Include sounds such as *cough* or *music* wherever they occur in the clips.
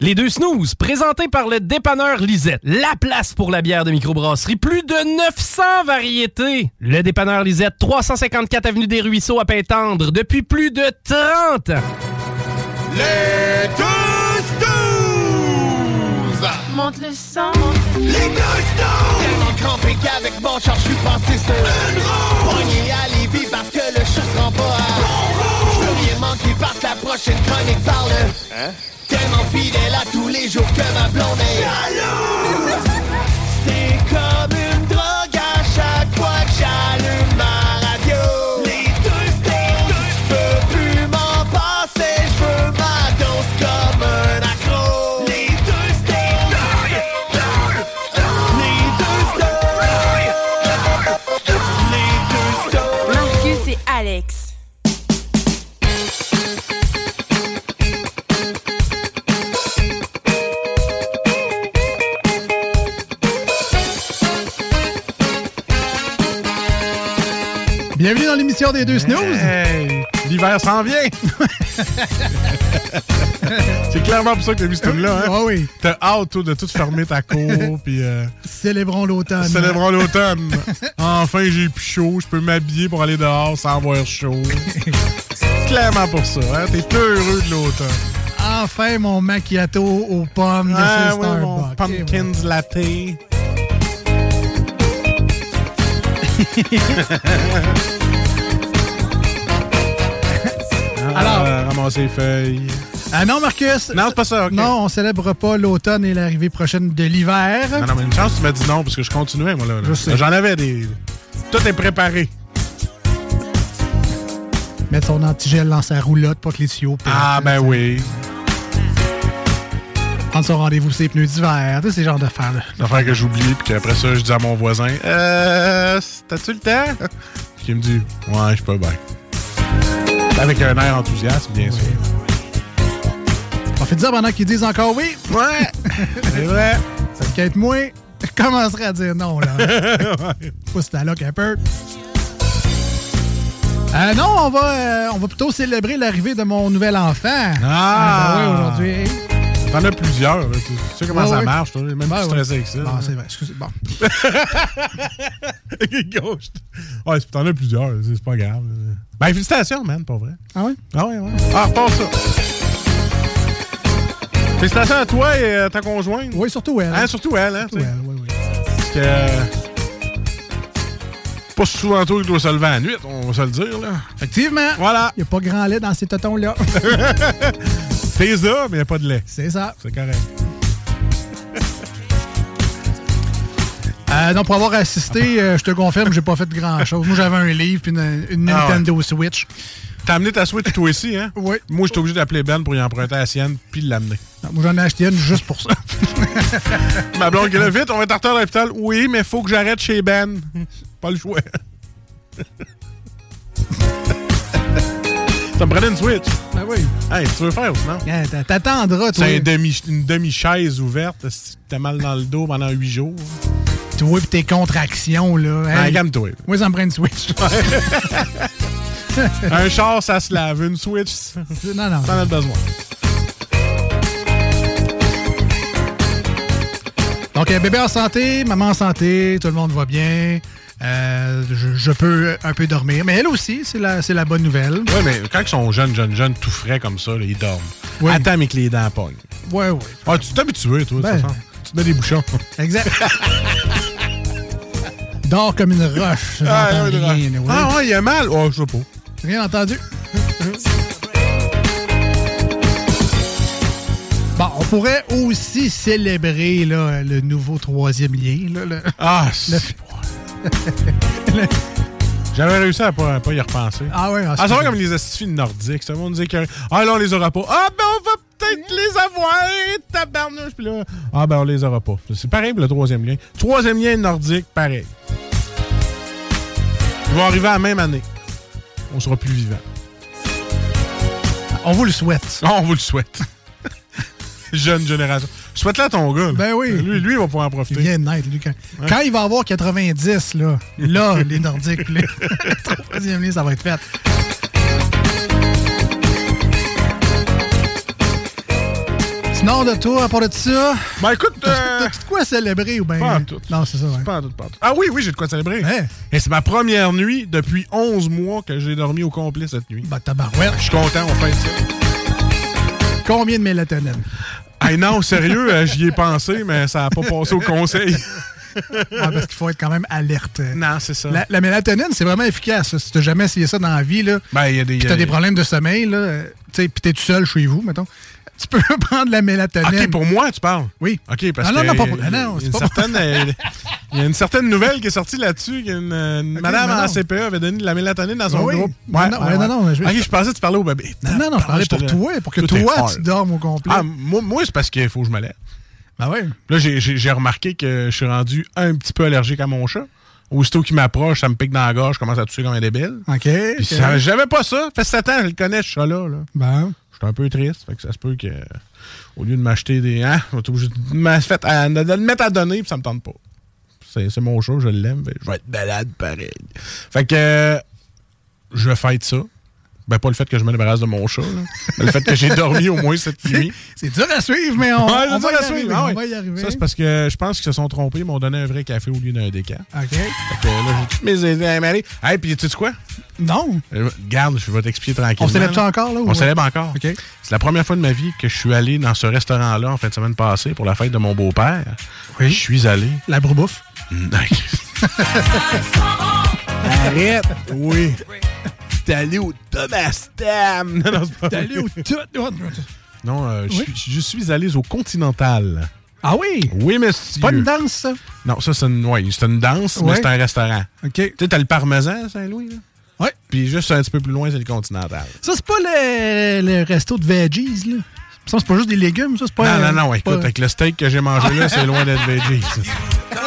Les deux snooze, présentés par le dépanneur Lisette. La place pour la bière de microbrasserie. Plus de 900 variétés. Le dépanneur Lisette, 354 Avenue des Ruisseaux à Pintendre, depuis plus de 30 ans. Les deux snooze Monte le sang. Les deux snooze Tellement crampé qu'avec mon char, je suis passé sur une roue Pogné à Lévis parce que le chat se rend pas à Je veux rien manquer parce que la prochaine chronique parle Hein Tellement fidèle à tous les jours que ma blonde est Jalouse C'est comme une drogue à chaque fois que j'allume ma radio Les deux snooze Je peux plus m'en passer, je veux ma dose comme un accro Les deux snooze Marcus et Alex. Bienvenue dans l'émission des deux snooze. Hey! L'hiver s'en vient! c'est clairement pour ça que t'as mis ce tune-là, hein? Ah oui, T'as hâte, toi, de tout fermer ta cour, puis euh, célébrons l'automne. célébrons l'automne. Enfin, j'ai plus chaud, je peux m'habiller pour aller dehors sans avoir chaud. C'est clairement pour ça, hein? T'es heureux de l'automne. Enfin mon macchiato aux pommes de Ah chez oui, mon Starbucks. Eh, pumpkins *laughs* latte. Alors, Ah, ramasser les feuilles. bon. Ah non, Marcus! Non, c'est pas ça, ok. Non, on célèbre pas l'automne et l'arrivée prochaine de l'hiver. Ah Non, non, mais une chance, tu m'as dit non, parce que je continuais, moi, là. là. Je sais. J'en avais des. Tout est préparé. Mettre son antigel dans sa roulotte pour que les tuyaux pètent. Ah, ben oui. Ah. Prendre son rendez-vous ses pneus d'hiver. Tu sais, ces genres d'affaires-là. L'affaire que j'oublie, puis qu'après ça, je dis à mon voisin Euh, t'as-tu le temps Puis il me dit Ouais, je suis pas bien. Avec un air enthousiaste, bien sûr. On fait dire pendant qu'ils disent encore oui, *laughs* Ouais C'est vrai ça te être moins. Je commencerai à dire non, *laughs* là. Pousse ta loque un peu. Euh, non, on va, euh, on va plutôt célébrer l'arrivée de mon nouvel enfant. Ah! ben oui, aujourd'hui. T'en as plusieurs. là. Tu tu sais comment Ouais, ça ouais. marche, toi. Même Ben plus oui. stressé avec ça. Ah, c'est vrai, excusez. Bon. *laughs* Gauche. Ouais, c'est- t'en as plusieurs. là. C'est pas grave. là. Ben, félicitations, man, pour vrai. Ah oui? Ah ouais, ouais. Ah, repars ça. Félicitations à toi et euh, ta conjointe. Oui, surtout elle. Hein, surtout elle, hein. tu Surtout sais. elle, oui, oui. Parce que. euh, Pas souvent toi qui dois se lever à la nuit, on va se le dire, là. Effectivement. Voilà. Il n'y a pas grand lait dans ces *laughs* totons-là. T'es là, mais y a pas de lait. c'est ça. C'est correct. Euh, non, pour avoir assisté, euh, je te confirme, j'ai pas fait grand-chose. Moi, j'avais un livre puis une, une Ah ouais. Nintendo Switch. T'as amené ta Switch toi aussi, hein? *laughs* Oui. Moi, j'étais obligé d'appeler Ben pour y emprunter la sienne, puis de l'amener. Non, Moi, j'en ai acheté une juste pour ça. *laughs* Ma blonde, qui est là, vite, on va être en retard à l'hôpital. Oui, mais faut que j'arrête chez Ben. Pas le choix. *laughs* Ça me prenait une Switch. ben oui. Hey, tu veux faire, sinon? Hein, t'a- T'attendras, toi. C'est un demi- une demi-chaise ouverte. si T'as mal dans le dos pendant *laughs* huit jours. Toi pis tes contractions, là. Ah, Hey, calme-toi. moi, ça me prend une *laughs* Switch. Un char, ça se lave. Une Switch, non, non. t'en as besoin. Donc, euh, bébé en santé, maman en santé, tout le monde va bien. Euh, je, je peux un peu dormir. Mais elle aussi, c'est la, c'est la bonne nouvelle. Ouais, mais quand ils sont jeunes, jeunes, jeunes, tout frais comme ça, là, ils dorment. Oui. Attends, mais que les dents pognent. Ouais, ouais. Ah, tu t'es habitué, toi, de Ben. toute façon. Tu te mets des bouchons. Exact. *laughs* Dors comme une roche. j'entends Ah, ouais, rien, ouais. anyway. Ah, ouais, il y a mal. Oh, je sais pas. Rien entendu. Bon, on pourrait aussi célébrer là, le nouveau troisième lien. là, le- Ah, c'est- *laughs* J'avais réussi à pas, à pas y repenser. Ah ouais, Ah, c'est vrai comme les astifies nordiques. Tout le monde disait que. Ah, là, on les aura pas. Ah, ben, on va peut-être les avoir. Tabarnouche. Puis là, ah, ben, on les aura pas. C'est pareil pour le troisième lien. Troisième lien nordique, pareil. Ils vont arriver à la même année. On sera plus vivants. on vous le souhaite. Ah, on vous le souhaite. *laughs* Jeune génération. Souhaite-la à ton gars. là. Ben oui. Lui, lui, il va pouvoir en Il profiter. vient de naître, lui. Quand, quand il va avoir 90, là, là *laughs* les Nordiques, le troisième lien, ça va être fait. Sinon, de toi, à part de ça, Ben *laughs* écoute. euh, t'as-tu de quoi célébrer ou bien... Pas en tout. Non, c'est ça, ouais. Pas en tout, pas en tout. Ah oui, oui, j'ai de quoi célébrer. Hein? Et c'est ma première nuit depuis 11 mois que j'ai dormi au complet cette nuit. Bah, tabarouette. Je suis content, on fait ça. Combien de mélatonine? Hey non, sérieux, euh, j'y ai pensé, mais ça n'a pas passé *laughs* au conseil. Ouais, Ah, parce qu'il faut être quand même alerte. non, c'est ça. La, la mélatonine, c'est vraiment efficace. là. Si tu jamais essayé ça dans la vie, là, Ben, il y a des. puis y a- t'as des problèmes de sommeil, là, euh, tu sais, puis t'es tout seul chez vous, mettons, tu peux *laughs* prendre Ah, la mélatonine. OK, pour moi, tu parles? Oui. OK, parce Non, non, que, non, pas euh, pour- ah, non, c'est il y a une pas pour- certaine, euh, Il y a une certaine nouvelle qui est sortie là-dessus. qu'une, euh, Une, OK, madame mais non. Ah en CPE avait donné de la mélatonine dans son Oui. groupe. Non, non, ouais, non, non, mais je- OK, je pensais que tu parlais au bébé. Non, non, je parlais pour te- toi, pour que Tout est toi, hard. tu dormes au complet. Ah, moi, moi, c'est parce qu'il faut que je me lève. ben oui. Là, j'ai- j'ai j'ai remarqué que je suis rendu un petit peu allergique à mon chat. Aussitôt qu'il m'approche, ça me pique dans la gorge, je commence à tousser comme un débile. OK. Puis ça- *laughs* J'avais pas ça. Fait 7 ans, je le connais, ce chat-là. là. Ben, J'étais un peu triste. Fait que ça se peut que, euh, au lieu de m'acheter des. Hein, on est obligé de me fait- à- de le mettre à donner, puis ça me tente pas. C'est c'est mon chat, je l'aime. mais Je vais être malade pareil. Fait que. euh, je fête ça. Ben, pas le fait que je me débarrasse de mon chat, là, mais le fait que j'ai dormi au *laughs* moins cette nuit. c'est dur à suivre, mais on, Ouais, on c'est va, ça, y la arriver, suite. Ah on ouais. va y arriver. Ça, c'est parce que je pense qu'ils se sont trompés. Ils m'ont donné un vrai café au lieu d'un décan. OK. Fait que là, j'ai toutes mes idées à m'aller. Hey, puis tu sais quoi? Non. Euh, Garde, je vais t'expliquer tranquillement. On célèbre ça encore, là? ou- On célèbre encore. OK. C'est la première fois de ma vie que je suis allé dans ce restaurant-là en fin de semaine passée pour la fête de mon beau-père. Oui. Je suis allé. Mm, La broubouffe. *laughs* Arrête! Oui. T'es allé au Thomas Tam! Non, non, c'est pas T'es allé au tout. Non, euh, je, Oui. suis, je suis allé au Continental. Ah oui! Oui, monsieur. Pas une danse, ça? Non, ça, c'est une, ouais, c'est une danse, mais Ouais. c'est un restaurant. OK. Tu sais, t'as le parmesan à Saint-Louis, là. Ouais. Puis juste un petit peu plus loin, c'est le Continental. Ça, c'est pas le, le resto de veggies, là. Ça, c'est pas juste des légumes, ça, c'est pas... non, non, non, c'est écoute, pas- avec le steak que j'ai mangé là, c'est loin d'être veggie. ça.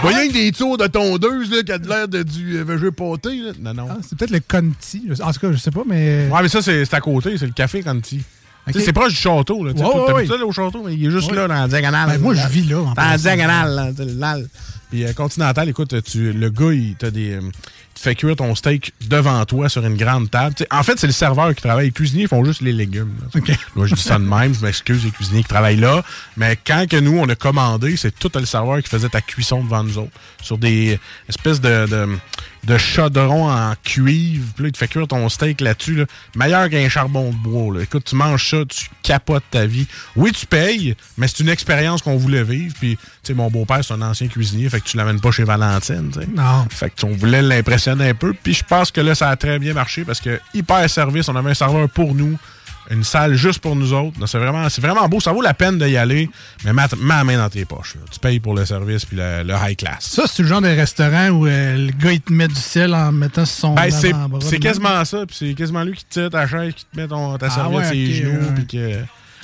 Voyons des tours de tondeuse là, qui a de l'air de du euh, végé pâté. Là. Non, non. Ah, c'est peut-être le conti. je- En tout cas, je sais pas, mais... Ouais, mais ça, c'est c'est à côté, c'est le café Conti. Ok. Tu sais, C'est proche du château. là. Tu sais, Ouais, t'as ouais, vu ouais. ça là, au château, mais il est juste Ouais. là, dans la diagonale. Ben, moi, je vis là, en Dans la passant. diagonale, là, tu sais, le lal. Puis euh, Continental, écoute, tu, le gars, il t'a des. euh, il te fait cuire ton steak devant toi sur une grande table. Tu sais, en fait, c'est le serveur qui travaille. Les cuisiniers ils font juste les légumes. là. OK. Moi, je dis ça de même, je m'excuse les cuisiniers qui travaillent là. Mais quand que nous, on a commandé, c'est tout le serveur qui faisait ta cuisson devant nous autres. Sur des espèces de, de, de chaudrons en cuivre. Puis là, il te fait cuire ton steak là-dessus. là. Meilleur qu'un charbon de bois. là. Écoute, tu manges ça, tu capotes ta vie. Oui, tu payes, mais c'est une expérience qu'on voulait vivre. Puis, tu sais, mon beau-père, c'est un ancien cuisinier, fait que tu l'amènes pas chez Valentine, tu sais. Non. Fait que on voulait l'impressionner un peu. Puis je pense que là, ça a très bien marché parce que hyper service, on avait un serveur pour nous, une salle juste pour nous autres. Donc, C'est vraiment, c'est vraiment beau, ça vaut la peine d'y aller, mais mets mets la main dans tes poches. là. Tu payes pour le service puis le, le high class. Ça, c'est le genre de restaurant où euh, le gars, il te met du sel en mettant sur son Ben, c'est, avant-bras c'est de même. quasiment ça, puis c'est quasiment lui qui te tire ta chaise, qui te met ton, ta Ah serviette ouais, sur les ok, genoux, ouais, ouais. puis que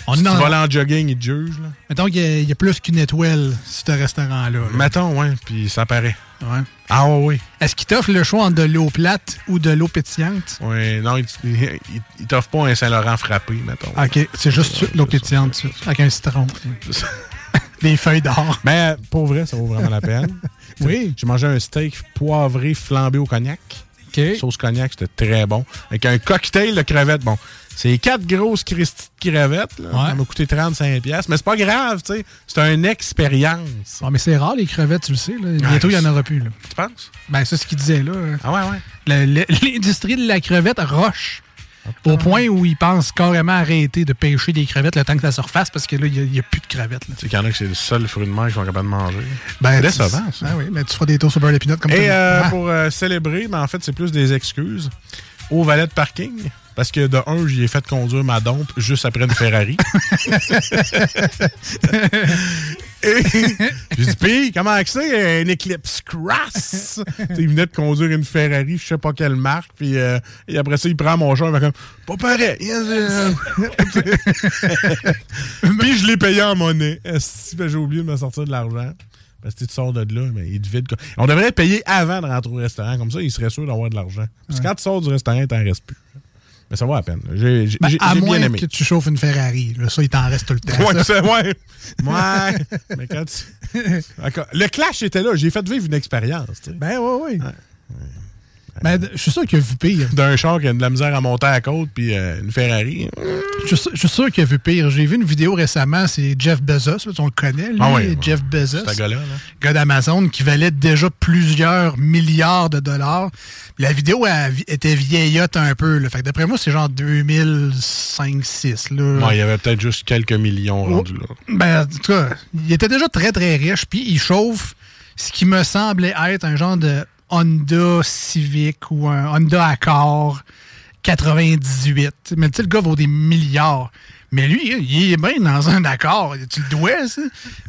On si est tu dans- vas là en jogging, il te juge. Là. Mettons qu'il y, a- il y a plus qu'une étoile, sur ce restaurant-là. là. Mettons, ouais, puis ça paraît. Ouais. Ah ouais, oui. Est-ce qu'il t'offre le choix entre de l'eau plate ou de l'eau pétillante? Ouais, non, il, il- il- il t'offre pas un Saint-Laurent frappé, mettons. OK, c'est juste l'eau pétillante, ça, avec un citron. *laughs* Des feuilles d'or. Mais euh, *laughs* pour vrai, ça vaut vraiment la peine. Oui. J'ai mangé un steak poivré flambé au cognac. OK. Sauce cognac, c'était très bon. Avec un cocktail de crevettes. Bon, c'est quatre grosses Christie de crevettes. là. Ça m'a coûté 35$. piastres, Mais c'est pas grave, tu sais. C'est une expérience. Ah, mais c'est rare, les crevettes, tu le sais. là. Ouais, Bientôt, il n'y en c'est- aura plus. Là. Tu penses? Ben, c'est ce qu'il disait, là. Ah ouais, ouais. Le- le- *laughs* L'industrie de la crevette roche. Au point où ils pensent carrément arrêter de pêcher des crevettes le temps que ça surface parce que là, il n'y a, plus de crevettes. là. Tu sais qu'il y en a que c'est le seul fruit de mer qu'ils sont capables de manger. Ben, tu- Décevant, ça. Ah oui, mais tu feras des tours sur beurre d'épinot comme Et t'as- euh, Ah. pour euh, célébrer, mais en fait, c'est plus des excuses au valet de parking. Parce que de un, j'y ai fait conduire ma dompe juste après une *laughs* Ferrari. Et j'ai dit, pis comment que c'est? Une Eclipse *laughs* Cross! Tu sais, il venait de conduire une Ferrari, je sais pas quelle marque, puis euh, et après ça, il prend mon char, il fait comme, pas pareil! *laughs* Puis je l'ai payé en monnaie. Esti, ben, J'ai oublié de me sortir de l'argent. Parce que tu sors de là, mais il te vide. quoi. On devrait payer avant de rentrer au restaurant. Comme ça, il serait sûr d'avoir de l'argent. Parce que quand tu sors du restaurant, il t'en reste plus. Mais ça vaut la peine. J'ai j'ai- Ben, j'ai- à j'ai moins bien aimé. que tu chauffes une Ferrari. là, ça, il t'en reste tout le temps. *laughs* Ouais, ça. c'est- ouais. Ouais. mais quand tu- *laughs* D'accord. Le clash était là. J'ai fait vivre une expérience. tu sais. Ben oui, oui. Ben, d- je suis sûr qu'il a vu pire. D'un char qui a de la misère à monter à la côte, puis euh, une Ferrari. Je suis sûr- je suis sûr qu'il a vu pire. J'ai vu une vidéo récemment, c'est Jeff Bezos, là, tu le connais, lui, Ah oui, Jeff Bezos. C'est ce gars-là, là. gars d'Amazon qui valait déjà plusieurs milliards de dollars. La vidéo elle vi- était vieillotte un peu. Là. Fait que d'après moi, c'est genre 2005-6. là. Ouais, il y avait peut-être juste quelques millions rendus là. Ben, en tout cas, il était déjà très, très riche, puis il chauffe ce qui me semblait être un genre de Honda Civic ou un Honda Accord 98. Mais tu sais, le gars vaut des milliards. Mais lui, il est bien dans un accord. Tu le dois, ça.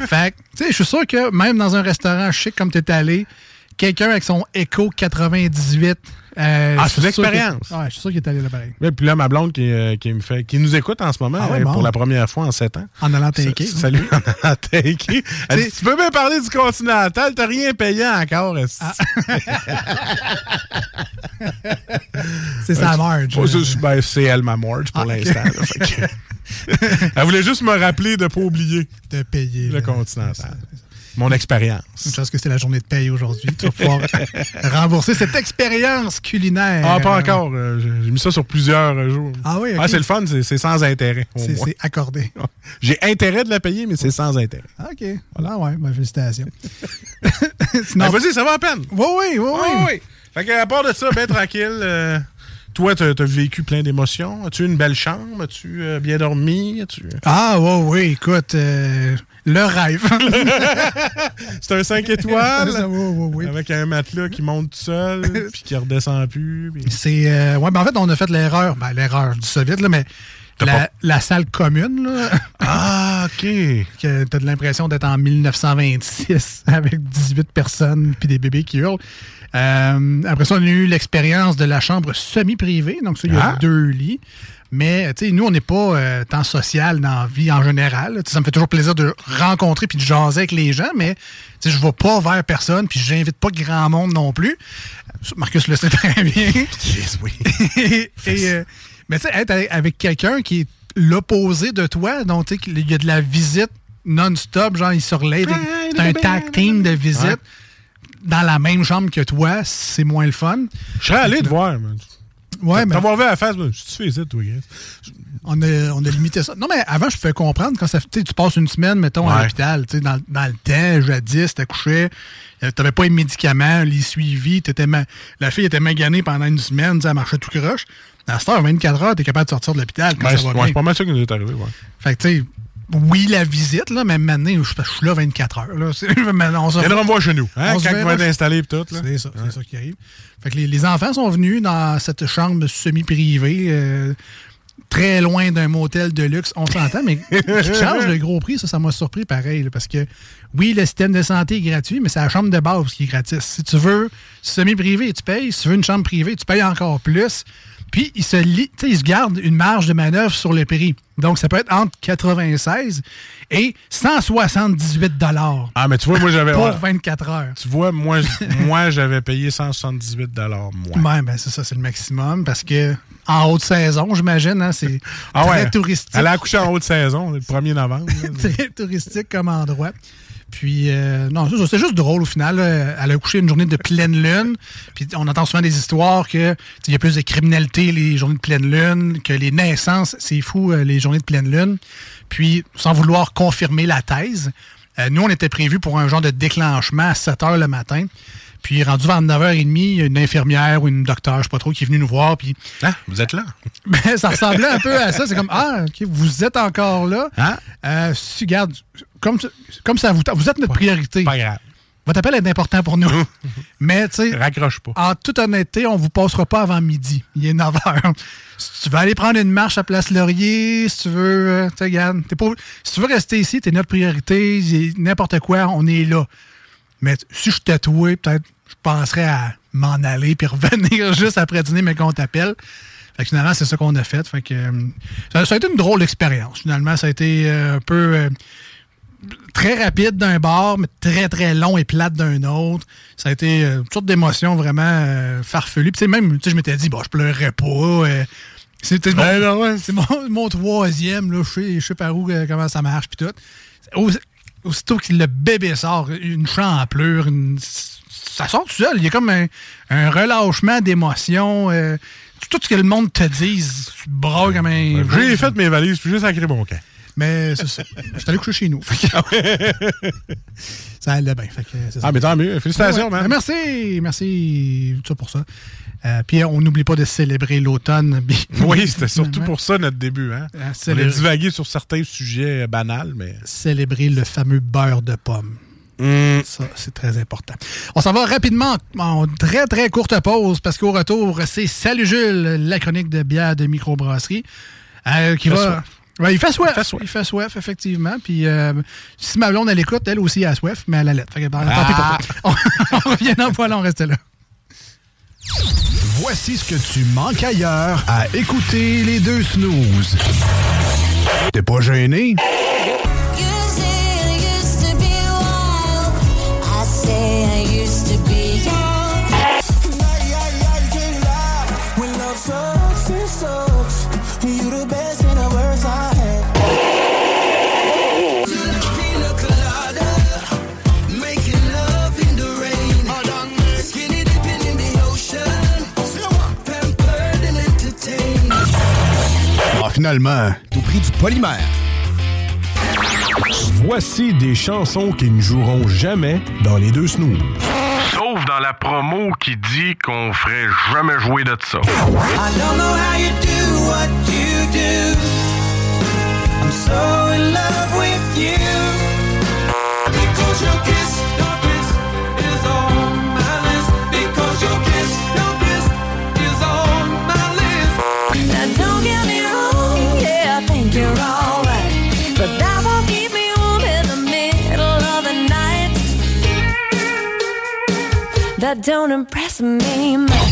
Fait que, tu sais, je suis sûr que même dans un restaurant chic comme tu es allé, quelqu'un avec son Echo 98. euh, Ah, je suis c'est une sûr qu'il- expérience. Ouais, je suis sûr qu'il est allé là pareil. Ouais, puis là, ma blonde qui, euh, qui me fait, qui nous écoute en ce moment Ah ouais, euh, bon. pour la première fois en sept ans. En allant tanker. Sa- Salut, en *laughs* allant tanker. Elle dit, C'est- tu peux bien parler du continental, t'as rien payé encore. Ah. esti. *laughs* C'est sa marge. Pas juste- ben, c'est elle ma morge pour Ah, ok. l'instant. là, fait que- *laughs* elle voulait juste me rappeler de pas oublier de payer. le là. continental. Mon expérience. Je pense que c'était la journée de paye aujourd'hui. Tu vas *laughs* pouvoir rembourser cette expérience culinaire. Ah, pas encore. euh, J'ai j'ai mis ça sur plusieurs euh, jours. Ah oui, ok. c'est le fun, c'est c'est sans intérêt. au C'est moins. c'est accordé. *laughs* J'ai intérêt de la payer, mais c'est sans intérêt. Ah, OK. Voilà, ouais, ben, *laughs* félicitations. Sinon, Ben, Vas-y, ça va à peine. oui, oui, oui, Oui, oui. oui. Fait que, à part de ça, ben tranquille. euh, toi, t'as as vécu plein d'émotions. As-tu une belle chambre? As-tu euh, bien dormi? As-tu- Ah, oui, oui, écoute, euh, le *laughs* rêve. C'est un 5 étoiles. *laughs* oui, oui, oui. Avec un matelas qui monte tout seul, *laughs* puis qui redescend plus. puis- C'est. euh, ouais, ben, en fait, on a fait l'erreur. Ben, l'erreur, je dis ça vite, là, mais la, la salle commune, là, Ah, OK. que t'as de l'impression d'être en 1926 *laughs* avec 18 personnes puis des bébés qui hurlent. Euh, après ça, on a eu l'expérience de la chambre semi-privée. Donc, ça, il y a Ah. deux lits. Mais, tu sais, nous, on n'est pas euh, tant social dans la vie en général. Tu sais, ça me fait toujours plaisir de rencontrer puis de jaser avec les gens, mais, tu sais, je ne vais pas vers personne puis j'invite pas grand monde non plus. Marcus le sait très bien. Yes, oui. *laughs* Et, et, euh, mais tu sais, être avec- avec quelqu'un qui est l'opposé de toi, donc tu sais, qu'il y a de la visite non-stop, genre il surveille. C'est un tag team de visite. Ouais. Dans la même chambre que toi, c'est moins le fun. Je serais allé te voir. man. Ouais, mais T'avoir vu à la face, man, je suis fait ça, toi, Chris. on a, on a limité ça. Non, mais avant, je pouvais comprendre quand ça, tu sais, tu passes une semaine, mettons, à Ouais. l'hôpital. tu sais, Dans, dans le temps, jadis, t'accouchais, euh, t'avais pas les médicaments, les suivis. t'étais ma- La fille était maganée pendant une semaine, tu sais, elle marchait tout croche. À cette heure, 24 heures, t'es capable de sortir de l'hôpital quand ça Ben, c'est va ouais, bien. c'est pas mal ça qui nous est arrivé. Ouais. Fait que, tu sais, oui, la visite, là, mais maintenant, je, je suis là 24 heures. Là. C'est- *laughs* maintenant, on se- Viendra me voir chez nous. Hein, On se quand ils vont verra être chez- installés et tout. Là. C'est ça, c'est ça qui arrive. Fait que les, les enfants sont venus dans cette chambre semi-privée, euh, très loin d'un motel de luxe, on s'entend, mais qui charge le gros prix, ça, ça m'a surpris pareil, là, parce que oui, le système de santé est gratuit, mais c'est la chambre de base qui est gratis. Si tu veux semi-privé, tu payes. Si tu veux une chambre privée, tu payes encore plus. Puis, ils se, li- tu sais, ils se gardent une marge de manœuvre sur le prix. Donc, ça peut être entre 96 et 178 dollars Ah, mais tu vois, moi, j'avais. pour ouais. 24 heures. Tu vois, moi, j- moi j'avais payé 178 moi. Ouais, ben c'est ça, c'est le maximum parce que en haute saison, j'imagine, hein, c'est Ah très ouais. touristique. *laughs* Elle a accouché en haute saison, le 1er novembre. là. Très touristique comme endroit. Puis, euh, non, c'est ça, c'est juste drôle au final. là. Elle a couché une journée de pleine lune. Puis, on entend souvent des histoires que tu sais, il y a plus de criminalité les journées de pleine lune, que les naissances, c'est fou, euh, les journées de pleine lune. Puis, sans vouloir confirmer la thèse, euh, nous, on était prévu pour un genre de déclenchement à 7 h le matin. Puis, rendu vers 9h30, il y a une infirmière ou une docteur, je sais pas trop, qui est venue nous voir. Puis, *laughs* Ah, vous êtes là. ben, ça ressemblait un peu à ça. C'est comme Ah, OK, vous êtes encore là. Hein? Euh, si, garde, comme, tu- comme ça vous tente, vous êtes notre priorité. Pas grave. Votre appel est important pour nous. Mais, tu sais, Raccroche pas. en toute honnêteté, on vous passera pas avant midi. Il est 9 h. Si tu veux aller prendre une marche à Place Laurier, si tu veux, euh, tu sais, Yann, t'es pas- si tu veux rester ici, t'es notre priorité, j'ai- n'importe quoi, on est là. Mais t- si je suis tatoué, peut-être, je penserais à m'en aller puis *laughs* revenir juste après dîner, mais qu'on t'appelle. Fait que finalement, c'est ça qu'on a fait. Fait que, euh, ça, ça a été une drôle expérience. Finalement, ça a été euh, un peu. euh, très rapide d'un bord, mais très, très long et plate d'un autre. Ça a été euh, toutes sortes d'émotions vraiment euh, farfelues. Puis, tu sais, même, tu sais, je m'étais dit, bon, je pleurerais pas. euh, c'était mon, Ben, ben, ouais, c'est mon, mon troisième, là, je sais, je sais par où, euh, comment ça marche, puis tout. Aussi- aussitôt que le bébé sort, une champlure, une, ça sort tout seul. Il y a comme un, un relâchement d'émotions. euh, tout ce que le monde te dise, tu brailles comme un... J'ai fait mes valises, puis j'ai sacré mon camp. Mais c'est ça. Je suis allé coucher chez nous. Fait que- ah *laughs* ça allait bien. Fait que c'est ça. Ah, mais tant mieux. Félicitations, Ouais. man. Merci, merci tout ça pour ça. Euh, puis on n'oublie pas de célébrer l'automne. *laughs* Oui, c'était surtout pour ça notre début. Hein? Ah, On a célébrer- divagué sur certains sujets euh, banals, mais. Célébrer le fameux beurre de pomme. Mm. Ça, c'est très important. On s'en va rapidement en très, très courte pause parce qu'au retour, c'est Salut Jules, la chronique de bière de microbrasserie. euh, qui Il fait va... soif. Ouais, il fait soif. Il fait soif. Il fait soif, effectivement. Puis euh, si ma blonde, elle écoute, elle aussi, elle a soif, mais elle a la lettre. Fait que, bah, tant pis pour Ah! toi. *laughs* On, on revient dans voilà, on reste là. Voici ce que tu manques ailleurs à écouter les deux snooze. T'es pas gêné? Ah, finalement, tout prix du polymère. Voici des chansons qui ne joueront jamais dans les deux snooze. Sauf dans la promo qui dit qu'on ferait jamais jouer de ça. That don't impress me much.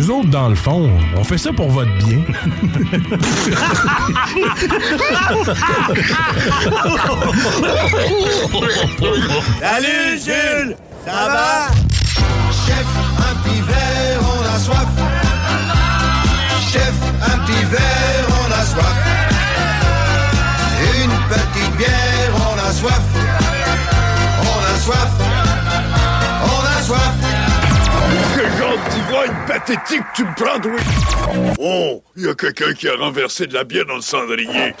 Nous autres, dans le fond, on fait ça pour votre bien. Salut Jules, ça va Chef, un petit verre, on a soif. Chef, un petit verre, on a soif. Une petite bière, on a soif. On a soif. On a soif. Que genre d'ivrogne pathétique tu me prends, oui Oh, il y a quelqu'un qui a renversé de la bière dans le cendrier.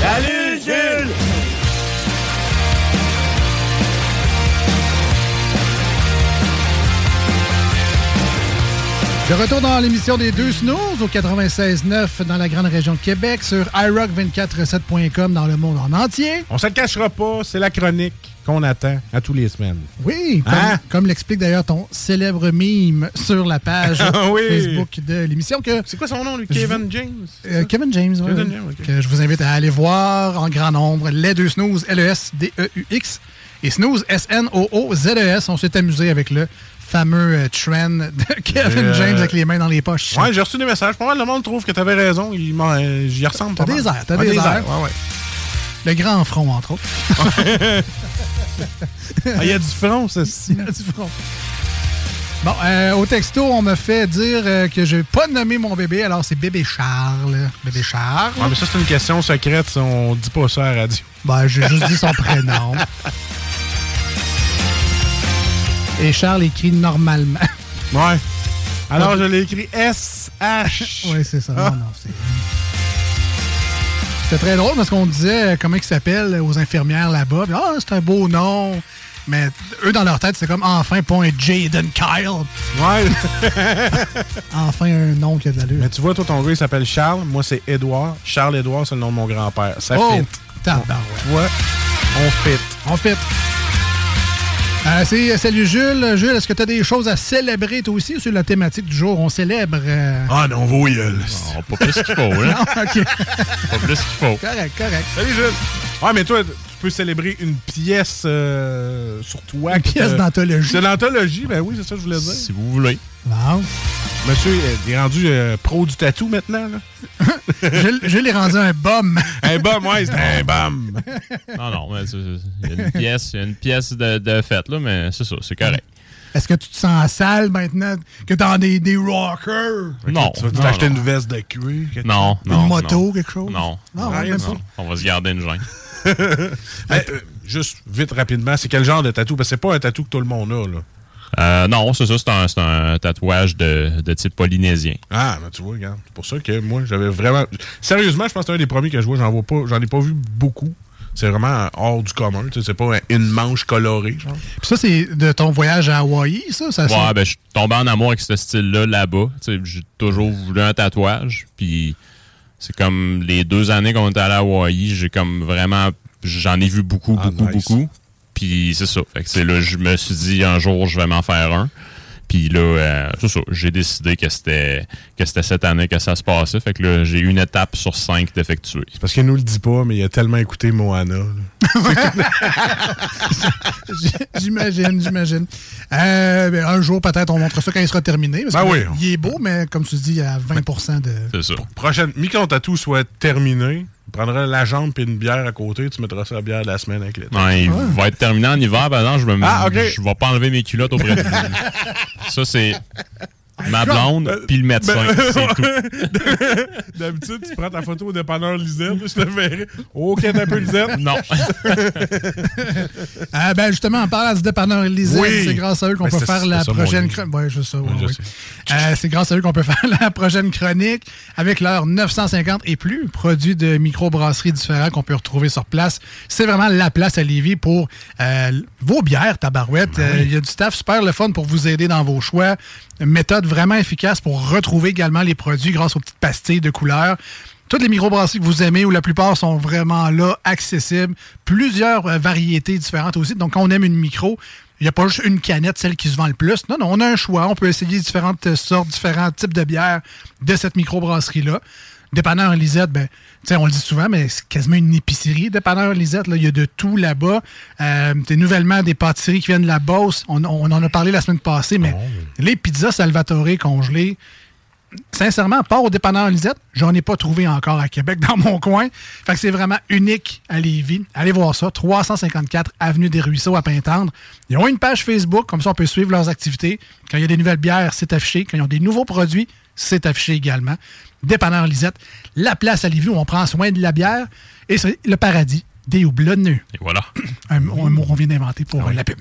Salut Jules De retour dans l'émission des deux snooze au 96.9 dans la grande région de Québec sur iRock247.com dans le monde en entier. On se le cachera pas, c'est la chronique qu'on attend à tous les semaines. Oui, comme, Hein? comme l'explique d'ailleurs ton célèbre mime sur la page *laughs* Ah oui. Facebook de l'émission que C'est quoi son nom, lui? Kevin James? Euh, Kevin James, ouais, Kevin ouais. James, ok. que je vous invite à aller voir en grand nombre les deux snooze, E L-E-S-D-E-U-X et snooze, S-N-O-O-Z-E-S. E On s'est amusé avec le fameux euh, trend de *laughs* Kevin Euh, James avec les mains dans les poches. Ouais, j'ai reçu des messages. Pas mal de monde trouve que t'avais raison. Il m'en- euh, J'y ressemble T'as pas mal. des airs, t'as Ouais, des airs. ouais, ouais. *laughs* le grand front, entre autres. Ah, Il y a *laughs* du front, ça. Il y a du front. Bon, euh, au texto, on me fait dire euh, que je n'ai pas nommé mon bébé, alors c'est bébé Charles. Bébé Charles. Ouais, mais ça, c'est une question secrète. ça, On dit pas ça à la radio. Ben, j'ai juste dit *laughs* son prénom. Et Charles écrit *laughs* normalement. Ouais. Alors, je l'ai écrit S-H. Oui, c'est ça. Non, non, c'est... C'était très drôle parce qu'on disait euh, comment il s'appelle aux infirmières là-bas. Puis, Ah, c'est un beau nom. Mais eux, dans leur tête, c'est comme enfin pas un Jaden Kyle. Ouais. *laughs* enfin un nom qui a de l'allure. Mais tu vois, toi, ton gars, il s'appelle Charles. Moi, c'est Édouard. Charles-Édouard, c'est le nom de mon grand-père. Ça Oh, fit. tabarouette. Tu vois, on fit. On fit. Euh, c'est- salut Jules. Jules, est-ce que tu as des choses à célébrer toi aussi sur la thématique du jour? On célèbre. euh, Ah non, vos gueules. pas plus qu'il faut, hein? *laughs* Non, OK. Pas plus qu'il faut. Correct, correct. Salut, Jules. Ouais, mais toi, tu peux célébrer une pièce euh, sur toi. Une que- pièce d'anthologie. C'est l'anthologie, ben oui, c'est ça que je voulais dire. Si vous voulez. Wow. Monsieur, euh, il est rendu euh, pro du tatou maintenant, là. Jules, Jules est rendu un bum. Un bum, ouais, c'est un *laughs* bum. Non, non, mais c'est- c'est- il y a une pièce, il y a une pièce de, de fête, là, mais c'est ça, c'est correct. Est-ce que tu te sens sale maintenant que t'en es des rockers? Non. Tu vas non, t'acheter non. une veste de cuir. quelque Non, chose? non. Une moto, non. quelque chose? Non. Non, ouais, même pas. On va se garder une jungle. Mais, euh, juste vite, rapidement, c'est quel genre de tatou? Parce que c'est pas un tatou que tout le monde a, là. Euh, non, c'est ça, c'est un, c'est un tatouage de, de type polynésien. Ah, ben tu vois, regarde. C'est pour ça que moi, j'avais vraiment. Sérieusement, je pense que c'est un des premiers que je vois. J'en vois pas. J'en ai pas vu beaucoup. C'est vraiment hors du commun. tu sais, C'est pas un- une manche colorée, genre. Puis ça, c'est de ton voyage à Hawaï, ça? ça c'est- Ouais, ben, je suis tombé en amour avec ce style-là là-bas. Tu sais, J'ai toujours voulu un tatouage. Puis c'est comme les deux années qu'on était allé à Hawaï, j'ai comme vraiment. J'en ai vu beaucoup, beaucoup, nice. beaucoup. Puis c'est ça. Fait que c'est là, je me suis dit un jour, je vais m'en faire un. Puis là, euh, c'est ça. J'ai décidé que c'était que c'était cette année que ça se passait. Fait que là, j'ai une étape sur cinq d'effectuer. C'est parce qu'il nous le dit pas, mais il a tellement écouté Moana. là. *laughs* J'imagine, j'imagine. Euh, ben, un jour, peut-être, on montre ça quand il sera terminé. Parce Ben que oui. Il est beau, mais comme tu dis, à 20 de. *laughs* C'est ça. Prochaine. Mi quand tatou soit terminé, tu prendras la jambe et une bière à côté. Tu mettras ça la bière de la semaine avec les Non, il va être terminé en hiver, par exemple, je me Ah, ok. je vais pas enlever mes culottes auprès de vous. Ça, c'est ma blonde puis le médecin. C'est tout. D'habitude, tu prends ta photo au dépanneur Lisette. Je te verrai. Ok, t'as un peu Lisette. Non. Ah, ben, justement, en parlant du dépanneur Lisette, Oui. c'est grâce à eux qu'on Ben, peut c'est- faire c'est la ça, mon prochaine livre. chronique. Ouais, je sais, ouais, Ouais, je oui. sais. Euh, c'est grâce à eux qu'on peut *laughs* faire la prochaine chronique avec leurs 950 et plus produits de microbrasseries différents qu'on peut retrouver sur place. C'est vraiment la place à Lévis pour euh, vos bières, tabarouette. Ben Euh, Il y a du staff super le fun pour vous aider dans vos choix. Une méthode vraiment efficace pour retrouver également les produits grâce aux petites pastilles de couleurs. Toutes les microbrasseries que vous aimez ou la plupart sont vraiment là, accessibles. Plusieurs euh, variétés différentes aussi. Donc, quand on aime une micro, il n'y a pas juste une canette, celle qui se vend le plus. Non, non, on a un choix. On peut essayer différentes euh, sortes, différents types de bières de cette microbrasserie-là. Dépanneur Lisette, ben, tu sais, on le dit souvent, mais c'est quasiment une épicerie. Dépanneur Lisette, là, il y a de tout là-bas. Euh, t'as nouvellement des pâtisseries qui viennent de la Beauce. On, on en a parlé la semaine passée, mais les pizzas Salvatore congelées, sincèrement, à part au dépanneur Lisette, j'en ai pas trouvé encore à Québec dans mon coin. Fait que c'est vraiment unique à Lévis. Allez voir ça, 354 Avenue des Ruisseaux à Pintendre. Ils ont une page Facebook, comme ça on peut suivre leurs activités. Quand il y a des nouvelles bières, c'est affiché. Quand ils ont des nouveaux produits, c'est affiché également. Dépanneur Lisette, la place à Lévis où on prend soin de la bière et c'est le paradis des houblonneux. Et voilà. Un, un mot qu'on vient d'inventer pour euh, la pub.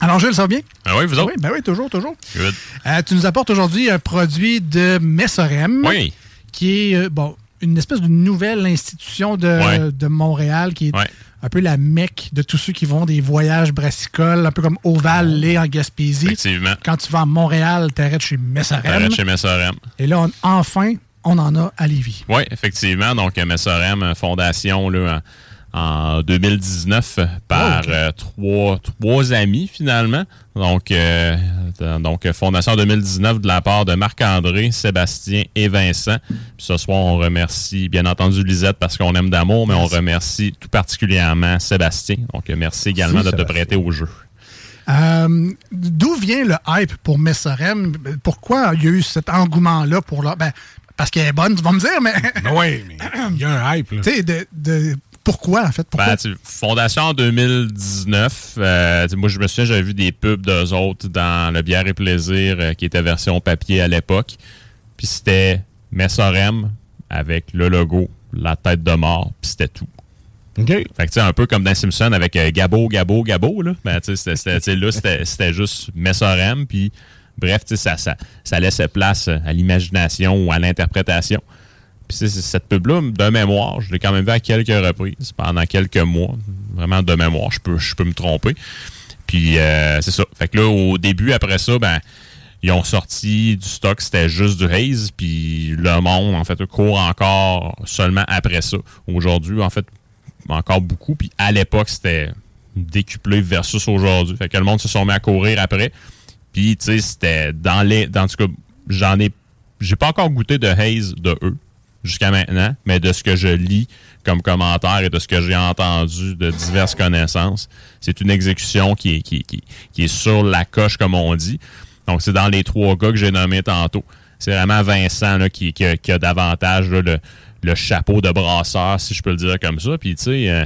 Alors Jules, ça va bien? Ah oui, vous autres? Oui, ben oui, toujours, toujours. Good. Euh, tu nous apportes aujourd'hui un produit de Messorem, Oui. qui est euh, bon, une espèce de nouvelle institution de, Ouais. de Montréal, qui est Ouais. un peu la mecque de tous ceux qui vont des voyages brassicoles, un peu comme Oval, Oh. Lé en Gaspésie. Effectivement. Quand tu vas à Montréal, t'arrêtes chez Messorem. Arrête Ben, chez MSRM. Et là, on- enfin, on en a à Lévis. Oui, effectivement. Donc, MSRM euh, Fondation, là, en, en 2019, euh, par euh, trois, trois amis, finalement. Donc, euh, dans- donc, euh, Fondation 2019 de la part de Marc-André, Sébastien et Vincent. Puis ce soir, on remercie, bien entendu, Lisette parce qu'on aime d'amour, mais on remercie tout particulièrement Sébastien. Donc, euh, merci également de te prêter au jeu. Euh, D'où vient le hype pour Messorem? Pourquoi il y a eu cet engouement-là pour leur... Ben, parce qu'elle est bonne, tu vas me dire, mais... Mais oui, mais il y a un hype, là. Tu sais, de, de pourquoi, en fait? Pourquoi? Ben, tu- fondation en 2019. euh, tu sais, moi, je me souviens, j'avais vu des pubs d'eux autres dans Le Bière et Plaisir, euh, qui était version papier à l'époque. Puis c'était Messorem avec le logo, la tête de mort, puis c'était tout. OK. Fait que, tu sais, un peu comme dans Simpson avec euh, Gabo, Gabo, Gabo, là. Ben, tu sais, c'était- c'était- tu sais, là, c'était- c'était juste Messorem, puis bref, tu sais, ça, ça, ça laissait place à l'imagination ou à l'interprétation. Puis c'est- c'est- cette pub-là, de mémoire, je l'ai quand même vu à quelques reprises, pendant quelques mois. Vraiment de mémoire, je peux, je peux me tromper. Puis euh, c'est ça. Fait que là, au début, après ça, ben, ils ont sorti du stock, c'était juste du haze. Puis le monde, en fait, court encore seulement après ça. Aujourd'hui, en fait, encore beaucoup. Puis à l'époque, c'était décuplé versus aujourd'hui. Fait que le monde se sont mis à courir après. Puis, tu sais, c'était dans les. Dans, en tout cas, j'en ai. J'ai pas encore goûté de haze de eux jusqu'à maintenant, mais de ce que je lis comme commentaire et de ce que j'ai entendu de diverses connaissances, c'est une exécution qui est, qui, qui- qui est sur la coche, comme on dit. Donc, c'est dans les trois gars que j'ai nommés tantôt. C'est vraiment Vincent là, qui, qui a, qui a davantage là, le, le chapeau de brasseur, si je peux le dire comme ça. Puis, tu sais, euh,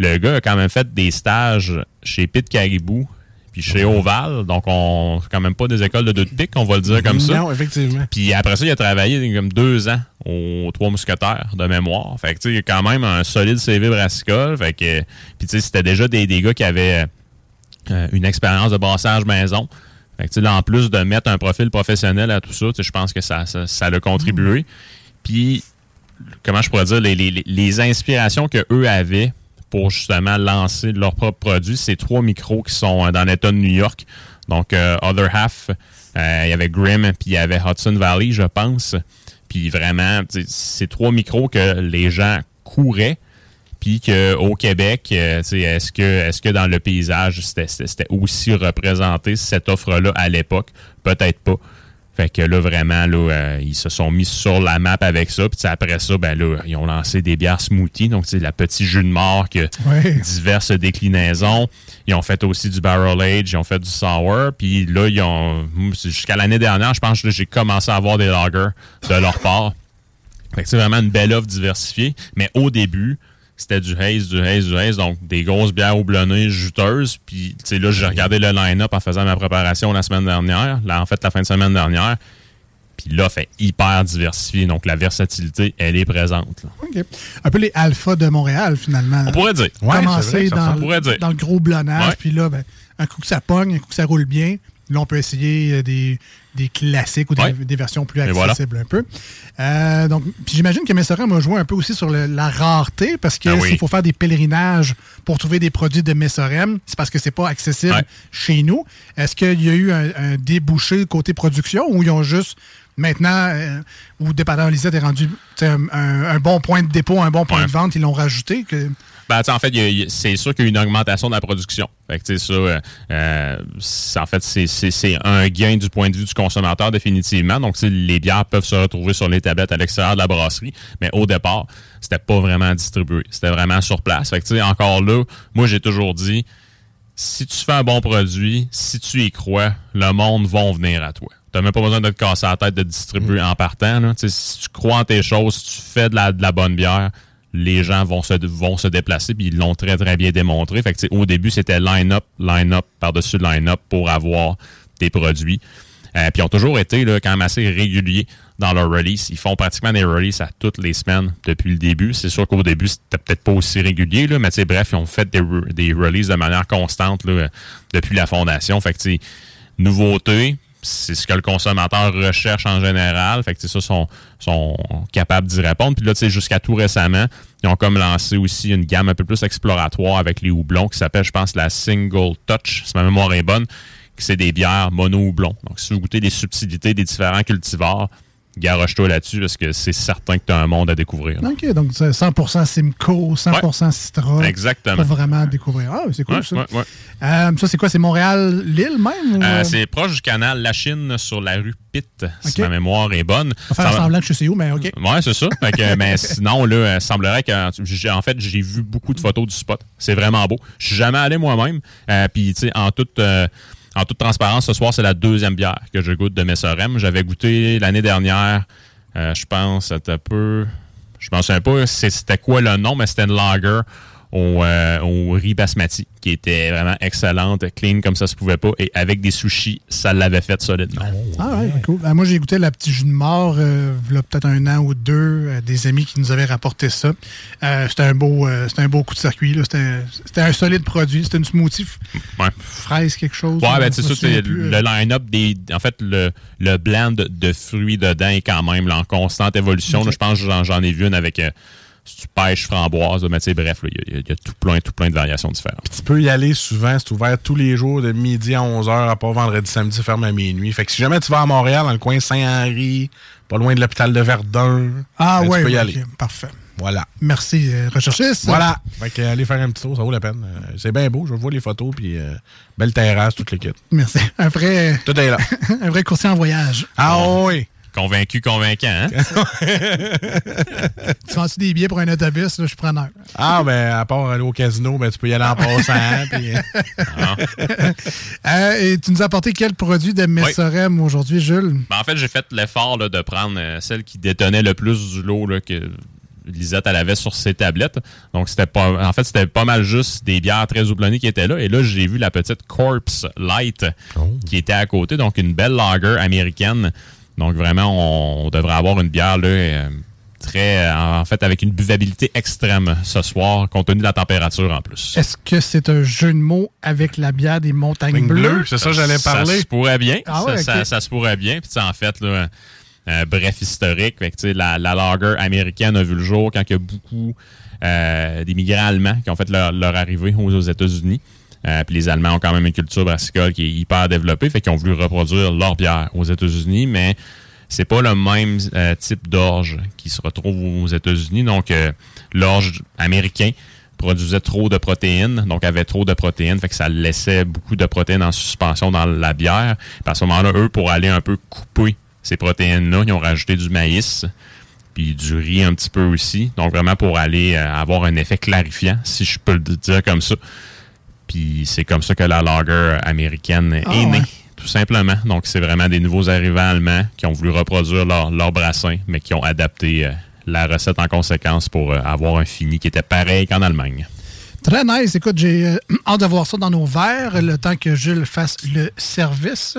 le gars a quand même fait des stages chez Pete Caribou puis chez Oval. Donc, on quand même pas des écoles de deux de pique, on va le dire comme ça. Non, effectivement. Puis après ça, il a travaillé comme deux ans aux Trois Mousquetaires de mémoire. Fait que, tu sais, il a quand même un solide CV brassicole. Fait que, euh, puis tu sais, c'était déjà des, des gars qui avaient euh, une expérience de brassage maison. Fait que, tu sais, là, en plus de mettre un profil professionnel à tout ça, tu sais, je pense que ça, ça, ça l'a contribué. Puis, comment je pourrais dire, les, les- les- les inspirations que eux avaient pour justement lancer leur propre produit, c'est trois micros qui sont euh, dans l'État de New York. Donc, euh, Other Half, euh, il y avait Grimm, puis il y avait Hudson Valley, je pense. Puis vraiment, tu sais, c'est trois micros que les gens couraient. Puis qu'au Québec, euh, tu sais, est-ce que, est que dans le paysage, c'était- c'était c'était aussi représenté cette offre-là à l'époque? Peut-être pas. Fait que là, vraiment, là, euh, ils se sont mis sur la map avec ça. Puis tu sais, après ça, ben là, ils ont lancé des bières smoothies. Donc, c'est la petite jus de mort que diverses déclinaisons. Ils ont fait aussi du barrel age, ils ont fait du sour. Puis là, ils ont. Jusqu'à l'année dernière, je pense que j'ai commencé à avoir des lagers de leur part. Fait que c'est vraiment une belle offre diversifiée. Mais au début, c'était du haze, du haze, du haze. Donc, des grosses bières houblonnées, juteuses. Puis, tu sais, là, j'ai regardé le line-up en faisant ma préparation la semaine dernière. Là, en fait, la fin de semaine dernière. Puis l'offre est hyper diversifiée. Donc, la versatilité, elle est présente. là. OK. Un peu les alphas de Montréal, finalement. On pourrait dire. Commencer dans, On pourrait dire. dans le gros blonnage, Ouais. puis là, ben, un coup que ça pogne, un coup que ça roule bien. Là, on peut essayer euh, des, des classiques ou des, Ouais. des versions plus Et accessibles un peu. Euh, donc, puis j'imagine que Messerem a joué un peu aussi sur le- la rareté, parce que Ah oui. s'il faut faire des pèlerinages pour trouver des produits de Messerem, c'est parce que c'est pas accessible chez nous. Est-ce qu'il y a eu un, un débouché côté production ou ils ont juste maintenant, euh, où Dépendant Lisette est rendu tu sais, un, un- un bon point de dépôt, un bon point Ouais. de vente, ils l'ont rajouté? Que... Ben, tu sais, en fait, il y a- il y a- c'est sûr qu'il y a une augmentation de la production. Fait que, tu sais, ça, euh, euh, c'est- en fait, c'est- c'est c'est un gain du point de vue du consommateur, définitivement. Donc, tu sais, les bières peuvent se retrouver sur les tablettes à l'extérieur de la brasserie. Mais au départ, c'était pas vraiment distribué. C'était vraiment sur place. Fait que, tu sais, encore là, moi, j'ai toujours dit, si tu fais un bon produit, si tu y crois, le monde va venir à toi. T'as même pas besoin de te casser la tête de te distribuer en partant. là. Tu sais, Si tu crois en tes choses, si tu fais de la, de la bonne bière, les gens vont se, vont se déplacer, puis ils l'ont très, très bien démontré. Fait que, tu sais, au début, c'était line-up, line-up, par-dessus line-up pour avoir tes produits. Euh, puis ils ont toujours été là, quand même assez réguliers dans leur release. Ils font pratiquement des releases à toutes les semaines depuis le début. C'est sûr qu'au début, c'était peut-être pas aussi régulier, là, mais tu sais, bref, ils ont fait des, re- des releases de manière constante là, euh, depuis la fondation. Fait que tu sais, nouveauté, c'est ce que le consommateur recherche en général. Fait que tu sais, ça, sont, sont capables d'y répondre. Puis là, tu sais, jusqu'à tout récemment, ils ont comme lancé aussi une gamme un peu plus exploratoire avec les houblons qui s'appelle, je pense, la Single Touch, si ma mémoire est bonne que c'est des bières mono-houblon. Donc, si vous goûtez les subtilités des différents cultivars, garoche-toi là-dessus parce que c'est certain que tu as un monde à découvrir. OK, donc c'est 100% Simcoe, 100% Citra. Exactement. Pour vraiment découvrir. Ah, c'est cool Ouais, ça. ouais, ouais. Euh, ça, c'est quoi? C'est Montréal, l'île même? ou, Euh, euh, c'est proche du canal La Chine sur la rue Pitt, Ok. si ma mémoire est bonne. on va faire Ça va- semblant que je sais où, mais OK. Ouais, c'est ça. Fait que, mais sinon, là, euh, semblerait que. euh, j'ai- En fait, j'ai vu beaucoup de photos du spot. C'est vraiment beau. Je suis jamais allé moi-même. Euh, Puis, tu sais, en toute. euh, en toute transparence, ce soir, c'est la deuxième bière que je goûte de mes Messorem. J'avais goûté l'année dernière, euh, je pense, c'était un peu. Je ne me souviens pas c'est- c'était quoi le nom, mais c'était une lager au, euh, au riz basmati qui était vraiment excellente, clean comme ça se pouvait pas. Et avec des sushis, ça l'avait fait solidement. Ah ouais, cool. Ben, moi, j'ai goûté la petite jus de mort, euh, v'là peut-être un an ou deux, euh, des amis qui nous avaient rapporté ça. Euh, c'était un beau, euh, c'était un beau coup de circuit. là. C'était, c'était un solide produit. C'était une smoothie f- Ouais. fraise quelque chose. Ouais, là, ben, je c'est me ça, souviens c'est plus, le euh. line-up des. En fait, le, le blend de fruits dedans est quand même là, en constante évolution. Ok. là. je pense que j'en- j'en ai vu une avec euh, si tu pêches framboise, là, mais tu sais, bref, là, il y, a- il y a tout plein, tout plein de variations différentes. Tu peux y aller souvent, c'est ouvert tous les jours de midi à 11h, à part vendredi, samedi, ferme à minuit. Fait que si jamais tu vas à Montréal, dans le coin Saint-Henri, pas loin de l'hôpital de Verdun, Ah ben, ouais, tu peux y ouais, aller. ok, parfait. Voilà. Merci, euh, recherchiste. Voilà. Fait que, euh, allez faire un petit tour, ça vaut la peine. Euh, c'est bien beau, je vois les photos, puis euh, belle terrasse, toute l'équipe. Merci. *laughs* Un vrai, Tout *laughs* est là. un vrai courtier en voyage. Ah oui! Convaincu, convaincant, *laughs* hein? Tu vends-tu des billets pour un autobus? Là, je suis preneur. Ah, ben, à part aller au casino, ben, tu peux *laughs* y aller en passant. puis, euh, Euh, et tu nous as apporté quel produit de Messorem aujourd'hui, Jules? Ben, en fait, j'ai fait l'effort là, de prendre euh, celle qui détenait le plus du lot là, que Lisette elle avait sur ses tablettes. Donc, c'était pas, en fait, c'était pas mal juste des bières très houblonnées qui étaient là. Et là, j'ai vu la petite Corpse Light qui était à côté. Donc, une belle lager américaine. Donc, vraiment, on, on devrait avoir une bière là, euh, très, euh, en fait, avec une buvabilité extrême ce soir, compte tenu de la température en plus. Est-ce que c'est un jeu de mots avec la bière des montagnes bleues? Ça se pourrait bien. Ah ça, ouais, ça- ok. ça se pourrait bien. Puis, tu sais, en fait, là, euh, bref historique. Fait que, tu sais, la, la lager américaine a vu le jour quand il y a beaucoup euh, d'immigrants allemands qui ont fait leur, leur arrivée aux, aux États-Unis. Euh, puis les Allemands ont quand même une culture brassicole qui est hyper développée, fait qu'ils ont voulu reproduire leur bière aux États-Unis, mais c'est pas le même euh, type d'orge qui se retrouve aux États-Unis. Donc, euh, l'orge américain produisait trop de protéines, donc avait trop de protéines, fait que ça laissait beaucoup de protéines en suspension dans la bière. Puis à ce moment-là, eux, pour aller un peu couper ces protéines-là, ils ont rajouté du maïs, puis du riz un petit peu aussi. Donc vraiment pour aller euh, avoir un effet clarifiant, si je peux le dire comme ça. Puis c'est comme ça que la lager américaine est Ah, née, ouais. tout simplement. Donc c'est vraiment des nouveaux arrivants allemands qui ont voulu reproduire leur, leur brassin, mais qui ont adapté euh, la recette en conséquence pour euh, avoir un fini qui était pareil *laughs* qu'en Allemagne. Très nice. Écoute, j'ai euh, hâte de voir ça dans nos verres le temps que Jules fasse le service.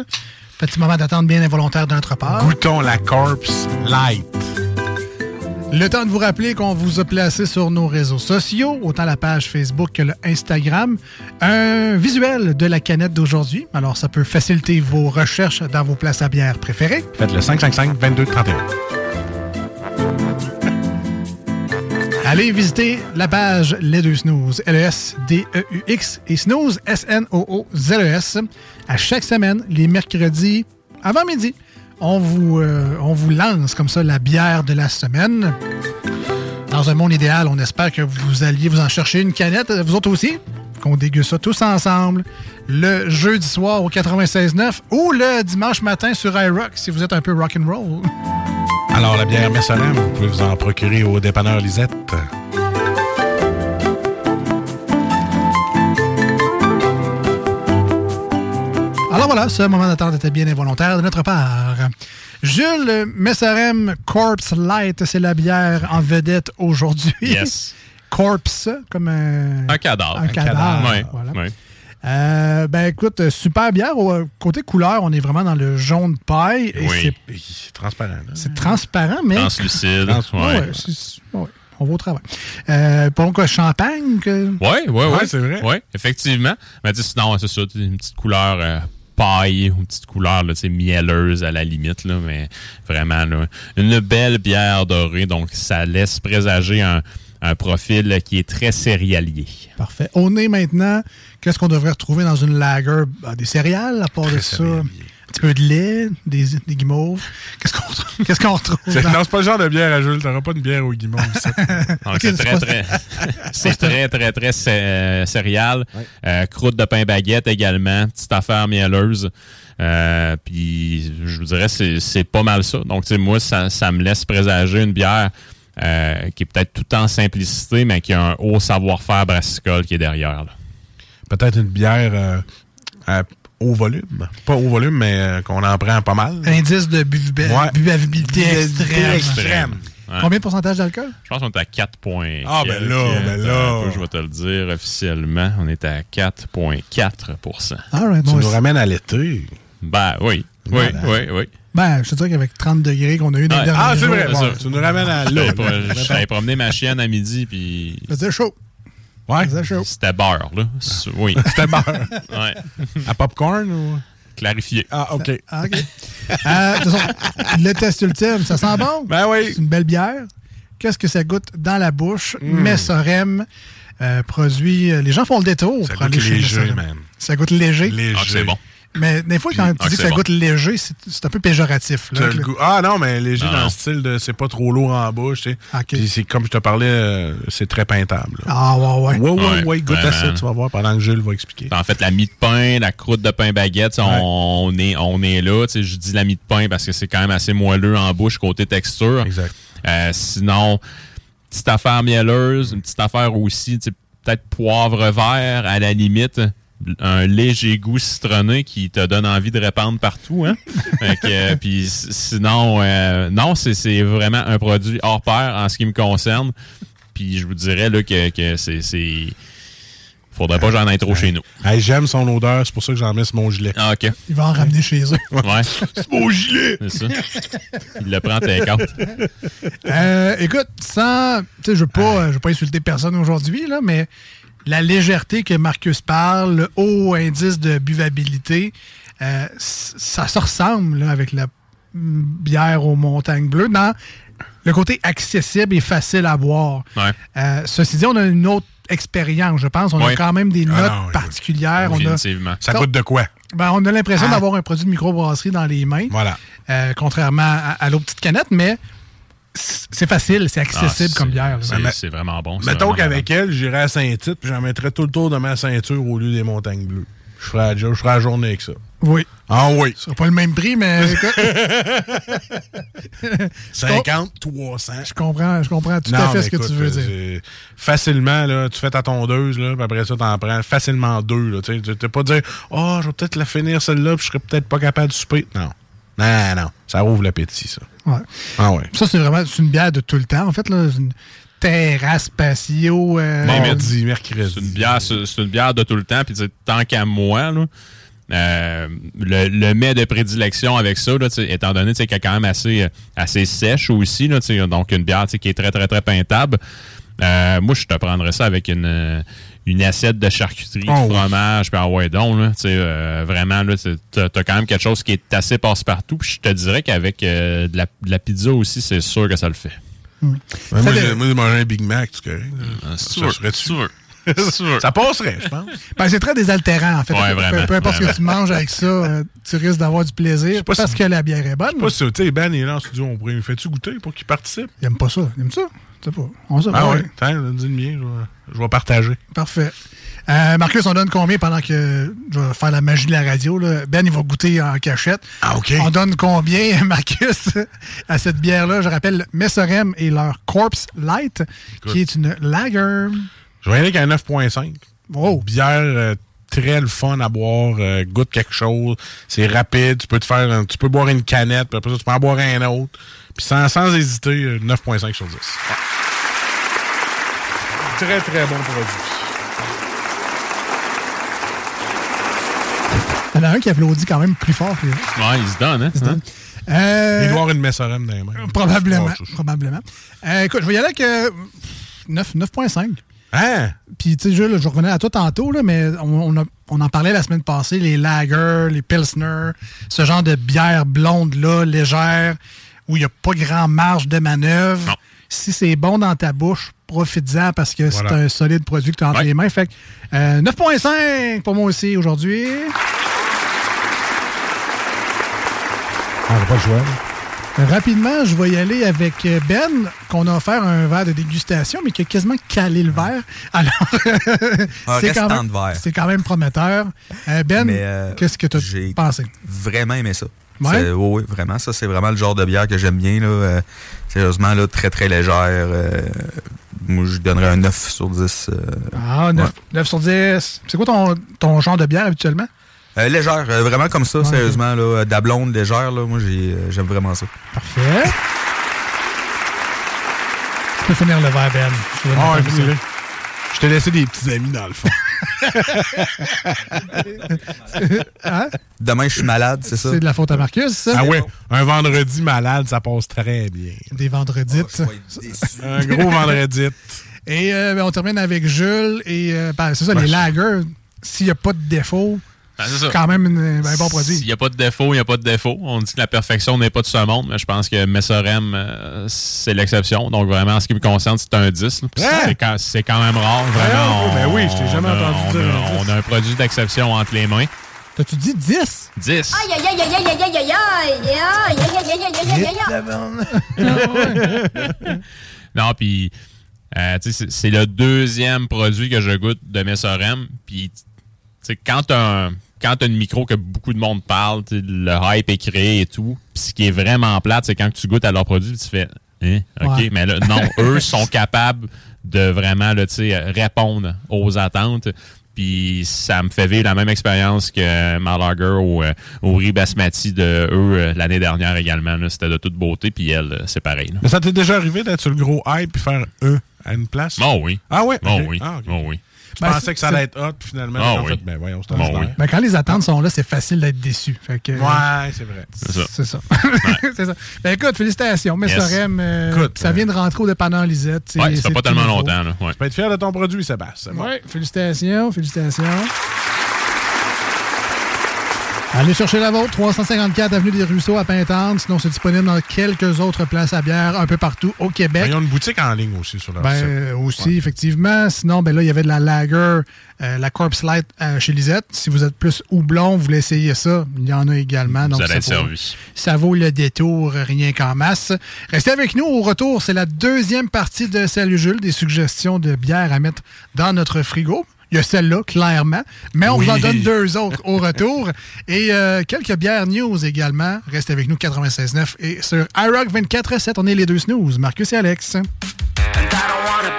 Petit moment d'attente bien involontaire de notre part. Goûtons la Corpse Light. Le temps de vous rappeler qu'on vous a placé sur nos réseaux sociaux, autant la page Facebook que le Instagram, un visuel de la canette d'aujourd'hui. Alors, ça peut faciliter vos recherches dans vos places à bière préférées. Faites le 555-2231. Allez visiter la page Les Deux Snooze, E L-E-S-D-E-U-X et Snooze, S-N-O-O-Z-E-S. À chaque semaine, les mercredis avant midi, on vous, euh, on vous lance comme ça la bière de la semaine. Dans un monde idéal, on espère que vous alliez vous en chercher une canette, euh, vous autres aussi, qu'on déguste ça tous ensemble le jeudi soir au 96.9 ou le dimanche matin sur iRock si vous êtes un peu rock'n'roll. Alors, la bière Messalem, vous pouvez vous en procurer au dépanneur Lisette. Alors voilà, ce moment d'attente était bien involontaire de notre part. Jules Messerem Corpse Light, c'est la bière en vedette aujourd'hui. *laughs* Yes. Corpse, comme un... Un cadavre. Un cadavre, Ouais, voilà. ouais. Euh, ben écoute, super bière. Au- euh, Côté couleur, on est vraiment dans le jaune paille. Et Oui. c'est- Transparent. hein? là. C'est transparent, mais... Translucide. Trans- ouais. ouais, c'est- ouais, on va au travail. Euh, pour un champagne, que... Oui, oui, oui. Ouais, c'est vrai. Oui, effectivement. Mais tu sais, sinon, c'est ça, tu sais, une petite couleur euh, paille ou une petite couleur là, tu sais, mielleuse à la limite, là, mais vraiment, là, une belle bière dorée. Donc, ça laisse présager un, un profil qui est très céréalier. Parfait. Au nez maintenant, qu'est-ce qu'on devrait retrouver dans une lager? Ben, des céréales, à part de ça. Un petit peu de lait, des, des guimauves. Qu'est-ce qu'on retrouve, *laughs* qu'est-ce qu'on retrouve C'est- dans- Non, c'est pas le genre de bière à Jules. T'auras pas une bière au guimauve. ici. Donc, Ah, c'est *laughs* très, très, c'est très, très, très cé- euh, céréales. Euh, croûte de pain baguette également. Petite affaire mielleuse. Euh, puis, je vous dirais, c'est, c'est pas mal ça. Donc, tu sais, moi, ça, ça me laisse présager une bière euh, qui est peut-être tout en simplicité, mais qui a un haut savoir-faire brassicole qui est derrière. là. Peut-être une bière euh, à- au volume. Pas au volume, mais euh, qu'on en prend pas mal. Indice de buv- Ouais. buvabilité Buvabilité extrême. extrême. Ouais. Combien de pourcentage d'alcool? Je pense qu'on est à 4.4. Ah, ben là, ben là. je vais te le dire officiellement. On est à 4.4 All right, bon, tu nous c'est- ramènes à l'été. Ben oui. Oui, Voilà. oui, oui. Ben, je te dis qu'avec 30 degrés qu'on a eu dans les Ouais. derniers jours, C'est Ah, bon, ça. tu nous ramènes à Ah, là, Je suis allé là. pro- Je suis allé promener ma chienne à midi, puis Faisait chaud. Ouais. Faisait chaud. c'était beurre, là. C'est- Oui. Ah. C'était beurre. Ouais. À popcorn ou. Clarifié. Ah, OK. Ah, OK. Euh, de toute façon, le test ultime, ça sent bon. Ben oui. C'est une belle bière. Qu'est-ce que ça goûte dans la bouche? Hmm. Messorem euh, produit. euh, Les gens font le détour Ça pour aller goûte chez léger, Messorem. man. Ça goûte léger. Léger. Ah, c'est bon. Mais des fois, quand Puis- ah, tu dis que c'est ça bon. goûte léger, c'est c'est un peu péjoratif. T'as Là, le Là. goût- Ah non, mais léger Non, dans non. le style de c'est pas trop lourd en bouche. tu sais. OK. Puis c'est comme je te parlais, euh, c'est très peintable. là. Ah, ouais, ouais. Ouais, ouais, Ouais, Ah. ouais, goûte à ça, vraiment. tu vas voir pendant que Jules va expliquer. En fait, la mie de pain, la croûte de pain baguette, on, on est, on est là. Tu sais, je dis la mie de pain parce que c'est quand même assez moelleux en bouche côté texture. Exact. Euh, sinon, petite affaire mielleuse, une petite affaire aussi, tu sais, peut-être poivre vert à la limite. Un léger goût citronné qui te donne envie de répandre partout. Hein? Fait que, euh, puis s- sinon, euh, non, c'est- c'est vraiment un produit hors pair en ce qui me concerne. Puis je vous dirais là, que, que c'est. c'est- Faudrait pas que j'en aille trop chez nous. Hey, J'aime son odeur, c'est pour ça que j'en mets sur mon gilet. Ah, OK. Ils vont en ramener chez eux. Ouais, Mon gilet! c'est ça. Il le prend tes cartes. Euh, écoute, sans. Tu sais, je veux pas, je veux pas insulter personne aujourd'hui, là, mais la légèreté que Marcus parle, le haut indice de buvabilité, euh, c- ça se ressemble là, avec la mm, bière aux montagnes bleues dans le côté accessible et facile à boire. Ouais. Euh, ceci dit, on a une autre expérience, je pense. On a Ouais. Ah quand même des notes non, écoute, particulières. On a, Définitivement. Ça goûte de quoi? ben, on a l'impression Ah. d'avoir un produit de microbrasserie dans les mains. Voilà. Euh, contrairement à, à l'autre petite canette, mais c- c'est facile, c'est Ah, accessible c'est- comme bière. là. c'est- Mais- C'est vraiment bon. c'est Mettons vraiment qu'avec elle, j'irai à Saint-Tite, puis j'en mettrais tout le tour de ma ceinture au lieu des montagnes bleues. Je ferai la, jo- je ferai la journée avec ça. Oui. Ah oui. Ce sera pas le même prix, mais *laughs* écoute, 50, 300. je comprends, je comprends tout à Non, fait mais ce que écoute, euh, tu veux dire. c'est- Facilement, là, tu fais ta tondeuse, là, puis après ça, t'en prends facilement deux. Là, tu sais. Tu- t'es pas dire, oh, je vais peut-être la finir celle-là, puis je serais peut-être pas capable de souper. Non. Non, non. Ça ouvre l'appétit, ça. Ouais. Ah ouais. Ça, c'est vraiment c'est une bière de tout le temps. En fait, là, c'est une terrasse, patio. euh, Bon, mais- Mardi, C'est mercredi. une bière, c'est c'est une bière de tout le temps. Puis tu sais, tant qu'à moi, là, euh, le, le mets de prédilection avec ça, là, tu sais, étant donné tu sais, qu'elle est quand même assez, euh, assez sèche aussi, là, tu sais, donc une bière tu sais, qui est très, très, très peintable. Euh, moi, je te prendrais ça avec une, euh, une assiette de charcuterie, Oh, de oui. fromage, puis ah ouais, donc, là, tu sais, euh, vraiment, là, tu as, quand même quelque chose qui est assez passe-partout. Puis je te dirais qu'avec euh, de, la, de la pizza aussi, c'est sûr que ça le fait. Ouais, Ben, moi, Ça, le- j'ai moi, j'ai mangé un Big Mac, tu connais. là. Si Ça tu veux, serait-tu- si *laughs* tu veux. Si tu veux. Ça passerait, je pense. Je ben, c'est très désaltérant, en fait. Ouais, peu, vraiment, peu importe ce que vraiment. tu manges avec ça, euh, tu risques d'avoir du plaisir pas si- parce que la bière est bonne. sais pas si tu sais, Ben il est là en studio, on pourrait lui faire-tu goûter pour qu'il participe? Il aime pas ça. Il aime ça. Je sais pas. On sait Ah pas, ouais, ouais. tiens, dis le mien, je vais- je vais partager. Parfait. Euh, Marcus, on donne combien pendant que je vais faire la magie de la radio? là? Ben, il va goûter en cachette. Ah, OK. On donne combien, *laughs* Marcus, à cette bière-là? Je rappelle Messorem et leur Corpse Light, qui est une lager. Je vais y aller avec un 9.5. Oh. Bière euh, très le fun à boire, euh, goûte quelque chose, c'est rapide, tu peux te faire un- tu peux boire une canette, puis après ça, tu peux en boire un autre. Puis sans, sans hésiter, euh, 9.5 sur 10. Très très bon produit. Il y en a un qui applaudit quand même plus fort que les autres. Ouais, il se donne, hein? hein? Euh, Il doit avoir une messorem dans les mains. Probablement. Ouais, c'est ça. probablement. Euh, écoute, je vais y aller avec euh, 9 9.5. Hein? Puis, tu sais, Jules, je revenais à toi tantôt, là, mais on, on a- on en parlait la semaine passée, les lagers, les pilsners, ce genre de bière blonde-là, légère, où il n'y a pas grand marge de manœuvre. Non. Si c'est bon dans ta bouche, profites-en parce que c'est Voilà. un solide produit que tu as entre Ouais. les mains. Fait que euh, 9.5 pour moi aussi aujourd'hui. Ah, On n'a pas le choix. là. Rapidement, je vais y aller avec Ben, qu'on a offert un verre de dégustation, mais qui a quasiment calé le verre. Alors, *laughs* Un c'est restant quand, même- de verre. c'est quand même prometteur. Euh, ben, Mais, euh, qu'est-ce que tu j'ai- as pensé? Vraiment aimé ça. Ouais? C'est- Oui, oui, vraiment. Ça, c'est vraiment le genre de bière que j'aime bien. Là. Euh, sérieusement, là, très, très légère. Euh, moi, je donnerais un 9 sur 10. euh, Ah, 9, sur 10. C'est quoi ton, ton genre de bière habituellement? euh, légère, euh, vraiment comme ça, sérieusement. Là, euh, de la blonde légère, là, moi, j'ai- euh, j'aime vraiment ça. Parfait. peux finir le verre, Ben. Tu vas Ah, m'entendre ouais, ça. finis-le. Je t'ai laissé des petits amis dans le fond. Hein? Demain, je suis malade, c'est ça? C'est de la faute à Marcus, ça? Ah ouais, un vendredi malade, ça passe très bien. Des vendredites. Un *laughs* gros vendredi. Et euh, ben, on termine avec Jules. Et euh, ben, c'est ça, les lagers, s'il n'y a pas de défaut, Ah, c'est ça. c'est quand même une- Ben, un ben, bon S'il produit. n'y a pas de défaut, il n'y a pas de défaut. On dit que la perfection n'est pas de ce monde, mais je pense que Messorem, euh, c'est l'exception. Donc, vraiment, en ce qui me concerne, c'est un 10. là. Puis Hein? C'est quand, c'est quand même rare, Voyons, vraiment. oh, ben oui, je t'ai jamais on a- entendu on dire a- un 10. On a un produit d'exception entre les mains. T'as-tu dit 10? Ah, 10. Aïe, aïe, aïe, aïe, aïe, aïe, aïe, aïe, aïe, aïe, aïe, aïe, aïe, aïe, aïe, aïe. Non, puis euh, tu sais, c'est c'est le deuxième produit que je goûte de Messorem. Puis tu sais, quand tu as, une micro que beaucoup de monde parle, tu sais, le hype est créé et tout. Puis ce qui est vraiment plate, c'est quand tu goûtes à leur produit, tu fais Hein? OK, Ouais. mais là, non, eux sont capables de vraiment là, tu sais, répondre aux attentes. Puis ça me fait vivre la même expérience que Malager ou, euh, ou Riz Basmati de eux euh, l'année dernière également. là. C'était de toute beauté, puis elle, euh, c'est pareil. là. Mais ça t'est déjà arrivé d'être sur le gros hype puis faire E à une place? Oh oui. Ah ouais? Oh Ok. oui. Ah, ok. Oh oui. Tu Ben, pensais c'est- que ça allait c'est- être hot, puis finalement, Ah en oui. fait, ben voyons, c'est Ah oui. ordinaire. Ben, quand les attentes sont là, c'est facile d'être déçu. Fait que, Ouais, c'est vrai. C'est ça. C'est ça. *laughs* c'est ça. Ben, écoute, félicitations. Mais Yes. ça rem, euh, Écoute, ça vient de rentrer au dépanneur Lisette. C'est- Ouais, ça c'est fait pas tout tellement nouveau. longtemps. Là. Ouais. Tu peux être fier de ton produit, Sébastien. Ouais, félicitations, félicitations. Allez chercher la vôtre, 354 Avenue des Ruisseaux à Pintante. Sinon, c'est disponible dans quelques autres places à bière un peu partout au Ben, Québec. ils ont une boutique en ligne aussi sur leur Ben, site. euh, aussi, effectivement. Sinon, ben là, il y avait de la lager, euh, la Corpse Light euh, chez Lisette. Si vous êtes plus houblon, vous voulez essayer ça, il y en a également. Vous Ah, Donc, allez ça être vaut- servi. Ça vaut le détour, euh, rien qu'en masse. Restez avec nous au retour. C'est la deuxième partie de Salut Jules, des suggestions de bières à mettre dans notre frigo. Il y a celle-là, clairement. Mais on vous en Oui. donne deux autres au retour. Et euh, quelques bières news également. Restez avec nous, 96.9. Et sur iRock 24.7, on est les deux snooze, Marcus et Alex. wanna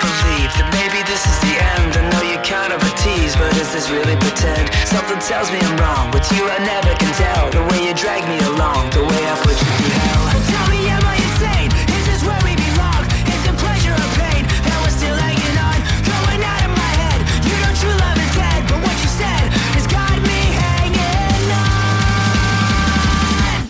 believe that maybe this is the end. I know you kind of a tease, but is this really pretend? Something tells me I'm wrong, but you I never can tell. The way you drag me along, the way I put you through hell. Tell me, am I insane? Is this where we belong? Is it pleasure or pain that we're still hanging on? Going out of my head. You know true love is dead, but what you said has got me hanging on.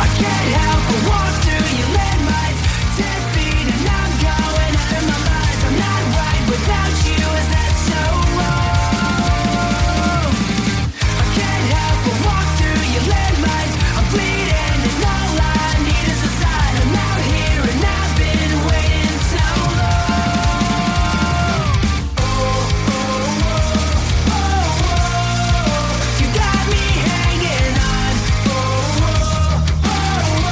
I can't help but walk through your landmines. Ten feet and I'm going out of my mind. I'm not right without you. Is that so wrong? I can't help but walk through your landmines. I'm bleeding and all I need is a sign. I'm out here and I've been waiting so long. Oh, oh, oh, oh, oh. You got me hanging on. Oh, oh.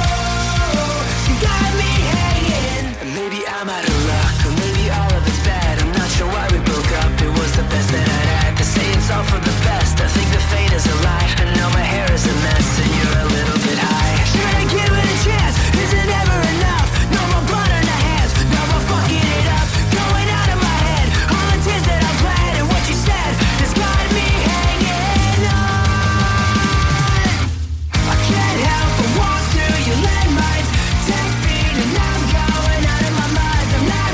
You got me hanging. And maybe I'm out of luck, or maybe all of it's bad. I'm not sure why we broke up. It was the best that I'd had. They say it's all for the best. I think the fate is a lie. I know my hair is a mess, and you're a little bit high. Should I give it a chance? Is it ever enough? No more blood on our hands. No more fucking it up. Going out of my head. All the tears that I've bled, and what you said has got me hanging on. I can't help but walk through your landmines. Ten feet and I'm going out of my mind. I'm not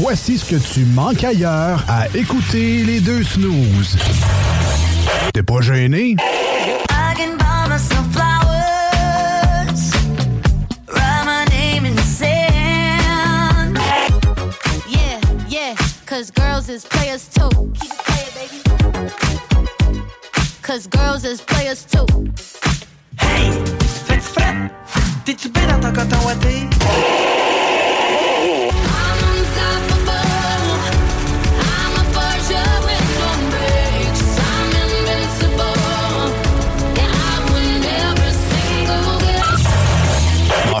voici ce que tu manques ailleurs à écouter les deux snooze. T'es pas gêné? I can buy myself flowers, write my name in the sand. Yeah, yeah, cause girls is players too. Keep it playing, baby. Cause girls is players too. Faites frais, t'es-tu bien dans ton coton ouaté? Ah,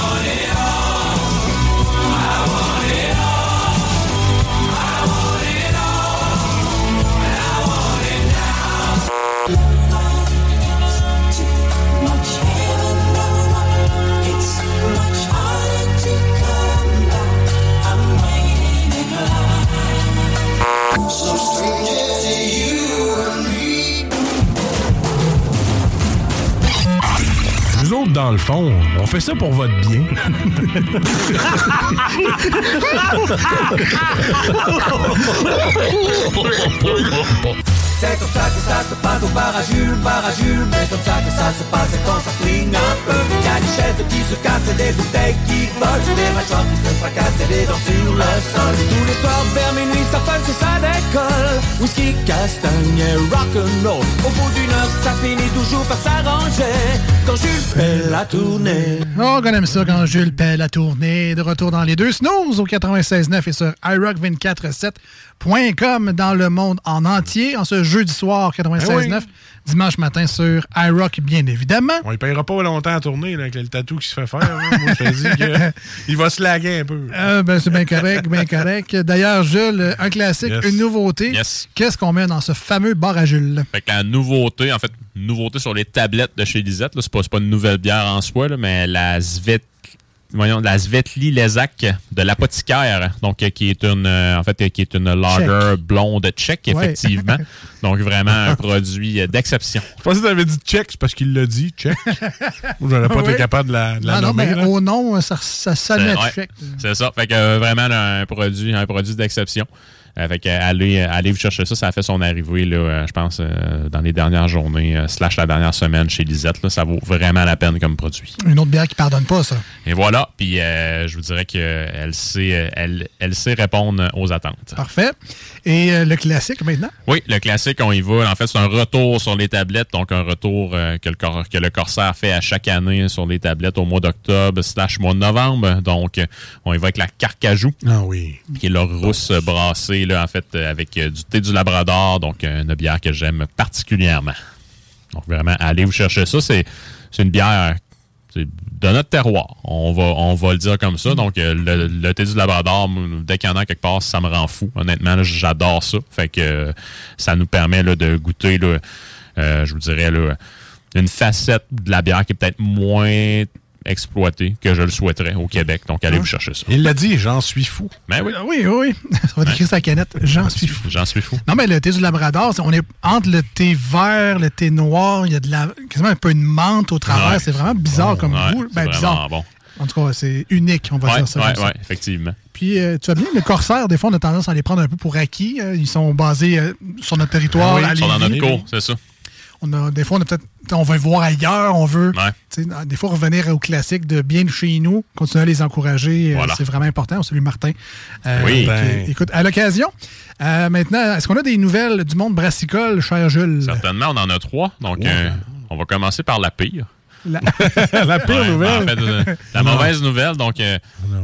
Nous autres, dans le fond, on fait ça pour votre bien. C'est comme ça que ça se passe au bar à Jules, bar à Jules Mais comme ça que ça se passe quand ça cligne un peu Y'a des chaises qui se cassent, des bouteilles qui volent Des mâchoires qui se fracassent et des dents sur le sol Tous les soirs vers minuit ça punch et ça décolle Whisky, castagne et rock'n'roll Au bout d'une heure ça finit toujours par s'arranger Quand Jules fait la tournée Oh, qu'on aime ça quand Jules paie la tournée. De retour dans les deux snooze au 96.9 et sur iRock247.com dans le monde en entier. En ce jeudi soir, 96.9, Eh Ben oui. dimanche matin sur iRock, bien évidemment. *laughs* On ne payera pas longtemps à tourner là, avec le tatou qui se fait faire. hein. Moi, je te dis que *laughs* il va se laguer un peu. Euh, ben, c'est bien correct, bien correct. D'ailleurs, Jules, un classique, Yes. une nouveauté. Yes. Qu'est-ce qu'on met dans ce fameux bar à Jules? Fait que la nouveauté, en fait, nouveauté sur les tablettes de chez Lisette, là, c'est pas, c'est pas une nouvelle bière en soi, là, mais la Svet. Voyons, la Svetli Lezac de l'apothicaire, donc euh, qui est une euh, en fait euh, qui est une lager blonde tchèque, Ouais. effectivement. donc vraiment un produit euh, d'exception. Je pensais que tu avais dit check, c'est parce qu'il l'a dit, *laughs* check. Moi, J'aurais pas été Ouais. capable de la, de la non, non, nommer. mais là. au nom, euh, ça, ça sonne C'est- à ouais, check. C'est ça. Fait que euh, vraiment là, un produit, un produit d'exception. Euh, fait que euh, allez, euh, allez vous chercher ça. Ça a fait son arrivée, là, euh, je pense, euh, dans les dernières journées, euh, slash la dernière semaine chez Lisette. là. ça vaut vraiment la peine comme produit. Une autre bière qui pardonne pas, ça. Et voilà. Puis euh, je vous dirais qu'elle sait, euh, elle, elle sait répondre aux attentes. Parfait. Et euh, le classique maintenant? Oui, le classique, on y va. En fait, c'est un retour sur les tablettes, donc un retour euh, que, le cor- que le Corsair fait à chaque année sur les tablettes au mois d'octobre slash mois de novembre. Donc, euh, on y va avec la Carcajou. Ah oui. Qui est leur rousse euh, brassée, là, en fait, euh, avec euh, du thé du Labrador, donc euh, une bière que j'aime particulièrement. Donc, vraiment, allez vous chercher ça. C'est c'est une bière c'est de notre terroir. On va, on va le dire comme ça. Donc, euh, le, le thé du Labrador, m- dès qu'il y en a quelque part, ça me rend fou. Honnêtement, là, j'adore ça. Fait que euh, ça nous permet là, de goûter, là, euh, je vous dirais, là, une facette de la bière qui est peut-être moins exploitée que je le souhaiterais au Québec. Donc, allez vous chercher ça. Il l'a dit, j'en suis fou. Ben oui, Hein? Ah Oui, oui, *laughs* oui. Ça va décrire sa canette. J'en suis fou. j'en suis fou. Non, mais le thé du Labrador, c'est- on est entre le thé vert, le thé noir. Il y a de la, quasiment un peu une menthe au travers. Ouais. C'est vraiment bizarre comme Ouais, goût. c'est Ben, vraiment bizarre. bon. En tout cas, c'est unique, on va Ouais, dire ça. comme ouais, ça. ouais, effectivement. Puis, euh, tu as bien, le Corsair, des fois, on a tendance à les prendre un peu pour acquis. euh, Ils sont basés euh, sur notre territoire. Ah Oui, à ils sont dans Lévis. notre cours, c'est ça. On a, des fois, on a peut-être, on veut voir ailleurs, on veut, Ouais. tu sais, des fois, revenir au classique de bien chez nous, continuer à les encourager. euh, Voilà. C'est vraiment important. On salue Martin. Oui. donc, *laughs* Ben. écoute, à l'occasion, euh, maintenant, est-ce qu'on a des nouvelles du monde brassicole, cher Jules? Certainement, on en a trois. Donc, euh, on va commencer par la pire. *laughs* La- la Ouais, en fait, euh, *laughs* la mauvaise nouvelle, donc euh,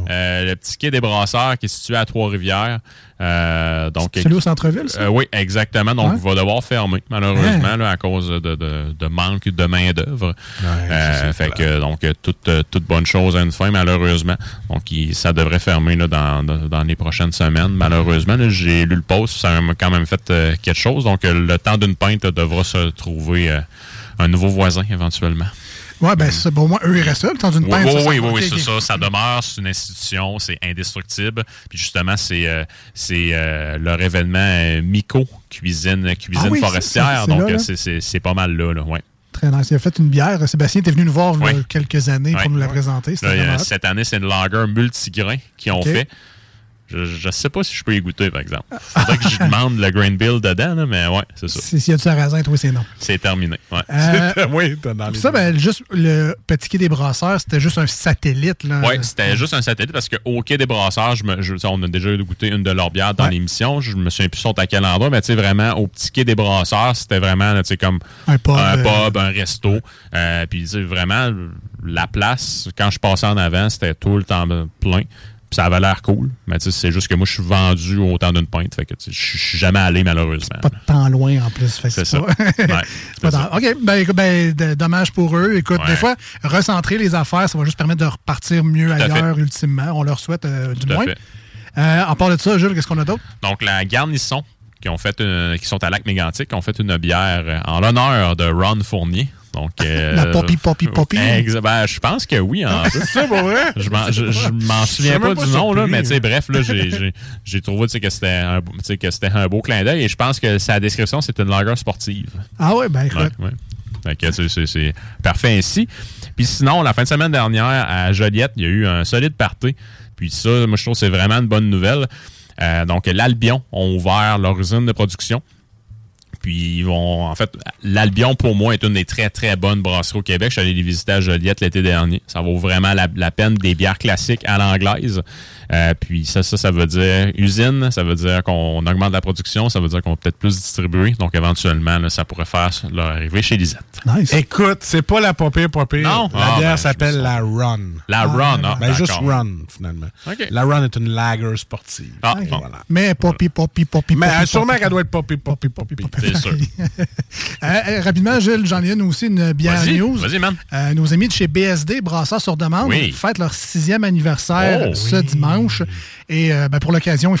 euh, le petit quai des brasseurs qui est situé à Trois-Rivières. euh, donc, C'est celui au centre-ville, ça? Euh, oui, exactement. Donc, Ouais. il va devoir fermer, malheureusement, là, à cause de, de- de manque de main-d'œuvre. Euh, fait que, donc, euh, toute, euh, toute bonne chose à une fin, malheureusement. Donc, il- ça devrait fermer là, dans, dans- dans les prochaines semaines, malheureusement. là. J'ai lu le post, ça m'a quand même fait euh, quelque chose. Donc, euh, le temps d'une pinte euh, devra se trouver euh, un nouveau voisin éventuellement. Ouais, ben, c'est ça. Pour moi, eux, ils restent là. Puis dans une Oui, pinte, oui, Ben, ça, ça- oui, oui, oui, ok, c'est ok. ça. Ça demeure, c'est une institution, c'est indestructible. Puis justement, c'est euh, c'est, euh, leur événement euh, Mico, cuisine, cuisine Ah oui, forestière. c'est ça, c'est donc, là, euh, là. c'est- c'est c'est pas mal là, là ouais. Très nice. Il a fait une bière. Sébastien était venu nous voir il y a Oui. quelques années Ouais. pour nous la présenter. C'était Là, euh, vraiment hot. cette année, c'est une lager multigrain qu'ils ont Ok. fait. Je ne sais pas si je peux y goûter, par exemple. Faudrait que je *laughs* demande le grain bill dedans, là, mais ouais, c'est ça. Si- S'il y a du sarrasin, toi, c'est non. C'est terminé. Ouais. Euh, oui, t'as dans Puis les Mm. ça, ben, juste le petit quai des brasseurs, c'était juste un satellite. Là. Oui, c'était juste un satellite parce que au Quai des Brasseurs, je me- je- tu sais, on a déjà goûté une de leurs bières dans l'émission. Je me souviens plus sont à quel endroit, mais tu sais, vraiment, au petit Quai des Brasseurs, c'était vraiment là, tu sais, comme Un pub, un, euh, pub, un resto. Euh, Puis tu sais, vraiment, la place, quand je passais en avant, c'était tout le temps euh, plein. Puis ça avait l'air cool, mais tu sais, c'est juste que moi, je suis vendu au temps d'une pinte. Fait que tu sais, je suis jamais allé, malheureusement. Pas de temps loin en plus. fait que *laughs* C'est c'est ça. pas- Ouais. C'est pas dans- OK, ben, écoute, ben, d- dommage pour eux. Écoute, Ouais. des fois, recentrer les affaires, ça va juste permettre de repartir mieux à fait. ailleurs, ultimement. On leur souhaite, euh, du Tout à moins. fait. Euh, en part de ça, Jules, qu'est-ce qu'on a *laughs* d'autre? Donc, la garnison qui, ont fait une- qui sont à Lac Mégantic ont fait une bière euh, en l'honneur de Ron Fournier. Donc, euh, La Poppy, Poppy, Poppy. exa- ben, je pense que oui. En fait. C'est pas vrai? Je m'en- je- je m'en Je suis souviens même pas, pas du nom, là, surpris. mais tu sais, bref, là, j'ai- j'ai- j'ai trouvé tu sais, que c'était un, tu sais, que c'était un beau clin d'œil et je pense que sa description, c'est une lager sportive. Ah ouais, ben, écoute. Ouais, ouais. Fait que, tu sais, c'est- c'est parfait ainsi. Puis sinon, la fin de semaine dernière, à Joliette, il y a eu un solide party. Puis ça, moi, je trouve que c'est vraiment une bonne nouvelle. Euh, donc, l'Albion ont ouvert leur usine de production. Puis ils vont. En fait, l'Albion, pour moi, est une des très, très bonnes brasseries au Québec. Je suis allé les visiter à Joliette l'été dernier. Ça vaut vraiment la, la peine. Des bières classiques à l'anglaise. Euh, puis ça, ça, ça veut dire usine. Ça veut dire qu'on augmente la production. Ça veut dire qu'on va peut-être plus distribuer. Donc, éventuellement, là, ça pourrait faire leur arrivée chez Lisette. Écoute, c'est pas la papier papier. Non? La Ah, ben, bière je s'appelle me la Run. La Run, ah, Ben, juste d'accord. Run, finalement. OK. La Run est une lager sportive. Ah, Et bon. voilà. Mais Poppy, Poppy, Poppy, Mais Poppy, euh, sûrement Poppy. qu'elle doit être poppy, poppy, poppy, *laughs* C'est sûr. Euh, euh, rapidement, Jules, j'en ai une aussi, une bière Vas-y, news. vas-y, man. Euh, nos amis de chez BSD, Brasseurs sur demande, Oui. fêtent leur sixième anniversaire Oh. ce dimanche. Et euh, ben, pour l'occasion, ils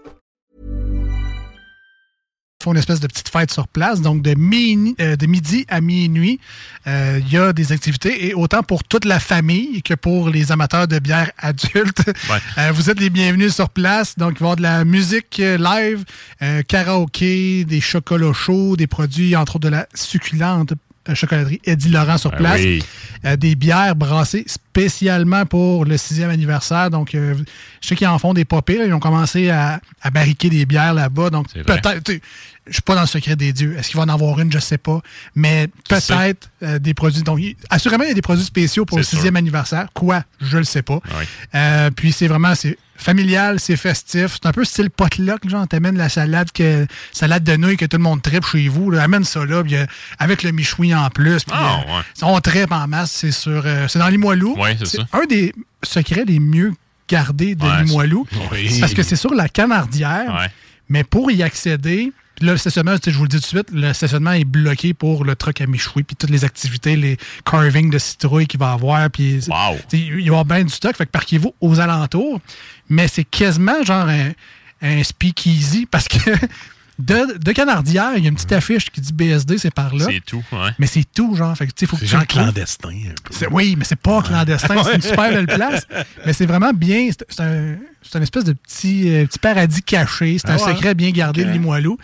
font une espèce de petite fête sur place. Donc, de, mi- euh, de midi à minuit, euh, il y a des activités. Et autant pour toute la famille que pour les amateurs de bière adultes. *laughs* Euh, vous êtes les bienvenus sur place. Donc, il va y avoir de la musique euh, live, euh, karaoké, des chocolats chauds, des produits, entre autres de la succulente euh, chocolaterie Eddie Laurent sur Ben place. oui. Euh, des bières brassées spécialement pour le sixième anniversaire. Donc, euh, je sais qu'ils en font des popées. Ils ont commencé à, à barriquer des bières là-bas. Donc, vrai. peut-être, tu sais, je suis pas dans le secret des dieux. Est-ce qu'il va en avoir une? Je sais pas. Mais sais. peut-être euh, des produits. Donc, il- assurément, il y a des produits spéciaux pour le C'est sûr. sixième anniversaire. Quoi? Je le sais pas. Euh, puis, c'est vraiment c'est familial, c'est festif. C'est un peu style potluck. Genre, t'amènes la salade que salade de nouilles que tout le monde tripe chez vous. là. Amène ça là. puis, euh, avec le michoui en plus. puis, Ah, euh, ouais. on tripe en masse, c'est sur. euh, c'est dans Limoilou. Ouais, c'est ça. Un des secrets les mieux gardés de Ouais, Limoilou. c'est- Oui. C'est Parce que c'est sur la canardière. Mais pour y accéder, là, le stationnement, tu sais, je vous le dis tout de suite, le stationnement est bloqué pour le truck à Michoui, puis toutes les activités, les carvings de citrouille qu'il va avoir. Puis, tu sais, Il va y avoir bien du stock, fait que parquez-vous aux alentours. Mais c'est quasiment genre un, un speakeasy parce que. *laughs* De, de Canardière, il y a une petite affiche qui dit BSD, c'est par là. C'est tout, hein. ouais. Mais c'est tout, genre. Fait que, tu sais, faut que C'est tu genre le trouves. clandestin. un peu. *laughs* C'est- Oui, mais c'est pas clandestin, c'est une super belle place. Mais c'est vraiment bien. C'est- C'est un, C'est un espèce de petit, euh, petit paradis caché. C'est Ah un ouais? secret bien gardé de Ok. Limoilou.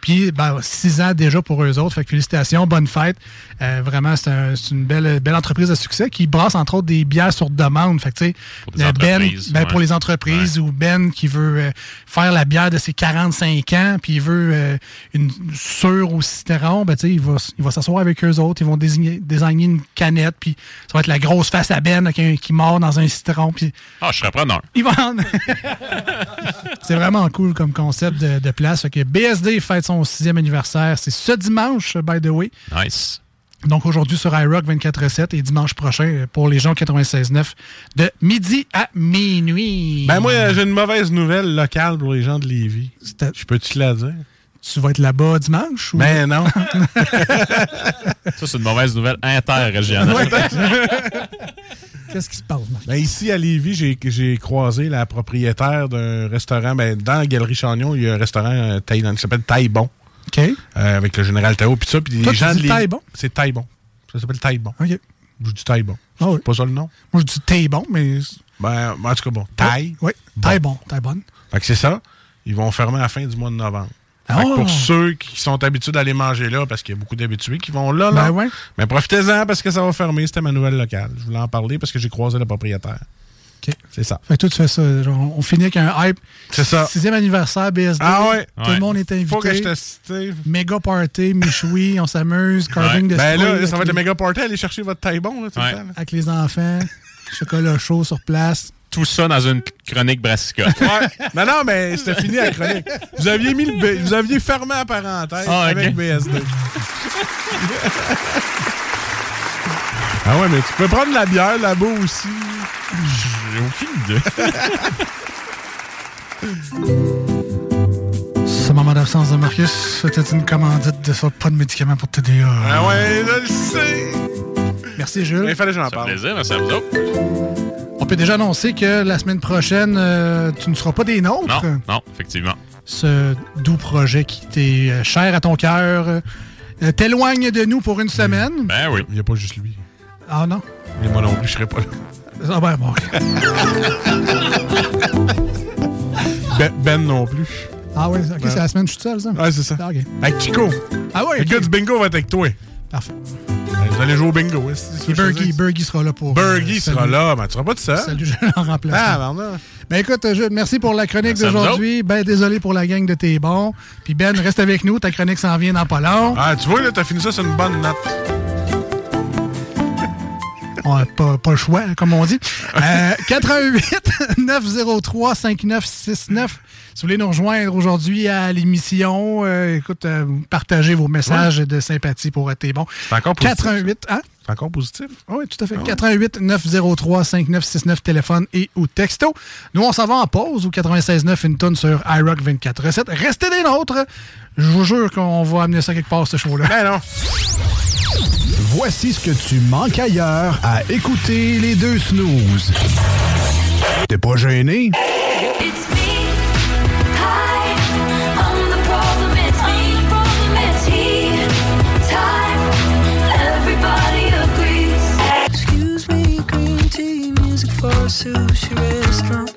Puis, ben, six ans déjà pour eux autres. Fait que félicitations, bonne fête. Euh, vraiment, c'est un- c'est une belle, belle entreprise à succès qui brasse, entre autres, des bières sur demande. Fait que, tu sais, Pour des euh, ben, entreprises, ben, ouais. pour les entreprises ou Ben qui veut euh, faire la bière de ses 45 ans, puis il veut euh, une sûre au citron, ben, tu sais, il va, s- il va s'asseoir avec eux autres, ils vont désigner, désigner une canette, puis ça va être la grosse face à Ben là, qui, qui mord dans un citron, puis Ah, je serais preneur. ils vont en- *laughs* C'est vraiment cool comme concept de, de place. Fait que BSD fête son sixième anniversaire. C'est ce dimanche, by the way. Nice. Donc aujourd'hui sur iRock 24-7 et dimanche prochain euh, pour les gens 96.9 de midi à minuit. Ben moi, euh, j'ai une mauvaise nouvelle locale pour les gens de Lévis. Je peux-tu la dire? Tu vas être là-bas dimanche? Ou... Ben non. Ça, c'est une mauvaise nouvelle interrégionale. Qu'est-ce qui se passe, Marc? Ben, ici à Lévis, j'ai- j'ai croisé la propriétaire d'un restaurant. Ben, dans la Galerie Chagnon, il y a un restaurant euh, thaïlandais qui s'appelle Taïbon. euh, OK. avec le général Tao. Puis ça, puis Toi, les tu gens dis de Lévis- Taïbon? Ah C'est Taïbon. Ça s'appelle Taïbon. OK. Je dis Taïbon. Ah C'est pas ça le nom? Moi, je dis t'es bon, mais. Ben, en tout cas, bon. Ah. Taï. Oui, t'es bon, t'es bonne. Fait que c'est ça. Ils vont fermer à la fin du mois de novembre. Fait que Oh! pour ceux qui sont habitués d'aller manger là, parce qu'il y a beaucoup d'habitués qui vont là, là. Ben ouais. Mais profitez-en parce que ça va fermer. C'était ma nouvelle locale. Je voulais en parler parce que j'ai croisé le propriétaire. OK. C'est ça. Fait que toi, tu fais ça. genre, on finit avec un hype. C'est ça. Sixième anniversaire BSD. Ah ouais. Tout le monde est invité. Faut que je te Méga party, Michoui, on s'amuse, carving de Ben citrouille là, ça avec va être le les- méga party. Allez chercher votre taille bon, là, tout le temps, là. Avec les enfants, chocolat chaud sur place. Tout ça dans une chronique brassica. Non, non, mais c'était fini la chronique. Vous aviez mis le B- vous aviez fermé la parenthèse Ah, ok. avec *laughs* BSD. ah ouais, mais tu peux prendre la bière là-bas aussi. J'ai aucune idée. Ce moment d'absence de Marcus, c'était une commandite de ça, pas de médicaments pour TDA. Ah ouais, je le sais. Merci, Jules. Il fallait que j'en Ça fait parle. plaisir, merci à vous autres. On peut déjà annoncer que la semaine prochaine, euh, tu ne seras pas des nôtres. Non, non, effectivement. Ce doux projet qui t'est euh, cher à ton cœur euh, t'éloigne de nous pour une semaine. Ben oui. Il n'y a pas juste lui. Ah non? Et moi non plus, je serais pas là. Ah ben, bon. *laughs* Ben, Ben non plus. Ah ouais, ok, Ben. c'est la semaine, je suis seul, ça? Ouais, c'est ça. Ah, ok. Avec Chico. Ah ouais, Le ok. gars du bingo va être avec toi. Parfait. Ben, Vous allez jouer au bingo. hein, si- si Et je veux Bergie, dire. Bergie sera là pour. euh, Bergie sera saluer. là. Ben, tu seras pas tout seul. Salut, je l'en remplace. Ah, Bernard. Ben écoute, euh, Jules, merci pour la chronique Merci à vous d'aujourd'hui. Ben désolé pour la gang de tes bons. Puis Ben, reste avec nous, ta chronique s'en vient dans pas long. Ah, tu vois, là, t'as fini ça sur une bonne note. On a pas, pas le choix, comme *laughs* on dit. Euh, *laughs* 88 903 5969. Si vous voulez nous rejoindre aujourd'hui à l'émission, euh, écoute, euh, partagez vos messages de sympathie pour tes bons. C'est encore positif, 88 hein? C'est encore positif. Ah Oui, tout à fait. 88 903 5969 téléphone et ou texto. Nous, on s'en va en pause ou 96.9 une tonne sur iRock 24.7. Restez des nôtres. Je vous jure qu'on va amener ça quelque part, ce show-là. Ben non. Voici ce que tu manques ailleurs à écouter les deux snooze. T'es pas gêné? It's me. Hi. I'm the problem. It's me. problem. It's he. Time. Everybody agrees. Excuse me, green tea music for a sushi restaurant.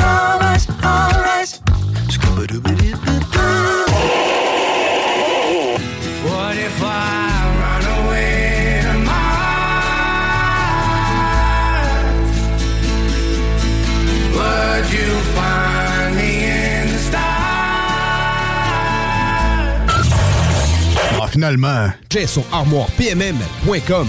Alright, alright. What if I run away tomorrow? Would you find me in the Ah, finalement. J'ai sur armoirepmm.com.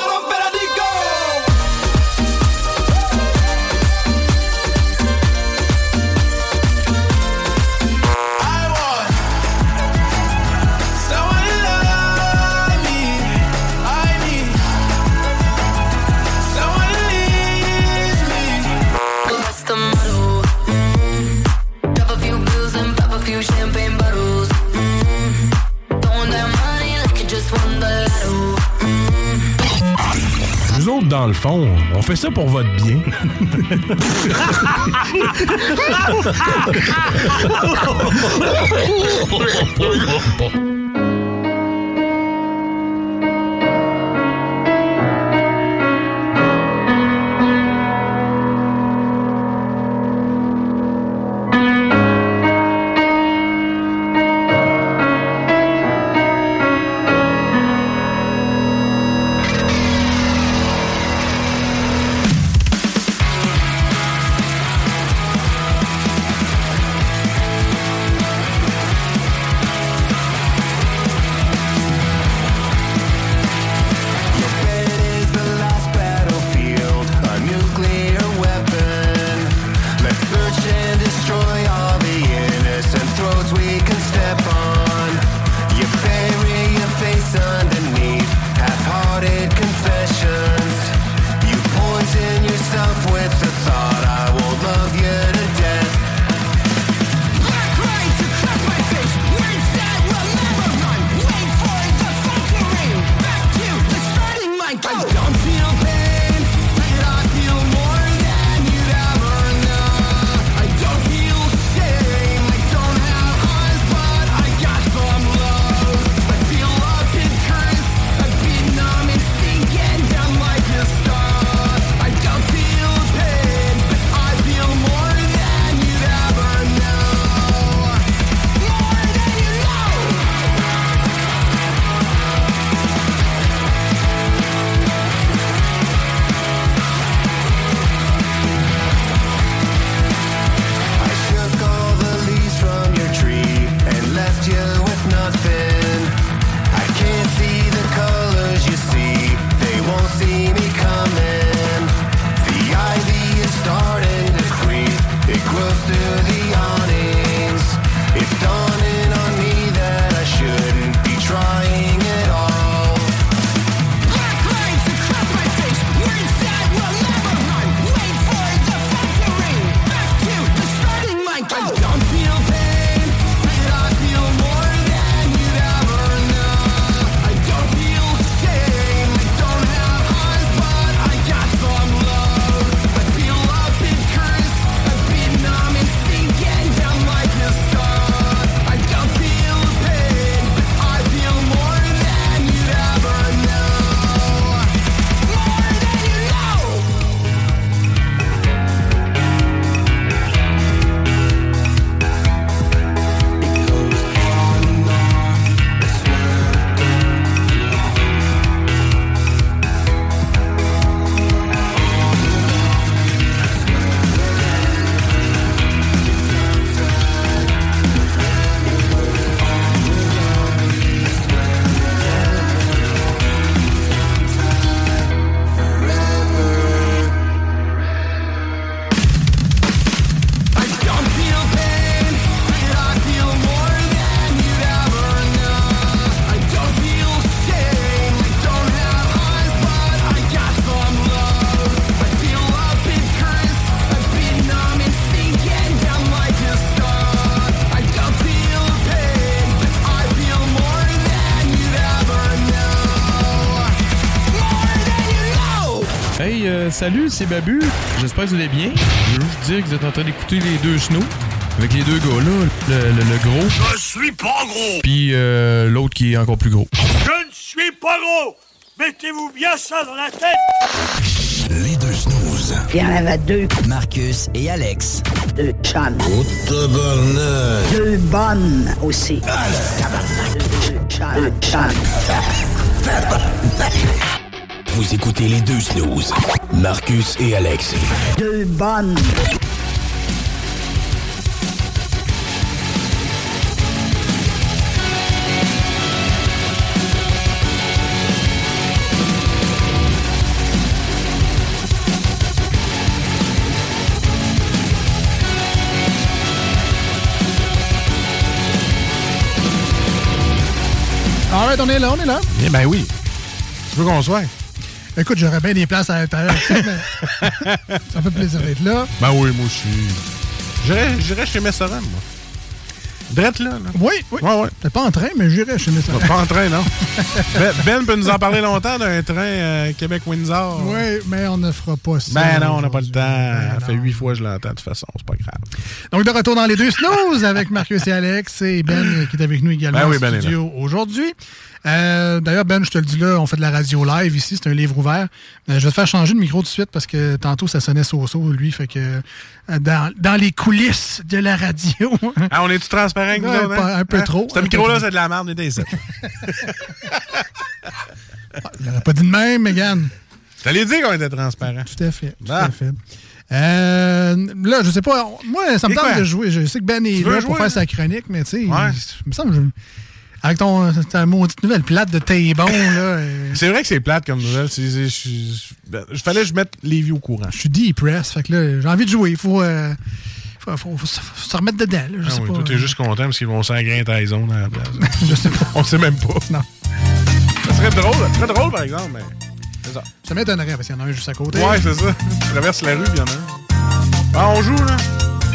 Someone to love me. I need someone to lead me. What's the motto? Mm. Pop a few pills and pop a few champagne bottles. Mm. Throwing that money like you just won the lotto. Nous autres, dans le fond, on fait ça pour votre bien. euh, salut, c'est Babu. J'espère que vous allez bien. Je veux juste dire que vous êtes en train d'écouter les deux snows. Avec les deux gars-là, le, le- le gros, Je suis pas gros. puis euh, l'autre qui est encore plus gros. Je ne suis pas gros. Mettez-vous bien ça dans la tête. Les deux snooze. Il y en avait deux. Marcus et Alex. Deux chums. Oh, tabarnak. Deux bonnes aussi. Ah, le tabarnak. Deux chums. Vous écoutez les deux snooze. Marcus et Alex. Deux bonnes. Alright, on est là, on est là. Eh ben oui. Tu veux qu'on soit? Écoute, j'aurais bien des places à l'intérieur. mais *laughs* ça fait plaisir d'être là. Ben oui, moi aussi. J'irais- J'irais chez Messerem, moi. Drette là, là. Oui, oui. *laughs* T'es pas en train, mais j'irai chez mes Pas en train, non? Ben, Ben peut nous en parler longtemps d'un train euh, Québec-Windsor. Oui, mais on ne fera pas ça. Ben non, on n'a pas le temps. ça fait huit fois que je l'entends, de toute façon, c'est pas grave. Donc, de retour dans les deux snooze avec Marcus et Alex et Ben euh, qui est avec nous également Ben au oui, Ben est là. studio aujourd'hui. Euh, D'ailleurs, Ben, je te le dis là, on fait de la radio live ici, c'est un livre ouvert. Euh, je vais te faire changer de micro tout de suite parce que tantôt ça sonnait so-so, lui. Fait que euh, dans, dans les coulisses de la radio. *laughs* Ah, on est-tu transparent avec vous Ouais, autres, hein? pas- un peu Hein? trop, Ce un peu micro-là, trop. c'est de la merde, on était ici. Il n'aurait pas dit de même, Megan. T'allais dire qu'on était transparent. Tout à fait. Tout Ah. à fait. Euh, là, je sais pas. Moi, ça me Et tente quoi? de jouer. Je sais que Ben est Tu veux là jouer, pour faire là? sa chronique, mais tu sais, il- il me semble que je- avec ton, ta maudite nouvelle plate de thé *laughs* bon, là. euh, C'est vrai que c'est plate comme nouvelle. C'est- c'est- je- je- ben, Il fallait que je mette les vies au courant. je suis depressed. Fait que là, j'ai envie de jouer. Il faut, euh, faut, faut- faut se- faut se remettre dedans. là, je Ah sais oui, pas. euh, toi, t'es juste content parce qu'ils vont s'engrainer ta zone dans *laughs* la place. je sais pas. On sait même pas. Non. Ça serait drôle, très drôle par exemple, mais. C'est ça. Ça m'étonnerait parce qu'il y en a un juste à côté. Ouais, c'est ça. Tu traverses la rue, il y en a un. Ah, on joue, là.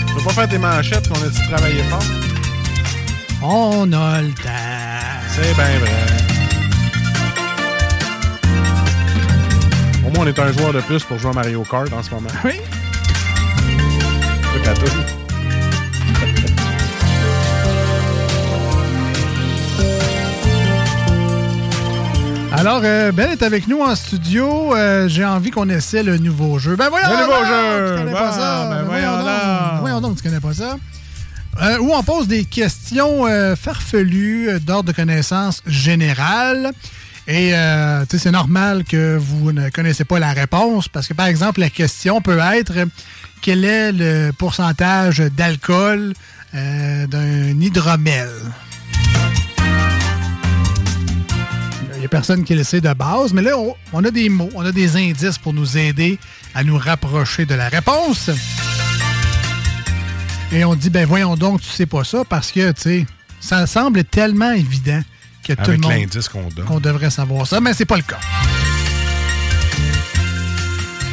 Tu peux pas faire tes manchettes qu'on a dû travailler fort. On a le temps. C'est bien vrai. Au moins, on est un joueur de plus pour jouer à Mario Kart en ce moment. Oui. Écoute à tout. Alors, euh, Ben est avec nous en studio. Euh, J'ai envie qu'on essaie le nouveau jeu. Ben voyons Le nouveau donc, jeu! Tu connais Bon, pas ça! ben voyons donc! Voyons donc, tu connais pas ça! Euh, où on pose des questions euh, farfelues euh, d'ordre de connaissance générale. Et euh, tu sais, c'est normal que vous ne connaissez pas la réponse parce que, par exemple, la question peut être euh, quel est le pourcentage d'alcool euh, d'un hydromel? Il n'y a personne qui le sait de base, mais là, on, on a des mots, on a des indices pour nous aider à nous rapprocher de la réponse. Et on dit, ben voyons donc, tu sais pas ça, parce que, tu sais, ça semble tellement évident que tout le Avec monde l'indice qu'on donne. qu'on devrait savoir ça, mais c'est pas le cas.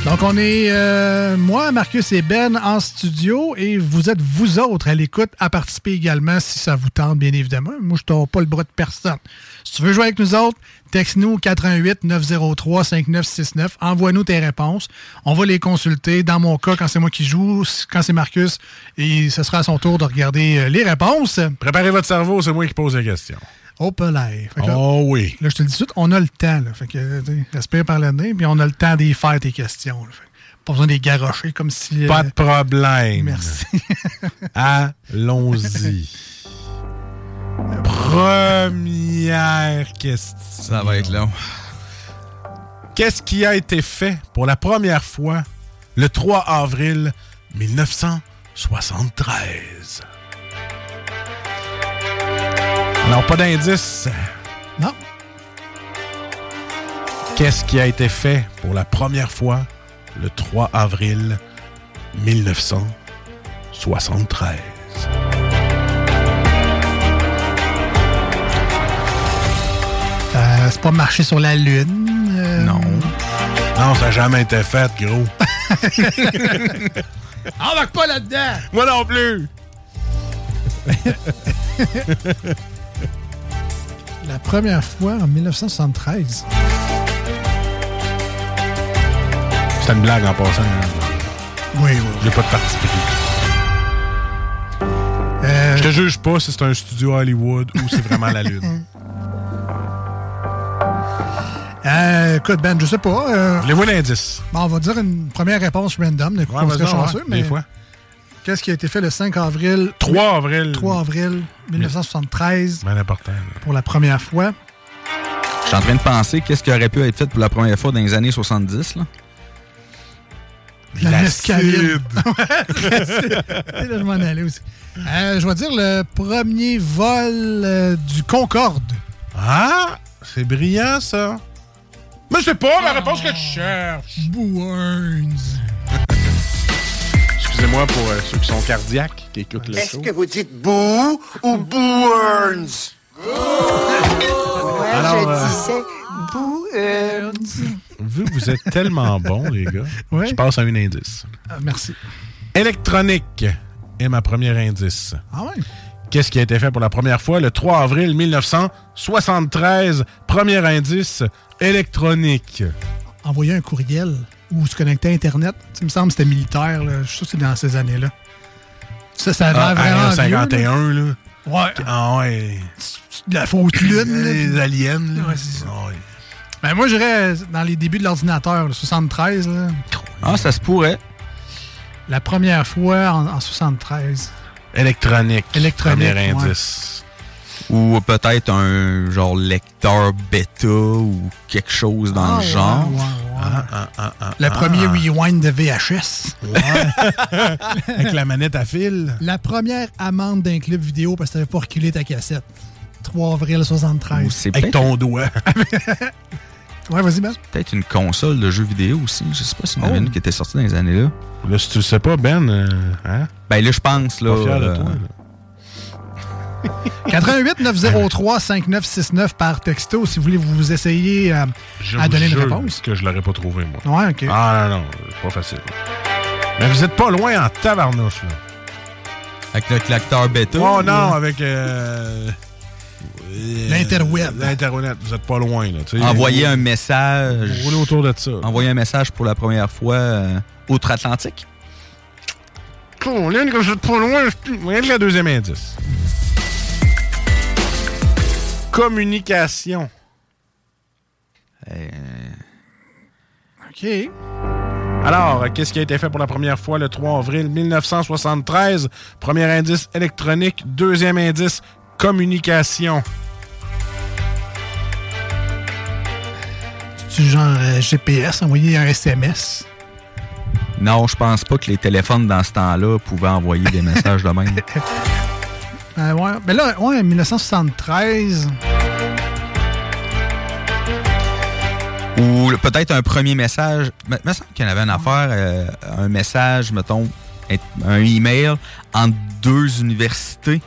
Donc, on est, euh, moi, Marcus et Ben, en studio, et vous êtes vous autres à l'écoute, à participer également si ça vous tente, bien évidemment. Moi, je ne pas le bras de personne. Si tu veux jouer avec nous autres, texte-nous 418-903-5969. Envoie-nous tes réponses. On va les consulter. Dans mon cas, quand c'est moi qui joue, quand c'est Marcus, et ce sera à son tour de regarder euh, les réponses. Préparez votre cerveau, c'est moi qui pose la question. Hop là. Fait que là, Oh oui. Là, je te le dis tout de suite, on a le temps. Là. Fait que, euh, t'sais, respire par l'année, puis on a le temps d'y faire tes questions. là. Fait que pas besoin d'y garrocher comme si. euh, Pas de problème. *laughs* Merci. Allons-y. Première question. Ça va être long. Qu'est-ce qui a été fait pour la première fois le 3 avril 1973? Alors, pas d'indice. Non. Qu'est-ce qui a été fait pour la première fois le 3 avril 1973? euh, c'est pas marcher sur la Lune. euh, Non, ça n'a jamais été fait, gros. *laughs* Embarque pas là-dedans! Moi non plus! La première fois en 1973. C'était une blague en passant. hein. Oui, oui. J'ai pas de parti pris. Euh. Je te juge pas si c'est un studio à Hollywood ou c'est vraiment *laughs* la lune. Euh, écoute, Ben, je sais pas. euh, Voulez-vous l'indice? bon, on va dire une première réponse random, de coup, on vas-y, serait ouais, chanceux, des mais. fois. Qu'est-ce qui a été fait le 5 avril. 3 avril. 3 avril 1973 C'est bien important. là. pour la première fois. Je suis en train de penser qu'est-ce qui aurait pu être fait pour la première fois dans les années 70. Là. La, La mescaline. cid. Ouais, c'est- là, je m'en allais aussi. Euh, je vais dire le premier vol euh, du Concorde. *laughs* Ah, c'est brillant, ça. Mais c'est pas la réponse que je cherche. Burns. Excusez-moi pour euh, ceux qui sont cardiaques, qui écoutent le Est-ce show. que vous dites boo ou Burns? Moi, Alors, je euh, disais Burns. Vu que vous êtes *laughs* tellement bons, les gars, je passe à un indice. Ah, merci. Électronique est ma première indice. Ah ouais? Qu'est-ce qui a été fait pour la première fois le 3 avril 1973? Premier indice, électronique. Envoyer un courriel ou se connecter à Internet. Tu sais, Il me semble que c'était militaire. Là. Je suis sûr que c'est dans ces années-là. Ça, ça a l'air Ah, vraiment. en 51, là. Ouais. Ah ouais. De la fausse lune. Les aliens. Là. Ah, Ouais, c'est ça. Ben, moi, j'irais dans les débuts de l'ordinateur, le 73. là. Ah, ça se pourrait. La première fois en, en 73. Électronique. Électronique, Premier ouais. indice. Ou peut-être un genre lecteur bêta ou quelque chose dans Ah, le ouais, genre. ouais, ouais. ah, le premier ah. rewind de VHS. Avec la manette à fil. La première amende d'un club vidéo parce que t'avais pas reculé ta cassette. 3 avril 73. Avec ton doigt. Ouais, vas-y, Ben. Peut-être une console de jeux vidéo aussi. Je sais pas si y en avait Oh. une qui était sortie dans les années-là. *laughs* Là, si tu le sais pas, Ben, euh, hein? Ben là, je pense, là. Pas fier de toi, 88 903 5969 par texto si vous voulez vous essayer euh, Je à vous donner une jure réponse. que je l'aurais pas trouvé, moi. Ouais, ok. Ah non, non, c'est pas facile. Mais vous êtes pas loin en tabarnouche, là. Avec le clacteur bêta. Oh non, ou- avec... euh, euh, L'interweb. L'internet, vous êtes pas loin, là. tu sais. Envoyer un message. Rouler autour de ça. Envoyer un message pour la première fois euh, outre-Atlantique. Colin, que je suis pas loin, je suis- Regarde le deuxième indice. Communication. Euh. OK. Alors, qu'est-ce qui a été fait pour la première fois le 3 avril 1973? Premier indice électronique, deuxième indice communication. C'est genre euh, GPS, envoyer un SMS. Non, je pense pas que les téléphones dans ce temps-là pouvaient envoyer des messages de même. *laughs* Euh, ouais. Mais là, ouais, 1973. Ou le- peut-être un premier message. Il me semble qu'il y en avait une affaire, euh, un message, mettons, int- un email entre deux universités.